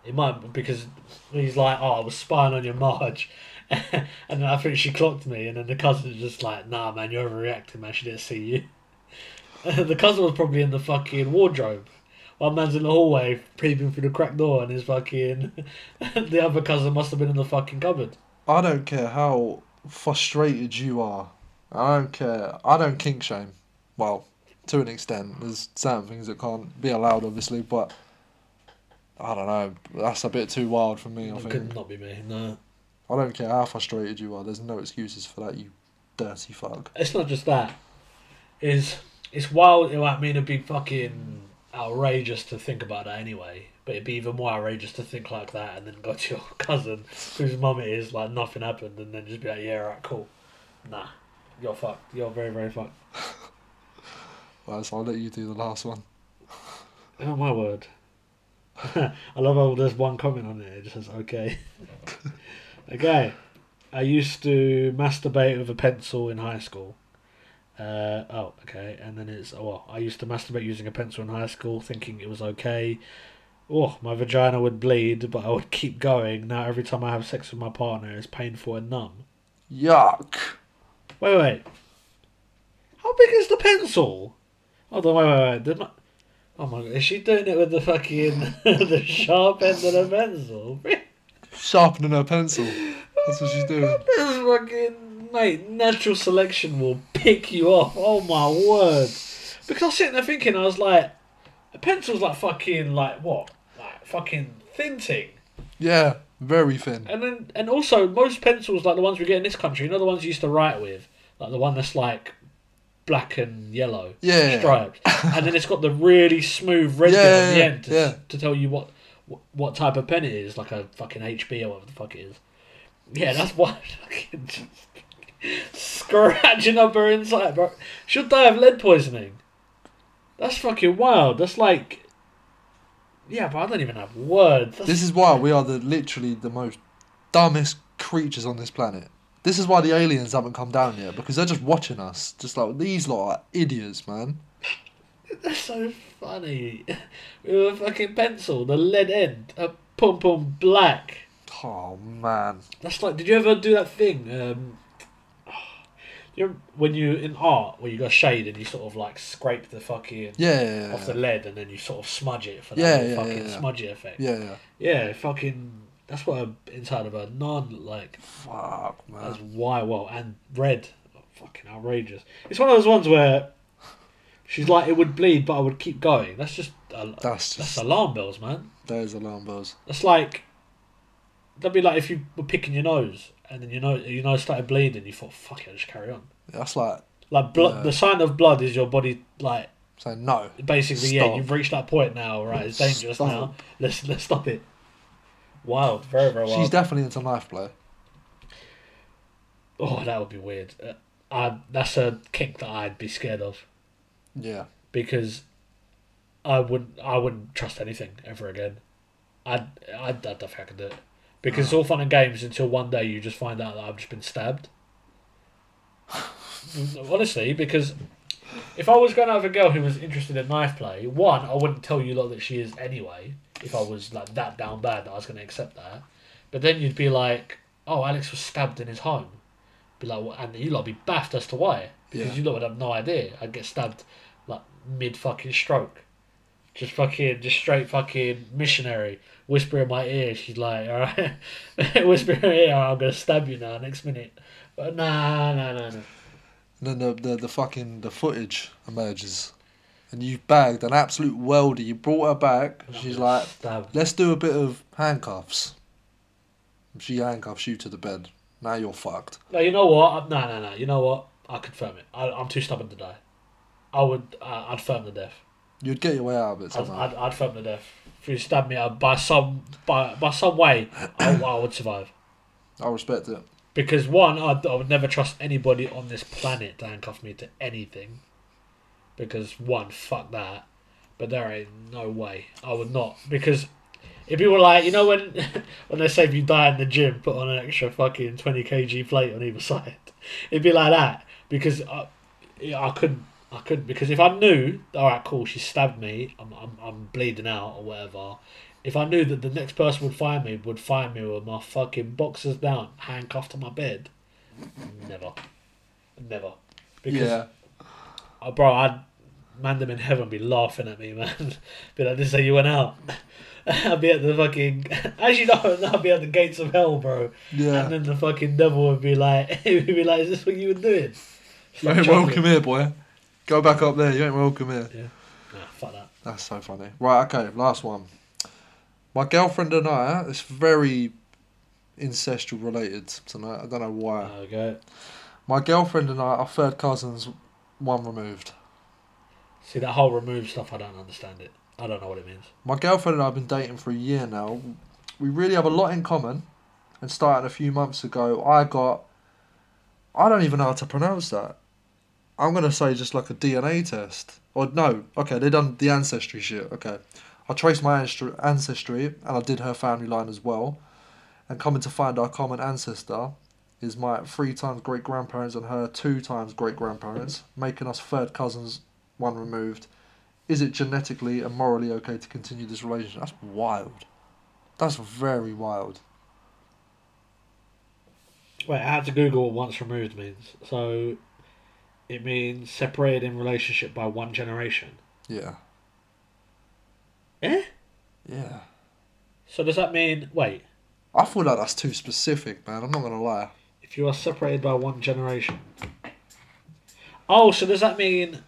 B: It might because he's like, "Oh, I was spying on your Marge," and then I think she clocked me, and then the cousin was just like, "Nah, man, you're overreacting, man. She didn't see you." the cousin was probably in the fucking wardrobe. One man's in the hallway peeping through the crack door, and his fucking the other cousin must have been in the fucking cupboard.
A: I don't care how frustrated you are. I don't care. I don't kink shame. Well, to an extent, there's certain things that can't be allowed, obviously, but I don't know. That's a bit too wild for me. I
B: It
A: think.
B: could not be me. No,
A: I don't care how frustrated you are. There's no excuses for that. You dirty fuck.
B: it's not just that. Is it's wild. It might mean it'd be fucking outrageous to think about that anyway. But it'd be even more outrageous to think like that and then go to your cousin whose mum it is like nothing happened and then just be like, yeah, alright, cool. Nah, you're fucked. You're very very fucked.
A: Well, so I'll let you do the last one.
B: Oh my word! I love how there's one comment on it. It just says okay. okay, I used to masturbate with a pencil in high school. Uh, oh, okay. And then it's oh, well, I used to masturbate using a pencil in high school, thinking it was okay. Oh, my vagina would bleed, but I would keep going. Now every time I have sex with my partner, it's painful and numb.
A: Yuck.
B: Wait, wait. How big is the pencil? Hold on, wait, wait, wait. Did my... Oh my god, is she doing it with the fucking the sharp end of the pencil? this
A: Sharpening her pencil. That's what she's doing.
B: is fucking mate, natural selection will pick you off. Oh my word! Because I was sitting there thinking, I was like, a pencil's like fucking like what, like fucking thin thing.
A: Yeah, very thin.
B: And then, and also most pencils, like the ones we get in this country, you know the ones you used to write with, like the one that's like black and yellow,
A: Yeah.
B: striped, and then it's got the really smooth red
A: Yeah,
B: bit on the
A: yeah,
B: end to,
A: yeah.
B: to tell you what wh- what type of pen it is, like a fucking HB or whatever the fuck it is. Yeah, that's why fucking just scratching up her inside, bro. She'll die of lead poisoning. That's fucking wild. That's like. Yeah, but I don't even have words. That's
A: This is why we are the literally the most dumbest creatures on this planet. This is why the aliens haven't come down yet because they're just watching us. Just like these lot are idiots, man.
B: That's so funny. With a fucking pencil, the lead end, a pom pom black.
A: Oh man.
B: That's like, did you ever do that thing? Um, you when you in art where you got shade and you sort of like scrape the fucking
A: Yeah. Yeah.
B: off
A: Yeah.
B: the lead and then you sort of smudge it for that
A: Yeah,
B: little
A: yeah,
B: fucking
A: yeah, yeah.
B: smudgy effect.
A: yeah, yeah.
B: Yeah, fucking. That's what a, inside of a non looked like.
A: Fuck, man.
B: That's why well and red, fucking outrageous. It's one of those ones where she's like, it would bleed, but I would keep going. That's just a,
A: That's
B: that's
A: just
B: alarm bells, man.
A: there's alarm bells.
B: That's like that'd be like if you were picking your nose and then your nose your nose started bleeding. You thought, "Fuck it, I'll just carry on."
A: That's like
B: Like blood,
A: Yeah.
B: the sign of blood is your body. Like
A: saying no.
B: basically, yeah,
A: Stop.
B: you've reached that point now. Right, it's dangerous
A: Stop.
B: now. Let's let's stop it. Wild, very very wild.
A: She's definitely into knife play.
B: oh, that would be weird. Uh, I, that's a kink that I'd be scared of
A: Yeah.
B: because I wouldn't I wouldn't trust anything ever again. I'd I'd, I don't think I could do it because it's all fun and games until one day you just find out that I've just been stabbed. Honestly, because if I was going out with a girl who was interested in knife play, one I wouldn't tell you lot that she is anyway. If I was like that down bad, that I was going to accept that. But then you'd be like, "Oh, Alex was stabbed in his home." Be like, "What?" and you lot would be baffed as to why because
A: Yeah.
B: you lot would have no idea. I'd get stabbed like mid fucking stroke. Just fucking, just straight fucking missionary. Whisper in my ear, she's like, alright. Whisper in her ear, I'm gonna stab you now, next minute. But nah, nah, nah, nah.
A: And then the, the, the fucking the footage emerges. And you bagged an absolute welder. You brought her back. She's like,
B: stab.
A: let's do a bit of handcuffs. She handcuffs you to the bed. Now you're fucked.
B: No, you know what? I- Nah, nah, nah. You know what? I could firm it. I, I'm too stubborn to die. I would, I I'd firm the death.
A: You'd get your way out of it
B: I'd,
A: somehow.
B: I'd, I'd firm the death. If you stab me, I, by some, by, by some way, I, I would survive.
A: I respect it.
B: Because one, I, I would never trust anybody on this planet to handcuff me to anything. Because one, fuck that. But there ain't no way I would not. Because if people were like, you know, when when they say if you die in the gym, put on an extra fucking twenty kg plate on either side, it'd be like that. Because I, yeah, I couldn't, I couldn't. Because if I knew, all right, cool, she stabbed me, I'm, I'm, I'm bleeding out or whatever. If I knew that the next person would find me, would find me with my fucking boxers down, handcuffed to my bed, never, never, because
A: yeah.
B: oh, bro, I'd man them in heaven be laughing at me, man. Be like, this is how you went out. I'd be at the fucking, as you know, I'd be at the gates of hell, bro.
A: Yeah.
B: And then the fucking devil would be like, he would be like, is this what you were doing? It's
A: You
B: like
A: ain't
B: chocolate.
A: welcome here, boy. Go back up there. You ain't welcome here.
B: Nah, fuck that.
A: That's so funny. Right, okay, last one. My girlfriend and I, it's very incestual related tonight. I don't know why.
B: There we go.
A: My girlfriend and I are third cousins, one removed.
B: See that whole remove stuff. I don't understand it. I don't know what it means.
A: My girlfriend and I have been dating for a year now. We really have a lot in common. And starting a few months ago, I got. I don't even know how to pronounce that. I'm going to say just like a DNA test. Or no, okay, they done the ancestry shit. Okay. I traced my anstr- ancestry and I did her family line as well. And coming to find our common ancestor is my three times great grandparents and her two times great grandparents, making us third cousins, one removed is it genetically and morally okay to continue this relationship? That's wild. That's very wild.
B: Wait, I had to Google what once removed means. So, it means separated in relationship by one generation.
A: Yeah.
B: Eh?
A: Yeah.
B: So does that mean wait?
A: I feel like that's too specific, man. I'm not gonna lie.
B: If you are separated by one generation. Oh, so does that mean?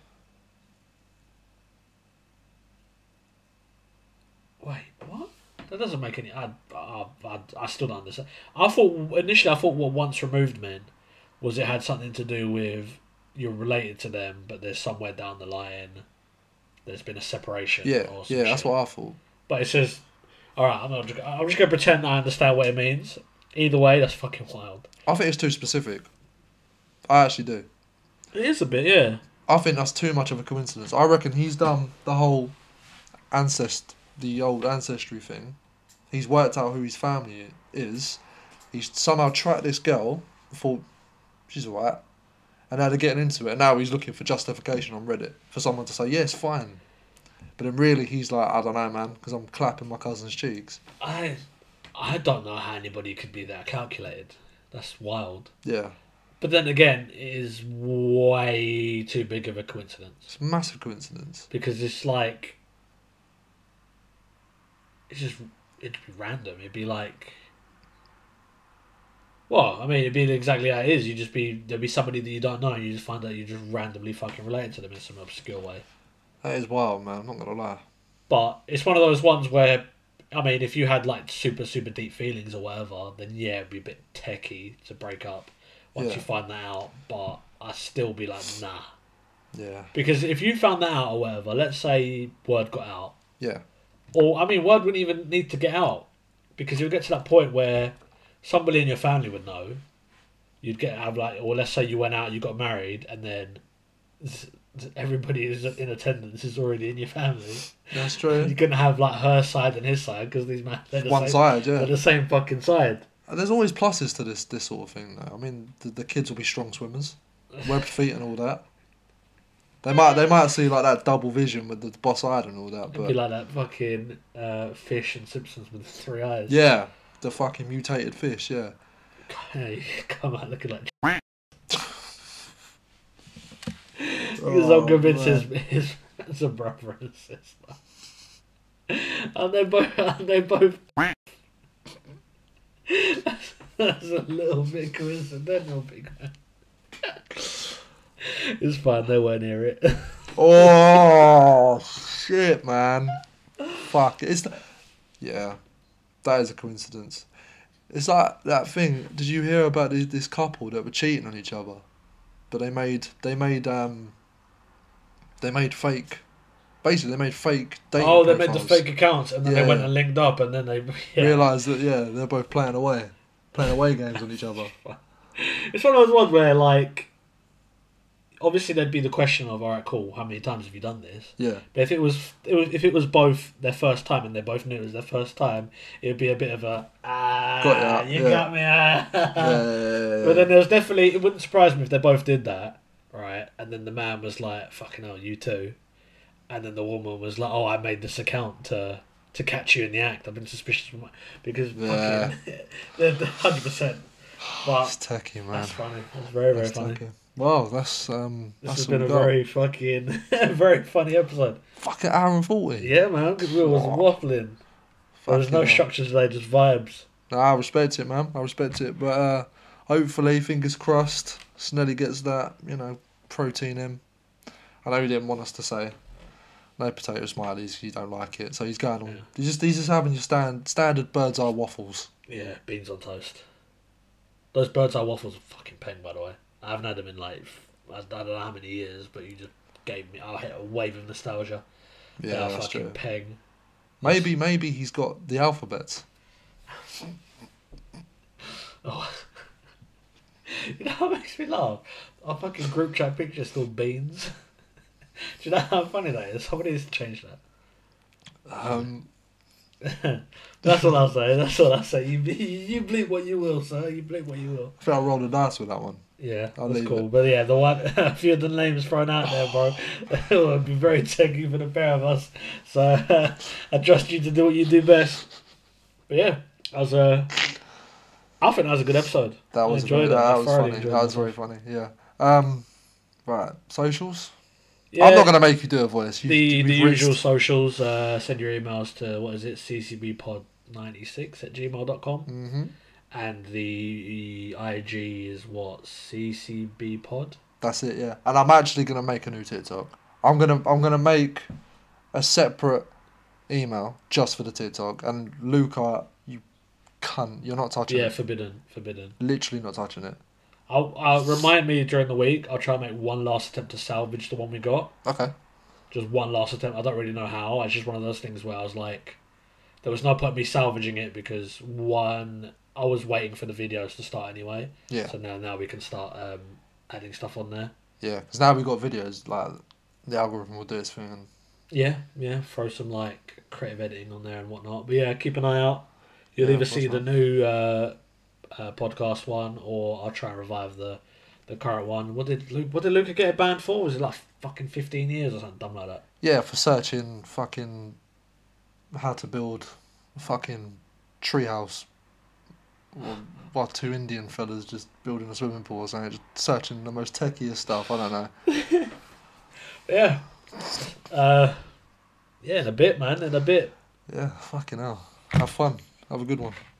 B: Wait, what? That doesn't make any. I, I, I, I still don't understand. I thought initially I thought what once removed meant was it had something to do with you're related to them, but there's somewhere down the line there's been a separation.
A: Yeah.
B: or some
A: Yeah. That's
B: shit.
A: what I thought.
B: But it says, all right, I'm, not, I'm just going to pretend I understand what it means. Either way, that's fucking wild.
A: I think it's too specific. I actually do.
B: It is a bit, yeah.
A: I think that's too much of a coincidence. I reckon he's done the whole ancest the old ancestry thing. He's worked out who his family is. He's somehow tracked this girl thought she's alright. And now they're getting into it and now he's looking for justification on Reddit for someone to say, Yeah, it's fine. But then really he's like, I don't know man, because I'm clapping my cousin's cheeks.
B: I, I don't know how anybody could be that calculated. That's wild.
A: Yeah.
B: But then again, it is way too big of a coincidence
A: It's a massive coincidence.
B: because it's like, it's just it'd be random. It'd be like, well, I mean, it'd be exactly how it is. You just be there'd be somebody that you don't know. And you just find out you're just randomly fucking related to them in some obscure way.
A: That is wild, man, I'm not gonna lie.
B: But it's one of those ones where, I mean, if you had like super, super deep feelings or whatever, then yeah, it'd be a bit techie to break up once
A: Yeah.
B: you find that out. But I'd still be like, nah.
A: Yeah.
B: Because if you found that out or whatever, let's say word got out,
A: Yeah.
B: or I mean, word wouldn't even need to get out because you'll get to that point where somebody in your family would know. You'd get have like, or let's say you went out, you got married, and then z- z- everybody is in attendance is already in your family.
A: That's
B: You're
A: true.
B: gonna have like her side and his side because these man they're the,
A: One
B: same,
A: side,
B: they're
A: yeah.
B: the same fucking side.
A: There's always pluses to this this sort of thing, though. I mean, the, the kids will be strong swimmers, webbed feet and all that. They might they might see like that double vision with the boss eyed and all that,
B: It'd be
A: but
B: like that fucking uh, fish and Simpsons with three eyes.
A: yeah, the fucking mutated fish, yeah.
B: Yeah, you come out looking like because I'm
A: Oh,
B: convinced his, his it's a brother and a sister, and they both and they both. that's, that's a little bit coincidental, big man. it's fine. They won't hear it.
A: Oh shit, man! Fuck, it's th- yeah, that is a coincidence. It's like that thing. Did you hear about this, this couple that were cheating on each other? But they made they made um they made fake. Basically, they made fake dating.
B: Oh, they made the
A: profiles.
B: fake accounts and then
A: Yeah.
B: they went and linked up and then they. Yeah.
A: Realised that yeah, they're both playing away, playing away games on each other.
B: It's one of those ones where, like, obviously there'd be the question of, all right, cool, how many times have you done this?
A: Yeah,
B: But if it was, it was if it was both their first time and they both knew it was their first time, it would be a bit of a ah,
A: Got ya,
B: you
A: yeah.
B: got me. Ah.
A: yeah, yeah, yeah,
B: Uh, But
A: yeah.
B: then there was definitely it wouldn't surprise me if they both did that, right? And then the man was like, "Fucking hell, you too," and then the woman was like, "Oh, I made this account to to catch you in the act. I've been suspicious of my, because
A: Yeah.
B: fucking, hundred percent.
A: It's
B: But
A: Turkey, man.
B: that's funny. That's very very
A: That's
B: funny.
A: Turkey. Wow, that's um.
B: This
A: that's
B: has been
A: all
B: a
A: we got.
B: very fucking very funny episode.
A: Fuck an hour and forty.
B: Yeah, man, because we was waffling. There was
A: Fucking
B: no
A: hell.
B: structure today, just vibes.
A: Nah, I respect it, man. I respect it. But uh, hopefully, fingers crossed, Snelly gets that, you know, protein in. I know he didn't want us to say no potato smileys, you don't like it. So he's going on.
B: Yeah.
A: He's, just, he's just having your stand, standard bird's eye waffles.
B: Yeah, beans on toast. Those bird's eye waffles are fucking peng, by the way. I haven't had them in like I I don't know how many years, but you just gave me. I hit a wave of nostalgia.
A: Yeah,
B: they are
A: that's
B: fucking
A: true.
B: peng.
A: Maybe, maybe he's got the alphabet.
B: Oh. you know what makes me laugh? Our fucking group chat picture is still beans. Do you know how funny that is? Somebody needs to change
A: Um,
B: that. That's all I'll say. That's all I'll say. You, you bleep what you will, sir. You bleep what you will.
A: I think I rolled a dice with that one.
B: Yeah,
A: I'll
B: that's
A: leave
B: cool. But yeah, the one a few of the names thrown out there, bro, it would be very techy for the pair of us. So I trust you to do what you do best. But yeah, that was a. I think that was a good episode. I
A: That was a
B: enjoyed
A: good,
B: it. I
A: that was
B: thoroughly
A: funny. That
B: enjoyed
A: was very funny. Yeah. Um, right, socials.
B: Yeah,
A: I'm not gonna make you do a voice. You,
B: the
A: we've
B: the
A: reached-
B: usual socials. Uh, send your emails to what is it? ccbpod96 at gmail.com.
A: Mhm.
B: and the IG is what ccbpod.
A: That's it, yeah. And I'm actually gonna make a new TikTok. I'm gonna I'm gonna make a separate email just for the TikTok. And Luca, you cunt, you're not touching
B: Yeah,
A: it.
B: forbidden, forbidden.
A: Literally not touching it.
B: I'll, I'll remind me during the week. I'll try and make one last attempt to salvage the one we got.
A: Okay.
B: Just one last attempt. I don't really know how. It's just one of those things where I was like, there was no point me salvaging it because one, I was waiting for the videos to start anyway.
A: Yeah.
B: So now now we can start um, adding stuff on there.
A: Yeah. Because now we've got videos, like the algorithm will do its thing and
B: Yeah, yeah. Throw some like creative editing on there and whatnot. But yeah, keep an eye out. You'll
A: Yeah,
B: either
A: of course
B: see the new uh, uh, podcast one, or I'll try and revive the the current one. What did Luke, what did Luca get banned for? Was it like fucking fifteen years or something dumb like that?
A: Yeah, for searching fucking how to build a fucking treehouse. Or while two Indian fellas just building a swimming pool or something, just searching the most techiest stuff, I don't know.
B: Yeah. Uh, yeah, in a bit, man. In a bit.
A: Yeah, fucking hell. Have fun. Have a good one.